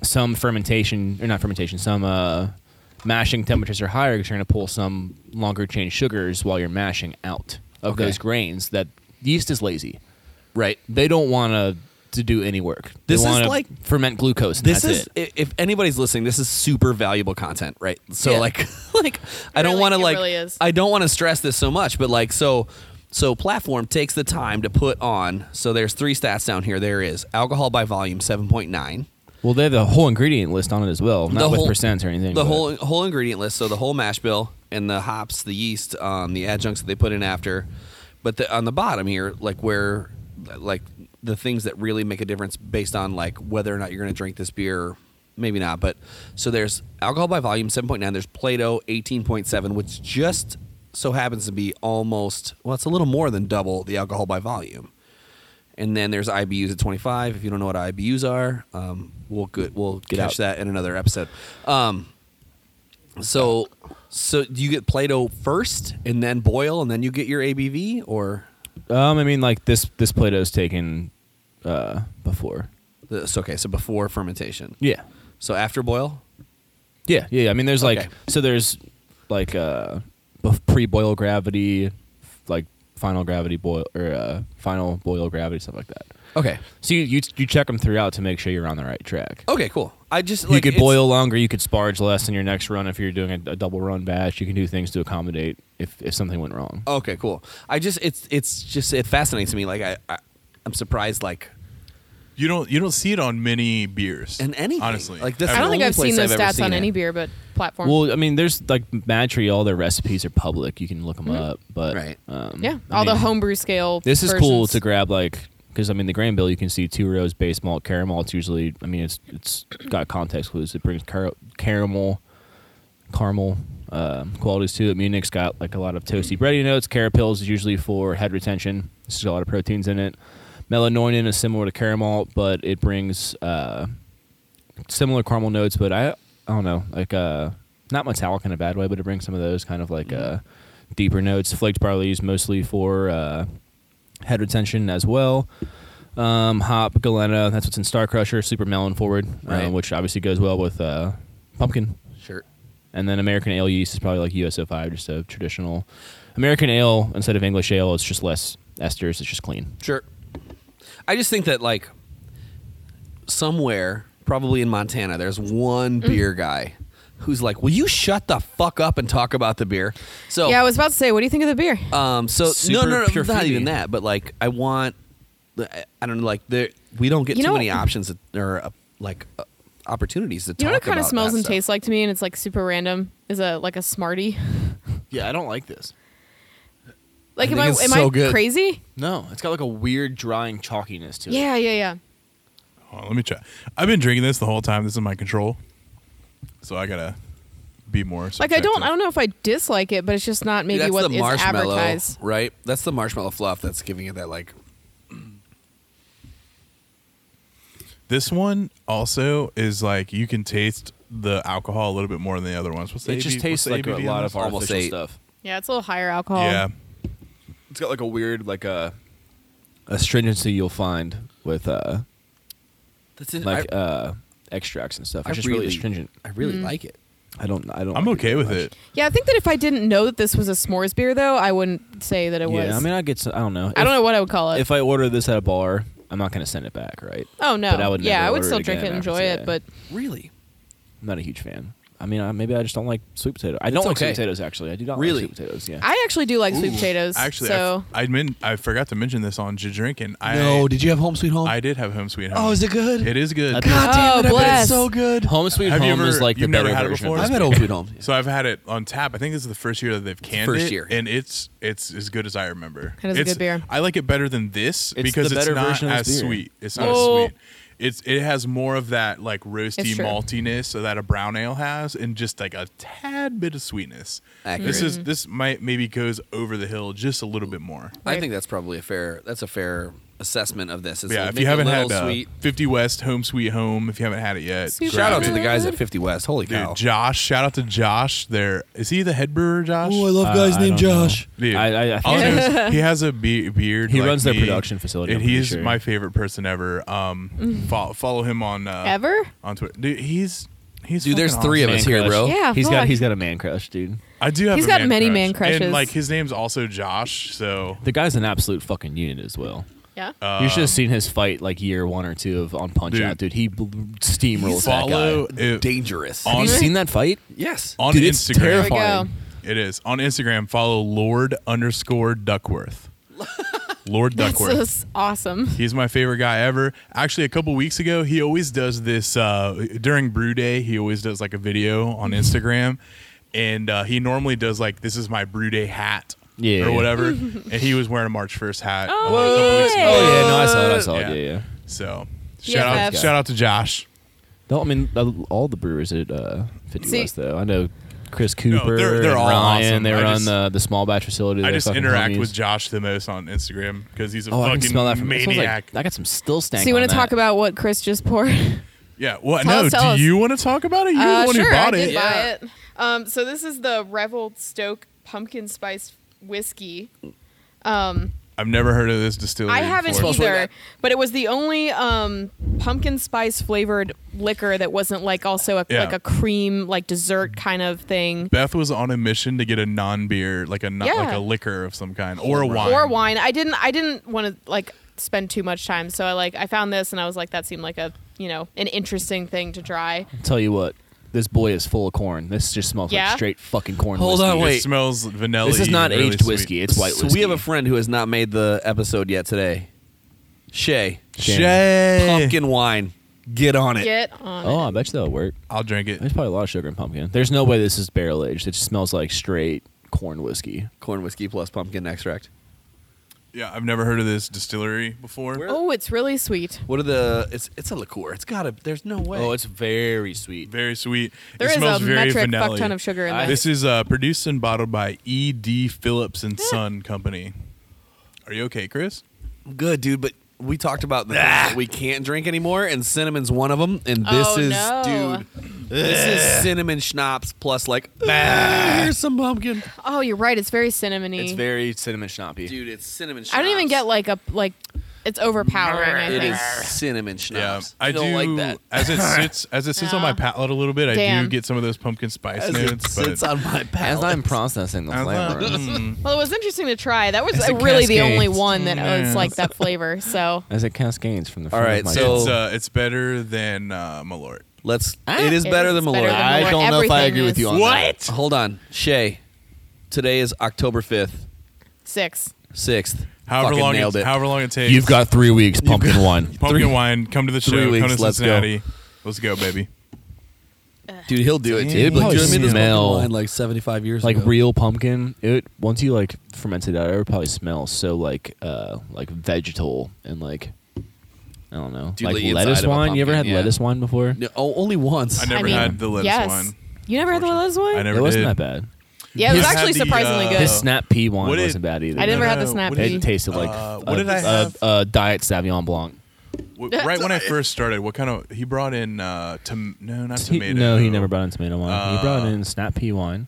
Speaker 4: some fermentation or not fermentation, some uh, mashing temperatures are higher because you're going to pull some longer chain sugars while you're mashing out of
Speaker 2: Okay.
Speaker 4: those grains. That yeast is lazy;
Speaker 2: Right.
Speaker 4: they don't want to to do any work. They
Speaker 2: This is
Speaker 4: wanna
Speaker 2: like-
Speaker 4: ferment glucose. and
Speaker 2: This
Speaker 4: that's
Speaker 2: is
Speaker 4: it.
Speaker 2: i- if anybody's listening, this is super valuable content, right? So
Speaker 4: Yeah.
Speaker 2: like like I don't
Speaker 3: Really,
Speaker 2: want to
Speaker 3: it
Speaker 2: like
Speaker 3: really is.
Speaker 2: I don't want to stress this so much, but like so so platform takes the time to put on. So there's three stats down here. There is alcohol by volume 7.9.
Speaker 4: well, they have the whole ingredient list on it as well, not
Speaker 2: the
Speaker 4: with
Speaker 2: whole-
Speaker 4: percents or anything.
Speaker 2: The
Speaker 4: but-
Speaker 2: whole whole ingredient list, so the whole mash bill and the hops, the yeast, um, the adjuncts that they put in after. But the, on the bottom here, like where, like the things that really make a difference based on like whether or not you're going to drink this beer, maybe not. But so there's alcohol by volume 7.9. There's Play-Doh 18.7, which just so happens to be almost well, it's a little more than double the alcohol by volume. And then there's IBUs at 25. If you don't know what IBUs are, um, we'll go, we'll catch
Speaker 4: out.
Speaker 2: that in another episode. Um, so so do you get Play-Doh first and then boil and then you get your ABV or
Speaker 4: Um, I mean, like this this Play-Doh's taken uh, before.
Speaker 2: the, so okay, so before fermentation.
Speaker 4: Yeah,
Speaker 2: So after boil?
Speaker 4: yeah, yeah. I mean, there's like
Speaker 2: Okay.
Speaker 4: so there's like uh, bef- pre-boil gravity, like final gravity boil or uh, final boil gravity stuff like that.
Speaker 2: Okay.
Speaker 4: So you, you you check them throughout to make sure you're on the right track.
Speaker 2: Okay, cool. I just
Speaker 4: you
Speaker 2: Oh, like,
Speaker 4: could
Speaker 2: it's-
Speaker 4: boil longer. You could sparge less in your next run if you're doing a, a double run batch. You can do things to accommodate if, if something went wrong.
Speaker 2: Okay, cool. I just it's it's just it fascinates me like I, I I'm surprised like
Speaker 1: You don't you don't see it on many beers.
Speaker 2: In anything.
Speaker 1: honestly,
Speaker 2: Like, that's-
Speaker 3: I don't think
Speaker 2: only
Speaker 3: I've seen
Speaker 2: place
Speaker 3: those
Speaker 2: I've ever
Speaker 3: stats on
Speaker 2: seen it.
Speaker 3: any beer, but platform.
Speaker 4: Well, I mean, there's like Madtree. All their recipes are public. You can look them up. But
Speaker 2: Mm-hmm. Right.
Speaker 4: um,
Speaker 3: yeah,
Speaker 4: I
Speaker 3: all the
Speaker 4: mean,
Speaker 3: homebrew scale.
Speaker 4: This is cool
Speaker 3: versions.
Speaker 4: to grab like because I mean the grain bill you can see two rows base malt caramel. It's usually I mean it's it's got context clues. It brings car- caramel, caramel uh, qualities to it. Munich's got like a lot of toasty bready notes. Carapils is usually for head retention. This has got a lot of proteins in it. Melanoinin is similar to caramel, but it brings uh, similar caramel notes. But I I don't know like uh not metallic in a bad way, but it brings some of those kind of like uh deeper notes. Flaked barley is mostly for uh, head retention as well. Um, hop, Galena, that's what's in Star Crusher, Super Melon Forward, uh,
Speaker 2: Right.
Speaker 4: which obviously goes well with uh, pumpkin.
Speaker 2: sure.
Speaker 4: And then American ale yeast is probably like USO5, just a traditional American ale instead of English ale. It's just less esters, it's just clean.
Speaker 2: Sure. I just think that like somewhere, probably in Montana, there's
Speaker 3: Mm.
Speaker 2: one beer guy who's like, "Will you shut the fuck up and talk about the beer?" So
Speaker 3: Yeah, I was about to say, what do you think of the beer?
Speaker 2: um, so no,
Speaker 4: Super
Speaker 2: no, no,
Speaker 4: pure
Speaker 2: not
Speaker 4: foodie.
Speaker 2: even that, but like I want, I I don't know, like there we don't get
Speaker 3: You
Speaker 2: too
Speaker 3: know-
Speaker 2: many options that- or uh, like uh, opportunities to
Speaker 3: You
Speaker 2: talk
Speaker 3: know what it kind of
Speaker 2: about
Speaker 3: smells
Speaker 2: that
Speaker 3: and
Speaker 2: stuff.
Speaker 3: tastes like to me, and it's like super random. Is a like a Smartie.
Speaker 7: Yeah, I don't like this.
Speaker 3: Like,
Speaker 2: I
Speaker 3: am
Speaker 2: think
Speaker 3: I am
Speaker 2: it's so
Speaker 3: I
Speaker 2: good.
Speaker 3: crazy?
Speaker 7: No, it's got like a weird drying chalkiness to it.
Speaker 3: Yeah, yeah, yeah.
Speaker 1: Hold on, let me try. I've been drinking this the whole time. This is my control, so I gotta be more.
Speaker 3: Like I don't I don't know if I dislike it, but it's just not maybe
Speaker 2: that's
Speaker 3: what
Speaker 2: the
Speaker 3: is
Speaker 2: marshmallow,
Speaker 3: advertised.
Speaker 2: right? That's the marshmallow fluff that's giving it that like.
Speaker 1: This one also is like you can taste the alcohol a little bit more than the other ones. What's the
Speaker 7: It just
Speaker 1: AB what's
Speaker 7: tastes
Speaker 1: the
Speaker 7: like a
Speaker 1: ABV on
Speaker 7: lot
Speaker 1: this?
Speaker 7: of
Speaker 2: Almost
Speaker 7: artificial
Speaker 2: eight.
Speaker 7: stuff.
Speaker 3: Yeah, it's a little higher alcohol.
Speaker 1: Yeah,
Speaker 7: It's got like a weird like a
Speaker 4: astringency you'll find with uh,
Speaker 2: That's it.
Speaker 4: like
Speaker 2: I,
Speaker 4: uh, extracts and stuff.
Speaker 2: I
Speaker 4: It's just really,
Speaker 2: really-
Speaker 4: astringent.
Speaker 2: I really
Speaker 3: Hmm.
Speaker 2: like it.
Speaker 4: I don't. I don't.
Speaker 1: I'm
Speaker 4: like
Speaker 1: okay
Speaker 4: that
Speaker 1: with
Speaker 4: much.
Speaker 1: it.
Speaker 3: Yeah, I think that if I didn't know that this was a s'mores beer, though, I wouldn't say that it was.
Speaker 4: Yeah, I mean, I get. s- I don't know.
Speaker 3: I
Speaker 4: If-
Speaker 3: don't know what I would call it.
Speaker 4: If I order this at a bar, I'm not going to send it back, right?
Speaker 3: oh no,
Speaker 4: but I would
Speaker 3: yeah,
Speaker 4: never
Speaker 3: I would
Speaker 4: order it
Speaker 3: still drink it,
Speaker 4: again
Speaker 3: and
Speaker 4: after
Speaker 3: enjoy
Speaker 4: today.
Speaker 3: it, but
Speaker 2: Really?
Speaker 4: I'm not a huge fan. I mean, I, maybe I just don't like sweet potato. I don't like
Speaker 2: okay.
Speaker 4: sweet potatoes actually. I do not
Speaker 2: Really?
Speaker 4: like sweet potatoes. Yeah.
Speaker 3: I actually do like sweet potatoes.
Speaker 1: Actually, I f-
Speaker 3: so
Speaker 1: I meant I forgot to mention this on J drinking. I
Speaker 2: did you have Home Sweet Home?
Speaker 1: I did have hhome sweet home.
Speaker 2: oh, is it good?
Speaker 1: It is good.
Speaker 4: That's
Speaker 2: God damn
Speaker 3: Oh,
Speaker 2: it! I bet
Speaker 3: bless.
Speaker 2: it's so good.
Speaker 4: home sweet
Speaker 1: Have you
Speaker 4: home is
Speaker 1: ever-
Speaker 4: like the
Speaker 1: you've never
Speaker 4: better
Speaker 1: had it
Speaker 4: version.
Speaker 1: before?
Speaker 4: Of
Speaker 2: I've
Speaker 4: this
Speaker 2: had
Speaker 4: beer.
Speaker 2: Home Sweet Home.
Speaker 1: So I've had it on tap. I think this is the first year that they've canned
Speaker 2: First
Speaker 1: it,
Speaker 2: year.
Speaker 1: and it's it's as good as I remember.
Speaker 3: It is a
Speaker 1: It's-
Speaker 3: good beer.
Speaker 1: I like it better than this
Speaker 4: It's
Speaker 1: because
Speaker 4: the
Speaker 1: it's
Speaker 4: better
Speaker 1: not
Speaker 4: version of this
Speaker 1: as
Speaker 4: beer.
Speaker 1: sweet. It's not
Speaker 3: Oh.
Speaker 1: as sweet. It's it has more of that like roasty
Speaker 3: It's true.
Speaker 1: maltiness that a brown ale has, and just like a tad bit of sweetness. This
Speaker 2: Accurate.
Speaker 3: Mm-hmm.
Speaker 1: is this might maybe goes over the hill just a little bit more.
Speaker 2: I think that's probably a fair. That's a fair assessment of this. It's
Speaker 1: yeah,
Speaker 2: like,
Speaker 1: if
Speaker 2: make it
Speaker 1: you
Speaker 2: a
Speaker 1: haven't had
Speaker 2: little
Speaker 1: uh,
Speaker 2: sweet.
Speaker 1: 50 West Home Sweet Home, if you haven't had it yet,
Speaker 3: Shout
Speaker 1: grab
Speaker 2: Shout out
Speaker 1: it.
Speaker 2: to the guys at 50 West. Holy
Speaker 1: Dude,
Speaker 2: cow!
Speaker 1: Josh, shout out to Josh. There is he the head brewer, Josh?
Speaker 2: Oh,
Speaker 6: love guys
Speaker 1: uh,
Speaker 6: named Josh.
Speaker 1: Dude,
Speaker 6: I, I, I
Speaker 1: All I
Speaker 6: think
Speaker 1: know is he has a be- beard.
Speaker 6: He
Speaker 1: like
Speaker 6: runs their
Speaker 1: me,
Speaker 6: production facility,
Speaker 1: and
Speaker 6: I'm pretty
Speaker 1: he's
Speaker 6: sure.
Speaker 1: my favorite person ever. Um, follow, follow him on uh,
Speaker 3: Mm-hmm. ever,
Speaker 1: on Twitter. Dude, he's he's
Speaker 2: Dude, there's
Speaker 1: fucking
Speaker 2: three of
Speaker 1: awesome.
Speaker 2: us here, bro.
Speaker 3: Yeah,
Speaker 6: he's got
Speaker 3: fuck.
Speaker 6: he's got a man crush, dude.
Speaker 1: I do have.
Speaker 3: He's
Speaker 1: a
Speaker 3: got
Speaker 1: man
Speaker 3: many
Speaker 1: crush.
Speaker 3: man crushes.
Speaker 1: and like his name's also Josh. So
Speaker 6: The guy's an absolute fucking unit as well.
Speaker 3: yeah.
Speaker 1: uh,
Speaker 6: you should have seen his fight like year one or two of on Punch
Speaker 1: Dude.
Speaker 6: Out, dude. He bl- steamrolls that guy.
Speaker 1: follow it,
Speaker 2: Dangerous.
Speaker 1: on,
Speaker 6: Have you seen that fight?
Speaker 2: yes.
Speaker 1: on
Speaker 6: Dude, it's
Speaker 1: Instagram.
Speaker 3: There we go.
Speaker 1: It is on Instagram. Follow Lord underscore Duckworth. Lord
Speaker 3: That's
Speaker 1: Duckworth.
Speaker 3: just awesome.
Speaker 1: He's my favorite guy ever. Actually, a couple weeks ago, he always does this uh, during Brew Day. He always does like a video on
Speaker 6: Mm-hmm.
Speaker 1: Instagram, and uh, he normally does like this is my Brew Day hat,
Speaker 6: Yeah, yeah.
Speaker 1: or whatever. and he was wearing a March first hat.
Speaker 3: Oh,
Speaker 1: like, a couple weeks
Speaker 3: yeah.
Speaker 1: ago.
Speaker 6: Oh yeah, no, I saw it. I saw
Speaker 1: Yeah.
Speaker 6: it. Yeah, yeah.
Speaker 1: So shout out,
Speaker 3: BFFs.
Speaker 1: shout out to Josh.
Speaker 6: No, I mean uh, all the brewers at uh, Fifty
Speaker 3: See-
Speaker 6: West though. I know Chris Cooper,
Speaker 1: they're- they're
Speaker 6: and
Speaker 1: all
Speaker 6: Ryan.
Speaker 1: awesome.
Speaker 6: They
Speaker 1: I
Speaker 6: run
Speaker 1: just-
Speaker 6: the the small batch facility.
Speaker 1: I
Speaker 6: They're
Speaker 1: just
Speaker 6: fucking
Speaker 1: interact
Speaker 6: homies.
Speaker 1: with Josh the most on Instagram because he's a
Speaker 6: Oh, I
Speaker 1: fucking
Speaker 6: can smell that from it smells
Speaker 1: maniac.
Speaker 6: Like, I got some still stank.
Speaker 3: So you
Speaker 6: want
Speaker 3: want to talk about what Chris just poured?
Speaker 1: yeah. What?
Speaker 3: Tell
Speaker 1: no.
Speaker 3: us, tell
Speaker 1: do
Speaker 3: us.
Speaker 1: you want to talk about it? You're
Speaker 3: Uh,
Speaker 1: the one
Speaker 3: sure,
Speaker 1: who bought
Speaker 3: I did
Speaker 1: it.
Speaker 3: buy
Speaker 2: Yeah.
Speaker 3: it. Um, so this is the Revel Stoke pumpkin spice whiskey. Um,
Speaker 1: I've never heard of this distillery.
Speaker 3: I haven't
Speaker 1: before.
Speaker 2: Smells really
Speaker 3: either,
Speaker 2: good.
Speaker 3: but it was the only um, pumpkin spice flavored liquor that wasn't like also a,
Speaker 1: Yeah.
Speaker 3: like a cream like dessert kind of thing
Speaker 1: Beth was on a mission to get a non-beer, like a non,
Speaker 3: Yeah.
Speaker 1: like a liquor of some kind, or a wine.
Speaker 3: or wine. I didn't I didn't want to like spend too much time, so I like I found this and I was like that seemed like a you know an interesting thing to try.
Speaker 6: Tell you what, this boy is full of corn. This just smells
Speaker 3: Yeah?
Speaker 6: like straight fucking corn.
Speaker 2: Hold
Speaker 6: whiskey.
Speaker 2: on,
Speaker 1: It
Speaker 2: wait.
Speaker 1: smells vanilla.
Speaker 6: This is not aged whiskey. It's white
Speaker 2: So
Speaker 6: whiskey.
Speaker 2: we have a friend who has not made the episode yet today. Shay,
Speaker 1: Shay.
Speaker 2: pumpkin wine. Get on it.
Speaker 3: Get on.
Speaker 6: Oh,
Speaker 3: it.
Speaker 6: I bet you that'll work.
Speaker 1: I'll drink it.
Speaker 6: There's probably a lot of sugar in pumpkin. There's no way this is barrel aged. It just smells like straight corn whiskey.
Speaker 2: Corn whiskey plus pumpkin extract.
Speaker 1: Yeah, I've never heard of this distillery before.
Speaker 3: Oh, it's really sweet.
Speaker 2: What are the? It's it's a liqueur. It's gotta. There's no way.
Speaker 1: Oh,
Speaker 6: it's very sweet.
Speaker 1: Very sweet.
Speaker 3: There
Speaker 1: it
Speaker 3: is
Speaker 1: smells
Speaker 3: a
Speaker 1: very
Speaker 3: metric
Speaker 1: vanilla-y.
Speaker 3: fuck ton of sugar in
Speaker 6: I-
Speaker 3: that.
Speaker 1: This is uh, produced and bottled by E. D. Phillips and Son Company. Are you okay, Chris?
Speaker 2: good, dude. But we talked about the things that we can't drink anymore, and cinnamon's one of them. And this
Speaker 3: Ah. Oh,
Speaker 2: is,
Speaker 3: no.
Speaker 2: dude, this is cinnamon schnapps plus like "Ah, here's some pumpkin,
Speaker 3: Oh, you're right. It's very cinnamony.
Speaker 5: It's very cinnamon schnappy.
Speaker 2: dude. It's cinnamon. Schnapps.
Speaker 3: I don't even get like a like. It's overpowering. I
Speaker 2: It
Speaker 3: think.
Speaker 2: is cinnamon schnapps.
Speaker 1: I,
Speaker 2: don't
Speaker 1: do
Speaker 2: like that.
Speaker 1: As it sits, as it sits on
Speaker 3: No.
Speaker 1: my palate a little bit, I do
Speaker 3: Damn.
Speaker 1: get some of those pumpkin spice
Speaker 2: As it
Speaker 1: notes.
Speaker 2: sits
Speaker 1: but
Speaker 2: on my
Speaker 6: As
Speaker 2: palate.
Speaker 6: I'm processing the
Speaker 1: I thought,
Speaker 6: flavor,
Speaker 1: mm,
Speaker 3: Well, it was interesting to try. That was
Speaker 6: It's a
Speaker 3: really the
Speaker 6: cascade. Mm,
Speaker 3: only one that was
Speaker 1: Yeah.
Speaker 3: like that flavor. So
Speaker 6: as it cascades from the
Speaker 2: All
Speaker 6: front
Speaker 2: right,
Speaker 6: of my
Speaker 2: so-
Speaker 1: it's uh, it's better than uh, Malort.
Speaker 2: Let's.
Speaker 6: Ah,
Speaker 2: it is better
Speaker 3: is
Speaker 2: than
Speaker 3: better
Speaker 2: Malort.
Speaker 3: than I Malort. don't know if I Everything agree with is. you on
Speaker 1: What?
Speaker 2: Hold on, Shay. Today is October fifth,
Speaker 3: six.
Speaker 2: sixth.
Speaker 1: However
Speaker 2: Fucking
Speaker 1: long,
Speaker 2: nailed
Speaker 1: it,
Speaker 2: it.
Speaker 1: however long it takes.
Speaker 6: You've got three weeks, pumpkin wine.
Speaker 1: pumpkin
Speaker 2: Three-
Speaker 1: wine. Come to the show.
Speaker 2: three
Speaker 1: come
Speaker 2: weeks,
Speaker 1: to
Speaker 2: let's go.
Speaker 1: Cincinnati. Let's go, baby.
Speaker 2: Dude, he'll do it.
Speaker 1: Damn.
Speaker 2: Too.
Speaker 1: It'd
Speaker 2: Like,
Speaker 1: probably
Speaker 2: do you know what I mean? This
Speaker 6: smell
Speaker 2: pumpkin wine, like seventy-five years
Speaker 6: like
Speaker 2: ago.
Speaker 6: real pumpkin. It once you like fermented it out, it would probably smell so like uh like vegetal and like I don't know,
Speaker 2: Dude,
Speaker 6: like
Speaker 2: the inside
Speaker 6: lettuce
Speaker 2: of a
Speaker 6: wine. you ever had
Speaker 2: pumpkin, yeah.
Speaker 6: lettuce wine before?
Speaker 2: No, oh, only once.
Speaker 1: I never
Speaker 3: I mean,
Speaker 1: had the lettuce
Speaker 3: yes.
Speaker 1: wine.
Speaker 3: You never had the lettuce one?
Speaker 1: I never
Speaker 6: it wasn't
Speaker 1: did.
Speaker 6: that bad.
Speaker 3: Yeah, it was
Speaker 1: Yes.
Speaker 3: actually
Speaker 1: Had the,
Speaker 3: surprisingly
Speaker 1: uh,
Speaker 3: good.
Speaker 6: His snap pea wine
Speaker 1: What did-
Speaker 6: wasn't bad either.
Speaker 3: I never
Speaker 1: No,
Speaker 3: had the
Speaker 1: no,
Speaker 3: snap
Speaker 1: what
Speaker 3: pea.
Speaker 1: did-
Speaker 6: It tasted like
Speaker 1: Uh,
Speaker 6: a-
Speaker 1: what did I
Speaker 6: a-
Speaker 1: have?
Speaker 6: a diet Sauvignon Blanc.
Speaker 1: W- right when I first started, what kind of he brought in? Uh, tom- no, not
Speaker 6: He-
Speaker 1: tomato.
Speaker 6: no, he never brought in tomato wine. he brought
Speaker 1: Uh,
Speaker 6: in snap pea wine.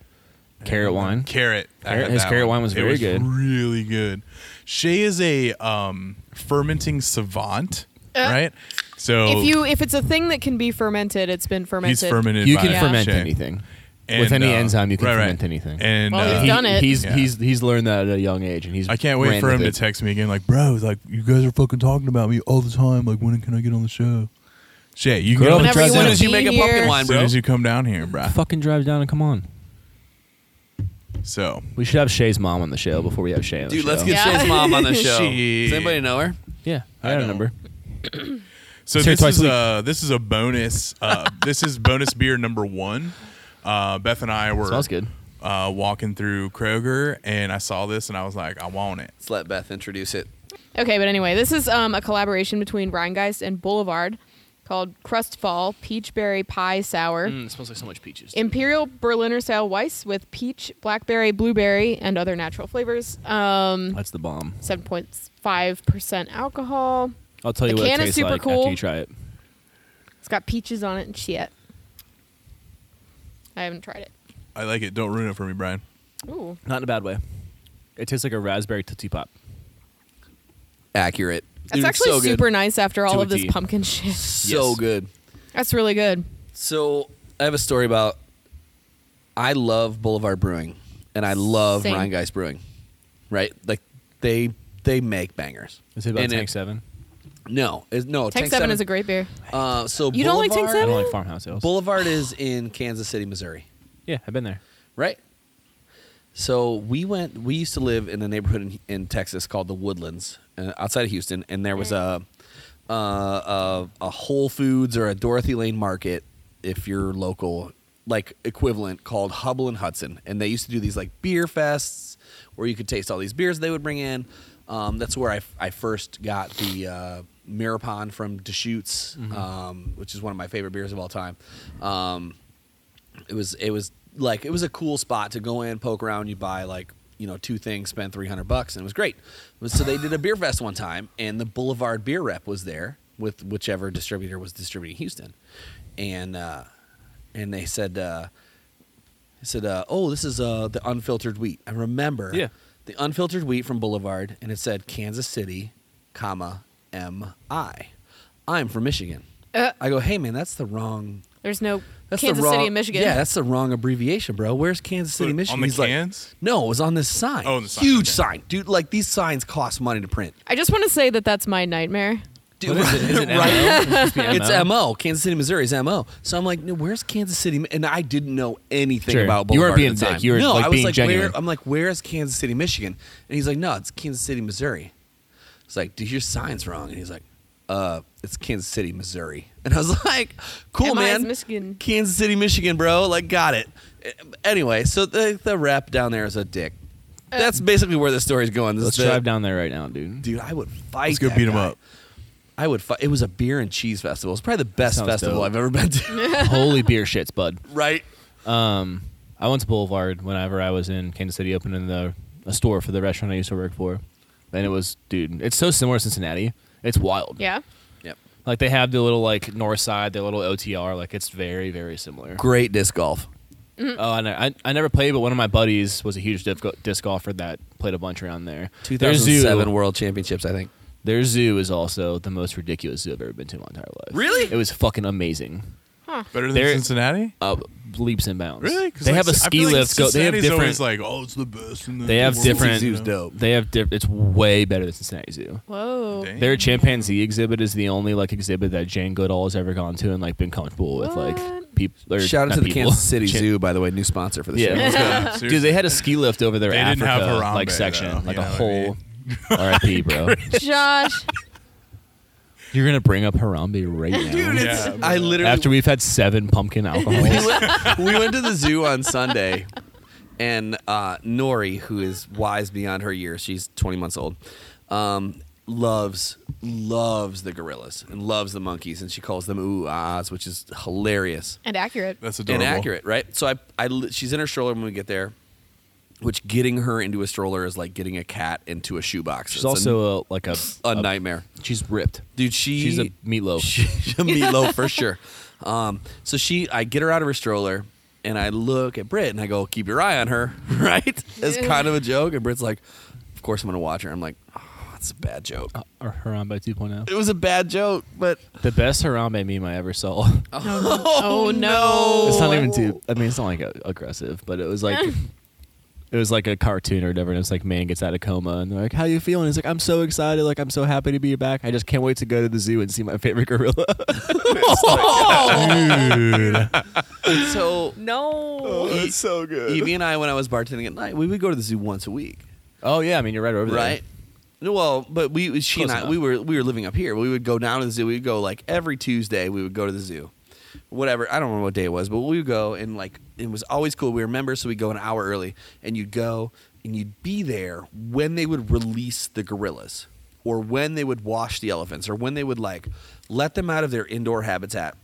Speaker 4: carrot wine.
Speaker 1: Carrot. I
Speaker 4: Carrot-
Speaker 1: had
Speaker 4: his
Speaker 1: that
Speaker 4: carrot wine was
Speaker 1: It
Speaker 4: very good.
Speaker 1: Really good. Shay is a um, fermenting savant, right? So
Speaker 3: Uh, If you if it's a thing that can be fermented, it's been fermented.
Speaker 1: Oh. he's fermented.
Speaker 4: You
Speaker 1: by
Speaker 4: can
Speaker 3: Yeah.
Speaker 4: ferment
Speaker 1: Shay.
Speaker 4: anything.
Speaker 1: And,
Speaker 4: With any
Speaker 1: uh,
Speaker 4: enzyme, you can
Speaker 1: right, right.
Speaker 4: ferment anything.
Speaker 1: And
Speaker 3: Well,
Speaker 1: uh,
Speaker 3: he's done it.
Speaker 4: He's
Speaker 1: Yeah.
Speaker 4: he's he's learned that at a young age, and he's.
Speaker 1: I can't wait
Speaker 4: ran
Speaker 1: for him
Speaker 4: with
Speaker 1: to
Speaker 4: it.
Speaker 1: text me again, like, bro, like you guys are fucking talking about me all the time. Like, when can I get on the show? Shay, you can
Speaker 4: Grow
Speaker 1: get on
Speaker 4: up and
Speaker 1: the show
Speaker 3: Whenever
Speaker 4: try
Speaker 3: you
Speaker 2: As
Speaker 3: want
Speaker 2: soon
Speaker 3: to
Speaker 2: as you
Speaker 3: be
Speaker 2: make a
Speaker 3: here,
Speaker 2: pumpkin wine,
Speaker 1: as
Speaker 2: bro.
Speaker 1: soon as you come down here, bruh.
Speaker 4: Fucking drive down and come on.
Speaker 1: So
Speaker 4: We should have Shay's mom on the show before we have Shay on the
Speaker 2: Dude,
Speaker 4: show.
Speaker 2: let's get
Speaker 3: Yeah.
Speaker 2: Shay's mom on the show.
Speaker 1: Shit.
Speaker 2: Does anybody know her?
Speaker 4: yeah, I,
Speaker 1: I
Speaker 4: got a
Speaker 1: don't.
Speaker 4: number.
Speaker 1: So
Speaker 4: It's here
Speaker 1: this
Speaker 4: twice
Speaker 1: is
Speaker 4: a week.
Speaker 1: uh this is a bonus. Uh, this is bonus beer number one. Uh, Beth and I were
Speaker 4: Smells good.
Speaker 1: Uh, walking through Kroger, and I saw this, and I was like, I want it.
Speaker 2: Let's let Beth introduce it.
Speaker 3: Okay, but anyway, this is um, a collaboration between Rheingeist and Boulevard called Crustfall Peach Berry Pie Sour.
Speaker 8: Mm, it smells like so much peaches.
Speaker 3: Imperial Berliner style Weiss with peach, blackberry, blueberry, and other natural flavors. Um,
Speaker 8: Mm.
Speaker 4: That's the bomb.
Speaker 3: 7.5% alcohol.
Speaker 4: I'll tell you
Speaker 3: The
Speaker 4: what it
Speaker 3: can is
Speaker 4: tastes
Speaker 3: super
Speaker 4: like
Speaker 3: cool.
Speaker 4: after you try it.
Speaker 3: It's got peaches on it and shit. I haven't tried it.
Speaker 1: I like it. Don't ruin it for me, Brian.
Speaker 3: Ooh.
Speaker 4: Not in a bad way. It tastes like a raspberry tootsie pop.
Speaker 2: Accurate.
Speaker 3: That's
Speaker 2: Dude,
Speaker 3: actually
Speaker 2: so good.
Speaker 3: super nice after all
Speaker 4: To a
Speaker 3: of this
Speaker 4: T.
Speaker 3: pumpkin shit.
Speaker 2: So
Speaker 4: Yes.
Speaker 2: good.
Speaker 3: That's really good.
Speaker 2: So I have a story about. I love Boulevard Brewing, and I love
Speaker 3: Same.
Speaker 2: Ryan Geist Brewing, right? Like they they make bangers.
Speaker 4: Is it about
Speaker 2: And
Speaker 4: Tank Seven?
Speaker 2: No, it's, no.
Speaker 3: Tech 7, is a great beer.
Speaker 2: Uh, so
Speaker 3: You don't
Speaker 2: Boulevard,
Speaker 3: like Tank
Speaker 4: I
Speaker 3: Seven?
Speaker 4: don't like farmhouse ales.
Speaker 2: Boulevard is in Kansas City, Missouri,
Speaker 4: yeah, I've been there.
Speaker 2: right? So we went. We used to live in a neighborhood in, in Texas called the Woodlands, uh, outside of Houston, and there was a, uh, a a Whole Foods or a Dorothy Lane Market, if you're local, like equivalent called Hubble and Hudson, and they used to do these like beer fests where you could taste all these beers they would bring in. Um, that's where I, I first got the uh, Mirapon from Deschutes, um, which is one of my favorite beers of all time. Um, it was it was like it was a cool spot to go in, poke around. You buy like you know two things, spend three hundred bucks, and it was great. It was- So they did a beer fest one time, and the Boulevard Beer Rep was there with whichever distributor was distributing Houston, and uh, and they said uh, they said uh, oh this is uh, the unfiltered wheat. I remember
Speaker 4: Yeah.
Speaker 2: the unfiltered wheat from Boulevard, and it said Kansas City, comma M I. I'm from Michigan.
Speaker 3: Uh.
Speaker 2: I go, hey man, that's the wrong
Speaker 3: There's no
Speaker 2: that's
Speaker 3: Kansas
Speaker 2: the wrong,
Speaker 3: City and Michigan.
Speaker 2: Yeah, that's the wrong abbreviation, bro. Where's Kansas City,
Speaker 1: On
Speaker 2: Michigan?
Speaker 1: the
Speaker 2: He's
Speaker 1: cans?
Speaker 2: Like, no, it was on this sign.
Speaker 1: Oh, on the sign,
Speaker 2: Huge
Speaker 1: okay.
Speaker 2: sign. Dude, like these signs cost money to print.
Speaker 3: I just want to say that that's my nightmare.
Speaker 2: Dude,
Speaker 4: Right.
Speaker 2: it's MO. Kansas City, Missouri is MO. So I'm like, no, where's Kansas City? And I didn't know anything
Speaker 4: Sure.
Speaker 2: about
Speaker 4: You
Speaker 2: Boulevard.
Speaker 4: weren't being
Speaker 2: at the time.
Speaker 4: dick. You were,
Speaker 2: no,
Speaker 4: like,
Speaker 2: I was
Speaker 4: being
Speaker 2: like,
Speaker 4: genuine.
Speaker 2: Where, I'm like, where's Kansas City, Michigan? And he's like, no, it's Kansas City, Missouri. It's like, dude, your sign's wrong. And he's like, uh, it's Kansas City, Missouri. And I was like, cool,
Speaker 3: MI is
Speaker 2: man.
Speaker 3: Michigan.
Speaker 2: Kansas City, Michigan, bro. Like, got it. Anyway, so the, the rep down there is a dick.
Speaker 3: Um,
Speaker 2: That's basically where the story's going. This
Speaker 4: Let's
Speaker 2: is the-
Speaker 4: drive down there right now, dude.
Speaker 2: Dude, I would fight.
Speaker 1: Let's go
Speaker 2: that
Speaker 1: beat him
Speaker 2: guy.
Speaker 1: up.
Speaker 2: I would fight. It was a beer and cheese festival. It's probably the best
Speaker 4: sounds
Speaker 2: festival
Speaker 4: dope.
Speaker 2: I've ever been to.
Speaker 4: Holy beer shits, bud.
Speaker 2: right?
Speaker 4: Um, I went to Boulevard whenever I was in Kansas City, opening the a store for the restaurant I used to work for. And it was, dude, it's so similar to Cincinnati. It's wild.
Speaker 3: Yeah.
Speaker 2: Yep.
Speaker 4: Like they have the little like north side, their little OTR. Like it's very, very similar.
Speaker 2: Great disc golf.
Speaker 4: Oh, I, ne- I, I never played, but one of my buddies was a huge disc, disc golfer that played a bunch around there. Their
Speaker 2: 2007
Speaker 4: zoo,
Speaker 2: World Championships, I think.
Speaker 4: their zoo is also the most ridiculous zoo I've ever been to in my entire life.
Speaker 2: Really?
Speaker 4: It was fucking amazing.
Speaker 1: Better than
Speaker 4: There-
Speaker 1: Cincinnati.
Speaker 4: Uh, leaps and bounds.
Speaker 1: Really? 'Cause,
Speaker 4: They
Speaker 1: like,
Speaker 4: have a
Speaker 1: I
Speaker 4: ski
Speaker 1: feel like
Speaker 4: lift. Go, they have
Speaker 1: Cincinnati's
Speaker 4: different.
Speaker 1: always like, oh, it's the best. In the
Speaker 4: They have
Speaker 1: world," you
Speaker 4: different-
Speaker 1: know?
Speaker 2: Zoo's dope.
Speaker 4: they have. Diff- it's way better than Cincinnati Zoo.
Speaker 3: Whoa.
Speaker 1: Dang.
Speaker 4: Their chimpanzee exhibit is the only like exhibit that Jane Goodall has ever gone to and like been comfortable with like
Speaker 3: What?
Speaker 4: people.
Speaker 2: Shout out to the Kansas City
Speaker 4: Zoo.
Speaker 2: Zoo, by the way, new sponsor for the
Speaker 4: Yeah.
Speaker 2: show.
Speaker 1: Yeah,
Speaker 4: Dude, they had a ski lift over their
Speaker 1: They
Speaker 4: Africa
Speaker 1: didn't have Harambe,
Speaker 4: like section,
Speaker 1: though,
Speaker 4: like
Speaker 1: you
Speaker 4: a
Speaker 1: know what I
Speaker 4: whole RIP, bro.
Speaker 3: Josh.
Speaker 4: You're gonna bring up Harambe right now.
Speaker 2: Dude, it's,
Speaker 1: Yeah.
Speaker 2: I literally
Speaker 4: After we've had seven pumpkin alcohols,
Speaker 2: we went to the zoo on Sunday, and uh, Nori, who is wise beyond her years, she's 20 months old, um, loves loves the gorillas and loves the monkeys, and she calls them ooh ahs, which is hilarious
Speaker 3: And accurate.
Speaker 1: That's adorable.
Speaker 2: and accurate, right? So I, I, li- she's in her stroller when we get there. Which getting her into a stroller is like getting a cat into a shoebox.
Speaker 4: she's
Speaker 2: It's a-
Speaker 4: also a, like a,
Speaker 2: a nightmare.
Speaker 4: She's ripped.
Speaker 2: Dude, she
Speaker 4: She's a meatloaf.
Speaker 2: She's a meatloaf for sure. Um, so she, I get her out of her stroller, and I look at Britt and I go, "Keep your eye on her," right? It's kind of a joke, and Britt's like, "Of course I'm gonna watch her." I'm like, oh, "That's a bad joke."
Speaker 6: Or Harambe oh. 2.0.
Speaker 2: It was a bad joke, but
Speaker 6: The best Harambe meme I ever saw.
Speaker 3: Oh, no.
Speaker 6: It's
Speaker 4: Oh.
Speaker 6: not even too. I mean, it's not like a, aggressive, but it was like, it was like a cartoon or whatever. And it's like, man gets out of coma, and they're like, "How you feeling?" He's like, "I'm so excited. Like, I'm so happy to be back. I just can't wait to go to the zoo and see my favorite gorilla."
Speaker 1: Dude.
Speaker 2: so
Speaker 4: Oh,
Speaker 1: Oh.
Speaker 3: No.
Speaker 2: it's
Speaker 5: so good.
Speaker 2: Evie and I, when I was bartending at night, we would go to the zoo once a week,
Speaker 6: oh yeah, I mean, you're right over there,
Speaker 2: right? Well, but we she
Speaker 6: Close
Speaker 2: and I
Speaker 6: enough.
Speaker 2: we were we were living up here. We would go down to the zoo. We'd go like every Tuesday. We would go to the zoo, whatever. I don't remember what day it was, but we would go and like it was always cool. We were members, so we'd go an hour early, and you'd go and you'd be there when they would release the gorillas, or when they would wash the elephants, or when they would like let them out of their indoor habitat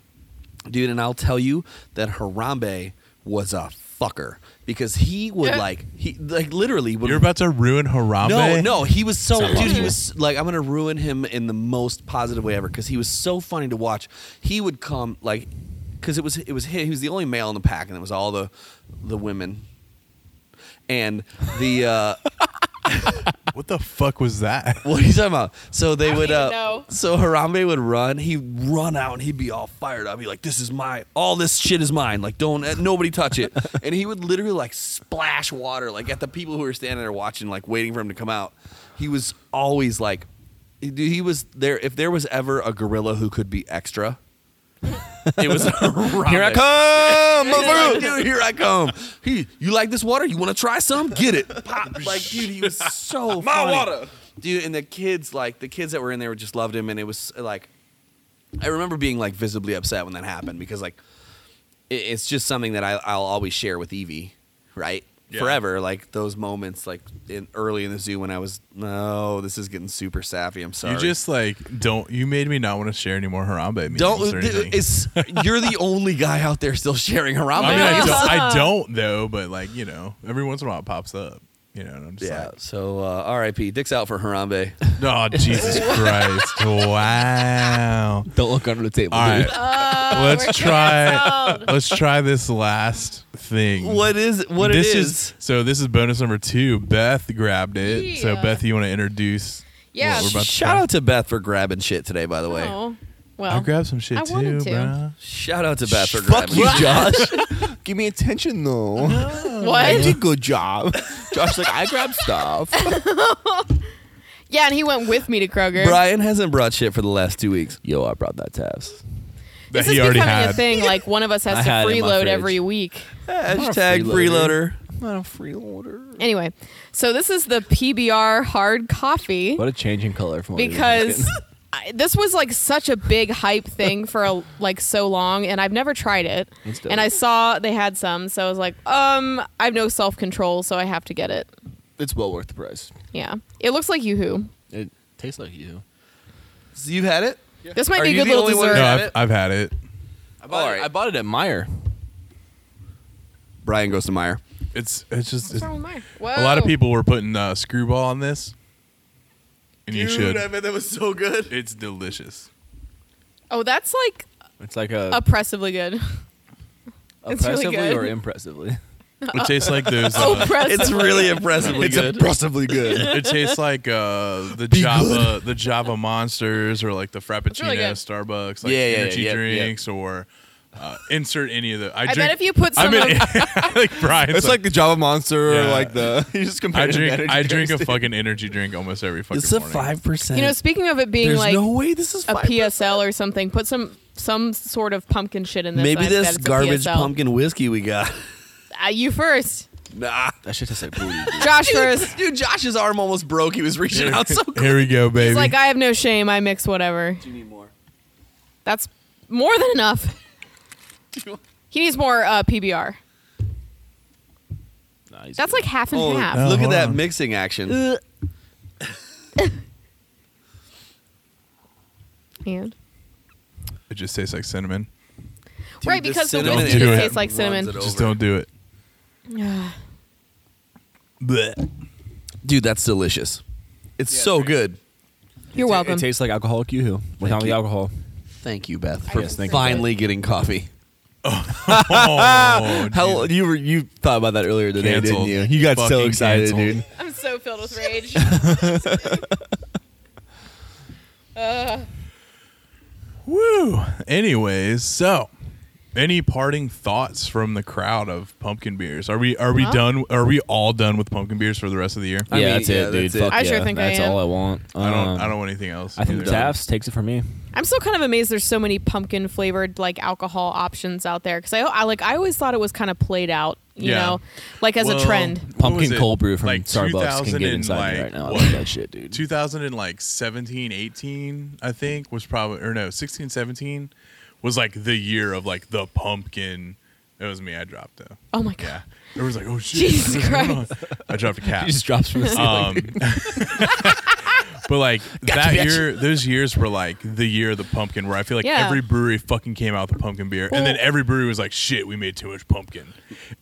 Speaker 2: dude. And I'll tell you that Harambe was a fucker because he would like he like literally would.
Speaker 1: You're about to ruin Harambe?
Speaker 2: no, no, he was so
Speaker 6: Sounds
Speaker 2: dude. He
Speaker 6: awful.
Speaker 2: was like, I'm gonna ruin him in the most positive way ever because he was so funny to watch. He would come like, because it was it was him. He was the only male in the pack, and it was all the the women, and the uh,
Speaker 1: What the fuck was that?
Speaker 2: What are you talking about? So they
Speaker 3: I don't
Speaker 2: would.
Speaker 3: even
Speaker 2: uh,
Speaker 3: know.
Speaker 2: So Harambe would run. He'd run out and he'd be all fired up. He'd be like, "This is my. All this shit is mine. Like, don't uh, nobody touch it." and he would literally like splash water like at the people who were standing there watching, like waiting for him to come out. He was always like, he- dude, he was there. If there was ever a gorilla who could be extra. It was Harambe.
Speaker 6: Here I come.
Speaker 2: He's like, dude, here I come. He, you like this water? You want to try some? Get it. Pop. Like, dude, he was so my water, dude. And the kids, like the kids that were in there, just loved him, and it was like, I remember being like visibly upset when that happened because like, it, it's just something that I, I'll always share with Evie, right?
Speaker 1: Yeah.
Speaker 2: Forever, like those moments, like in early in the zoo when I was, no, this is getting super sappy. I'm sorry.
Speaker 1: You just like don't. You made me not want to share any more Harambe memes
Speaker 2: don't. uh,
Speaker 1: or anything.
Speaker 2: It's you're the only guy out there still sharing Harambe.
Speaker 1: I mean, I
Speaker 2: memes.
Speaker 1: don't, I don't though, but like you know, every once in a while it pops up. You know, and I'm just
Speaker 2: Yeah. So uh, R.I.P. Dick's out for Harambe.
Speaker 1: like, oh Jesus Christ! Wow.
Speaker 6: Don't look under the table.
Speaker 1: All right,
Speaker 6: dude.
Speaker 3: Oh, Uh, we're
Speaker 1: let's try. Let's try this last thing.
Speaker 2: what is what
Speaker 1: this
Speaker 2: it is?
Speaker 1: So this is bonus number two. Beth grabbed it. So
Speaker 3: Yeah.
Speaker 1: Beth, you want to introduce?
Speaker 3: Yeah.
Speaker 1: what we're about to
Speaker 2: Shout
Speaker 1: try?
Speaker 2: out to Beth for grabbing shit today. By the way,
Speaker 3: Oh, well.
Speaker 1: I grabbed some shit
Speaker 3: I
Speaker 1: too,
Speaker 3: wanted to.
Speaker 1: bruh.
Speaker 2: shout out to Beth for
Speaker 4: Fuck
Speaker 2: grabbing.
Speaker 4: you,
Speaker 2: shit.
Speaker 4: Josh. Give me attention though. I
Speaker 3: what?
Speaker 4: did good job. Josh, like I grabbed stuff.
Speaker 3: Yeah, and he went with me to Kroger.
Speaker 2: Brian hasn't brought shit for the last two weeks.
Speaker 6: Yo, I brought that tab.
Speaker 1: That
Speaker 3: This is
Speaker 1: he already
Speaker 3: becoming
Speaker 1: had.
Speaker 3: a thing. Like one of us has
Speaker 6: I
Speaker 3: to
Speaker 6: had it in my
Speaker 3: freeload
Speaker 6: fridge.
Speaker 3: every week.
Speaker 2: Hashtag
Speaker 6: freeloader.
Speaker 2: freeloader.
Speaker 4: not a free order.
Speaker 3: Anyway, so this is the PBR hard coffee.
Speaker 6: What a change in color from what we were
Speaker 3: because
Speaker 6: drinking.
Speaker 3: I, this was like such a big hype thing for a, like so long, and I've never tried it.
Speaker 6: It's dope.
Speaker 3: And I saw they had some, so I was like, um, I have no self control, so I have to get it.
Speaker 4: It's well worth the price.
Speaker 3: Yeah, it looks like YooHoo.
Speaker 6: it tastes like you.
Speaker 2: So you've had it.
Speaker 3: This might
Speaker 2: Are
Speaker 3: be a
Speaker 2: you
Speaker 3: good
Speaker 2: the
Speaker 3: little
Speaker 2: only one
Speaker 3: dessert.
Speaker 1: no,
Speaker 2: had
Speaker 1: I've,
Speaker 2: it?
Speaker 1: I've had it.
Speaker 6: I bought,
Speaker 2: Alright.
Speaker 6: it, I bought it at Meyer.
Speaker 2: Brian goes to Meyer.
Speaker 1: It's it's just
Speaker 3: What's
Speaker 1: it's,
Speaker 3: wrong with mine?
Speaker 1: a lot of
Speaker 3: Whoa.
Speaker 1: people were putting uh, screwball on this, and you should.
Speaker 2: bet that was so good.
Speaker 1: It's delicious.
Speaker 3: Oh, that's like
Speaker 6: It's like
Speaker 1: Oh.
Speaker 6: a
Speaker 3: oppressively good. it's really
Speaker 6: oppressively
Speaker 3: good.
Speaker 6: or impressively.
Speaker 1: It tastes like those. Uh,
Speaker 3: Oppressively.
Speaker 2: It's really impressively good.
Speaker 4: impressively good.
Speaker 1: it tastes like uh, the Java, the Java monsters, or like the Frappuccino,
Speaker 3: really good.
Speaker 1: Starbucks, like
Speaker 2: Yeah, yeah,
Speaker 1: energy
Speaker 2: yeah, yeah.
Speaker 1: drinks, or uh, insert any of the. I,
Speaker 3: I
Speaker 1: drink,
Speaker 3: bet if you put
Speaker 1: I'm
Speaker 3: some of-
Speaker 1: in, like Brian's
Speaker 4: It's like the Java Monster
Speaker 1: Yeah.
Speaker 4: or like the you just compare
Speaker 1: I
Speaker 4: it to
Speaker 1: drink.
Speaker 4: energy
Speaker 1: I drink a
Speaker 4: drinks.
Speaker 1: fucking energy drink almost every fucking.
Speaker 2: It's a
Speaker 1: morning.
Speaker 2: five percent.
Speaker 3: you know, speaking of it being
Speaker 2: There's
Speaker 3: like
Speaker 2: no way this is
Speaker 3: a
Speaker 2: five.
Speaker 3: PSL or something, put some some sort of pumpkin shit in this.
Speaker 2: Maybe
Speaker 3: and I bet
Speaker 2: this
Speaker 3: it's a
Speaker 2: garbage
Speaker 3: PSL.
Speaker 2: pumpkin whiskey we got.
Speaker 3: Ah, you first,
Speaker 2: Nah.
Speaker 6: That shit tastes like booty.
Speaker 3: Josh first.
Speaker 2: Dude, Josh's arm almost broke. He was reaching out so
Speaker 1: Here we go, baby.
Speaker 3: It's like I have no shame. I mix whatever.
Speaker 2: Do you need more?
Speaker 3: That's more than enough. He needs more uh, PBR.
Speaker 6: Nah, he's
Speaker 3: That's
Speaker 6: good.
Speaker 3: like half and
Speaker 2: Oh,
Speaker 3: half.
Speaker 1: no.
Speaker 2: look at
Speaker 1: hold
Speaker 2: that
Speaker 1: on.
Speaker 2: mixing action.
Speaker 3: Ugh. and
Speaker 1: it just tastes like cinnamon.
Speaker 3: right
Speaker 2: this
Speaker 3: because the
Speaker 2: cinnamon
Speaker 3: whiskey
Speaker 1: in
Speaker 3: just
Speaker 1: it
Speaker 3: tastes like
Speaker 2: runs
Speaker 3: cinnamon.
Speaker 2: it
Speaker 1: Just
Speaker 2: Over.
Speaker 1: don't do it.
Speaker 3: Ugh.
Speaker 1: Blech.
Speaker 2: Dude, that's delicious. It's so good.
Speaker 3: You're
Speaker 6: It-
Speaker 3: welcome.
Speaker 6: It tastes like alcoholic yoo-hoo without
Speaker 2: you.
Speaker 6: the alcohol.
Speaker 2: Thank you, Beth, for
Speaker 6: Yes, thank you.
Speaker 2: finally getting coffee.
Speaker 1: Oh,
Speaker 4: How you were you thought about that earlier today,
Speaker 1: Canceled.
Speaker 4: didn't you? You got so
Speaker 1: Fucking
Speaker 4: excited,
Speaker 1: canceled.
Speaker 4: dude.
Speaker 3: I'm so filled with rage.
Speaker 1: Woo. Anyways, so any parting thoughts from the crowd of pumpkin beers? Are we are we
Speaker 3: Huh?
Speaker 1: done? Are we all done with pumpkin beers for the rest of the year?
Speaker 2: I
Speaker 6: yeah,
Speaker 2: mean,
Speaker 6: that's it,
Speaker 2: yeah,
Speaker 6: dude.
Speaker 2: that's it.
Speaker 6: Fuck
Speaker 3: I sure
Speaker 6: yeah.
Speaker 3: think I
Speaker 6: that's
Speaker 3: am.
Speaker 6: all I want.
Speaker 1: I don't.
Speaker 6: Um,
Speaker 1: I don't want anything else.
Speaker 6: I think
Speaker 1: either.
Speaker 6: Taft's takes it for me.
Speaker 3: I'm still kind of amazed there's so many pumpkin flavored like alcohol options out there because I, I like I always thought it was kind of played out, you
Speaker 1: Yeah.
Speaker 3: know, like as a
Speaker 1: Well,
Speaker 3: trend.
Speaker 1: what was
Speaker 6: Pumpkin
Speaker 1: it?
Speaker 6: cold brew from
Speaker 1: Like
Speaker 6: Starbucks can
Speaker 1: 2000
Speaker 6: get
Speaker 1: and,
Speaker 6: inside me
Speaker 1: like,
Speaker 6: right now. I
Speaker 1: what?
Speaker 6: love that shit, dude.
Speaker 1: 2000 and like 17 18 i think was probably or no 16 17 was like the year of like the pumpkin it was me i dropped though
Speaker 3: Oh my god.
Speaker 1: yeah everyone's like oh shit
Speaker 3: Jesus
Speaker 1: what's going on?
Speaker 3: Christ.
Speaker 1: i dropped a cap
Speaker 6: He just drops from the ceiling.
Speaker 1: um, but like that
Speaker 6: bitch.
Speaker 1: year those years were like the year of the pumpkin where i feel like
Speaker 3: Yeah.
Speaker 1: every brewery fucking came out with a pumpkin beer and then
Speaker 3: Well-
Speaker 1: every brewery was like shit we made too much pumpkin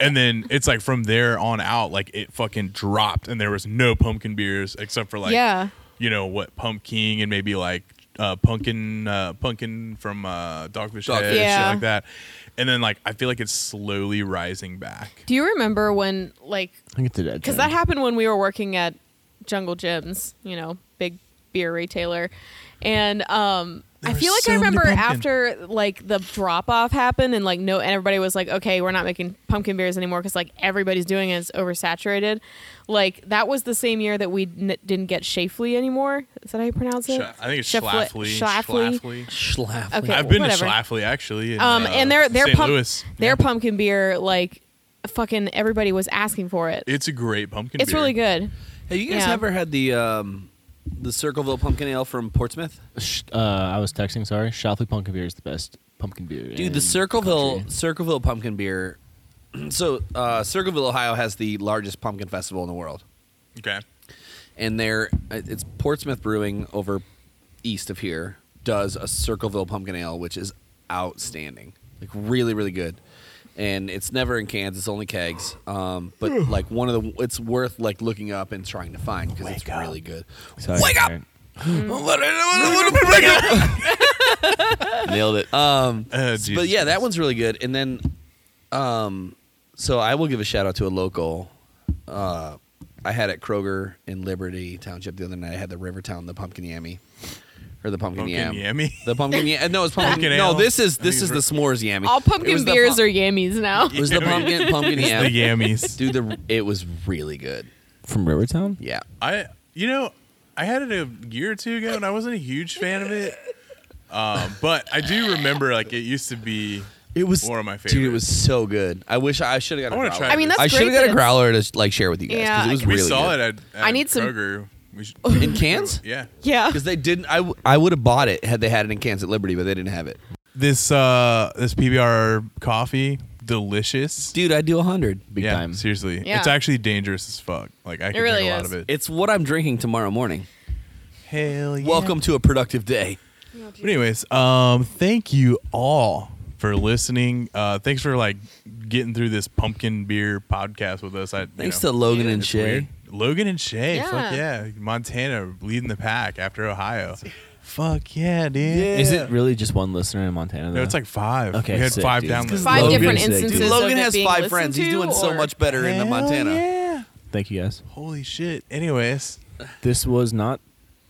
Speaker 1: and then it's like from there on out like it fucking dropped and there was no pumpkin beers except for like
Speaker 3: Yeah.
Speaker 1: you know what pumpkin and maybe like uh, pumpkin uh, pumpkin from uh, dogfish,
Speaker 2: Dogfish.
Speaker 1: Head,
Speaker 3: Yeah.
Speaker 1: shit like that and then like i feel like it's slowly rising back
Speaker 3: Do you remember when like
Speaker 4: I think it's a dead
Speaker 3: because that happened when we were working at Jungle Gyms, you know, big beer retailer, and um.
Speaker 1: There
Speaker 3: I
Speaker 1: were
Speaker 3: feel like
Speaker 1: so
Speaker 3: I
Speaker 1: many
Speaker 3: remember
Speaker 1: pumpkin.
Speaker 3: after like the drop off happened and like no and everybody was like okay we're not making pumpkin beers anymore because like everybody's doing it it's oversaturated like that was the same year that we n- didn't get Shafley anymore is that how you pronounce it
Speaker 1: Sha- i think it's
Speaker 3: Shafle-
Speaker 1: schlafly
Speaker 3: Schlafly
Speaker 1: Schlafly.
Speaker 2: Schlaf.
Speaker 3: okay
Speaker 1: I've been
Speaker 3: whatever.
Speaker 1: to Schlafly actually. in,
Speaker 3: um
Speaker 1: uh,
Speaker 3: and their their
Speaker 1: St.
Speaker 3: pump-
Speaker 1: Louis.
Speaker 3: their
Speaker 1: Yeah.
Speaker 3: pumpkin beer like fucking everybody was asking for it
Speaker 1: It's a great pumpkin.
Speaker 3: it's
Speaker 1: beer.
Speaker 3: really good
Speaker 2: Have you guys
Speaker 3: Yeah.
Speaker 2: ever had the um, the Circleville Pumpkin Ale from Portsmouth?
Speaker 6: Sh- uh, I was texting. Sorry, Shopley pumpkin beer is the best pumpkin beer. in
Speaker 2: Dude, the Circleville
Speaker 6: country.
Speaker 2: Circleville Pumpkin Beer. So uh, Circleville, Ohio, has the largest pumpkin festival in the world,
Speaker 1: Okay.
Speaker 2: and there uh, it's Portsmouth Brewing over east of here does a Circleville Pumpkin Ale, which is outstanding, like really really good. And it's never in cans; it's only kegs. Um, but like one of the, it's worth like looking up and trying to find because it's really good.
Speaker 6: Sorry,
Speaker 2: Wake up!
Speaker 6: all right.
Speaker 4: Nailed it.
Speaker 1: Uh,
Speaker 2: Um, but
Speaker 1: Jesus
Speaker 2: yeah, that
Speaker 1: Christ.
Speaker 2: one's really good. And then, um, so I will give a shout out to a local. Uh, I had at Kroger in Liberty Township the other night. I had the Rivertown, the pumpkin yammy, or the pumpkin,
Speaker 1: Pumpkin
Speaker 2: yam.
Speaker 1: yammy?
Speaker 2: The pumpkin yam. No, it's pumpkin.
Speaker 1: Pumpkin
Speaker 2: no,
Speaker 1: ale?
Speaker 2: this is
Speaker 1: I
Speaker 2: this
Speaker 1: think
Speaker 2: is the
Speaker 1: it's
Speaker 2: s'mores yammy.
Speaker 3: all
Speaker 2: It
Speaker 3: pumpkin
Speaker 2: was the
Speaker 3: beers
Speaker 2: pu-
Speaker 3: are yammies now
Speaker 2: It was the
Speaker 1: Yummy.
Speaker 2: pumpkin pumpkin
Speaker 1: the
Speaker 2: yam.
Speaker 1: yammies.
Speaker 2: Dude, the it was really good.
Speaker 6: from Rivertown.
Speaker 2: Yeah.
Speaker 1: I you know I had it a year or two ago and I wasn't a huge fan of it. Um, but I do remember like it used to be.
Speaker 2: It was
Speaker 1: One of my
Speaker 2: Dude, it was so good. I wish I, should have
Speaker 1: I
Speaker 2: got. a
Speaker 1: wanna
Speaker 2: growler.
Speaker 1: try
Speaker 3: I mean, that's
Speaker 2: I
Speaker 3: great.
Speaker 2: should have got
Speaker 3: that
Speaker 2: a
Speaker 3: it's-
Speaker 2: growler to like share with you guys because
Speaker 3: Yeah,
Speaker 2: it was
Speaker 1: We
Speaker 2: really
Speaker 1: saw
Speaker 2: good.
Speaker 1: it at, at
Speaker 3: I need some-
Speaker 1: Kroger. We should,
Speaker 2: in cans.
Speaker 1: yeah.
Speaker 3: Yeah.
Speaker 2: because they didn't. I, w- I would have bought it had they had it in cans at Liberty, but they didn't have it.
Speaker 1: This uh this PBR coffee delicious.
Speaker 2: Dude, I do hundred.
Speaker 6: Big
Speaker 1: yeah,
Speaker 6: time.
Speaker 1: seriously,
Speaker 3: Yeah.
Speaker 1: it's actually dangerous as fuck. Like I can
Speaker 3: really
Speaker 1: drink a lot
Speaker 3: is.
Speaker 1: of it.
Speaker 2: It's what I'm drinking tomorrow morning.
Speaker 1: Hell yeah.
Speaker 2: Welcome to a productive day.
Speaker 1: But anyways, um, thank you all for listening. Uh, thanks for like getting through this pumpkin beer podcast with us. I you
Speaker 2: Thanks
Speaker 1: know,
Speaker 2: to Logan and
Speaker 1: it's weird.
Speaker 2: Shay.
Speaker 1: Logan and Shay. Fuck
Speaker 3: Yeah.
Speaker 1: yeah, Montana leading the pack after Ohio. Fuck yeah, dude.
Speaker 6: Is it really just one listener in Montana?
Speaker 1: No, it's like five.
Speaker 6: Okay,
Speaker 1: we had
Speaker 6: sick,
Speaker 1: five
Speaker 6: dude.
Speaker 1: downloads.
Speaker 3: Five
Speaker 2: Logan
Speaker 3: different
Speaker 6: is sick, dude.
Speaker 3: instances.
Speaker 2: Dude,
Speaker 3: of
Speaker 2: Logan
Speaker 3: it
Speaker 2: has
Speaker 3: being
Speaker 2: five
Speaker 3: listened
Speaker 2: friends. He's
Speaker 3: to,
Speaker 2: doing so
Speaker 3: or-
Speaker 2: much better in
Speaker 1: Hell
Speaker 2: Montana.
Speaker 1: Yeah.
Speaker 6: Thank you guys.
Speaker 1: Holy shit. Anyways,
Speaker 6: This was not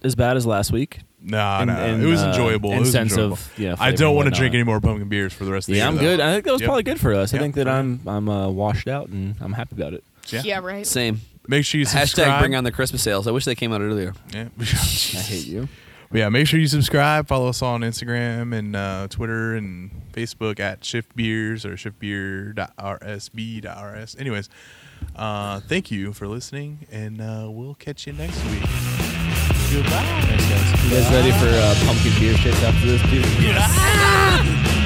Speaker 6: as bad as last week.
Speaker 1: nah,
Speaker 6: And-
Speaker 1: nah.
Speaker 6: and,
Speaker 1: it was
Speaker 6: uh,
Speaker 1: enjoyable.
Speaker 6: and
Speaker 1: it was
Speaker 6: sense
Speaker 1: enjoyable.
Speaker 6: of, yeah,
Speaker 1: I
Speaker 6: flavor and
Speaker 1: don't want to
Speaker 6: whatnot.
Speaker 1: drink any more pumpkin beers for the rest of the
Speaker 6: Yeah,
Speaker 1: year.
Speaker 6: I'm
Speaker 1: though.
Speaker 6: good. I think that was
Speaker 1: Yep.
Speaker 6: probably good for us. I
Speaker 1: Yep.
Speaker 6: think that I'm I'm uh, washed out and I'm happy about it.
Speaker 1: Yeah.
Speaker 3: Yeah, right.
Speaker 2: Same.
Speaker 1: Make sure you subscribe.
Speaker 2: Hashtag bring on the Christmas sales. I wish they came out earlier.
Speaker 1: Yeah.
Speaker 6: I hate you.
Speaker 1: But yeah, make sure you subscribe. Follow us on Instagram and uh, Twitter and Facebook at Shift Beers or shiftbeer.rsb.rs. Anyways, uh, thank you for listening, and uh, we'll catch you next week. Goodbye.
Speaker 6: You guys ready for uh, pumpkin beer shits after this, dude?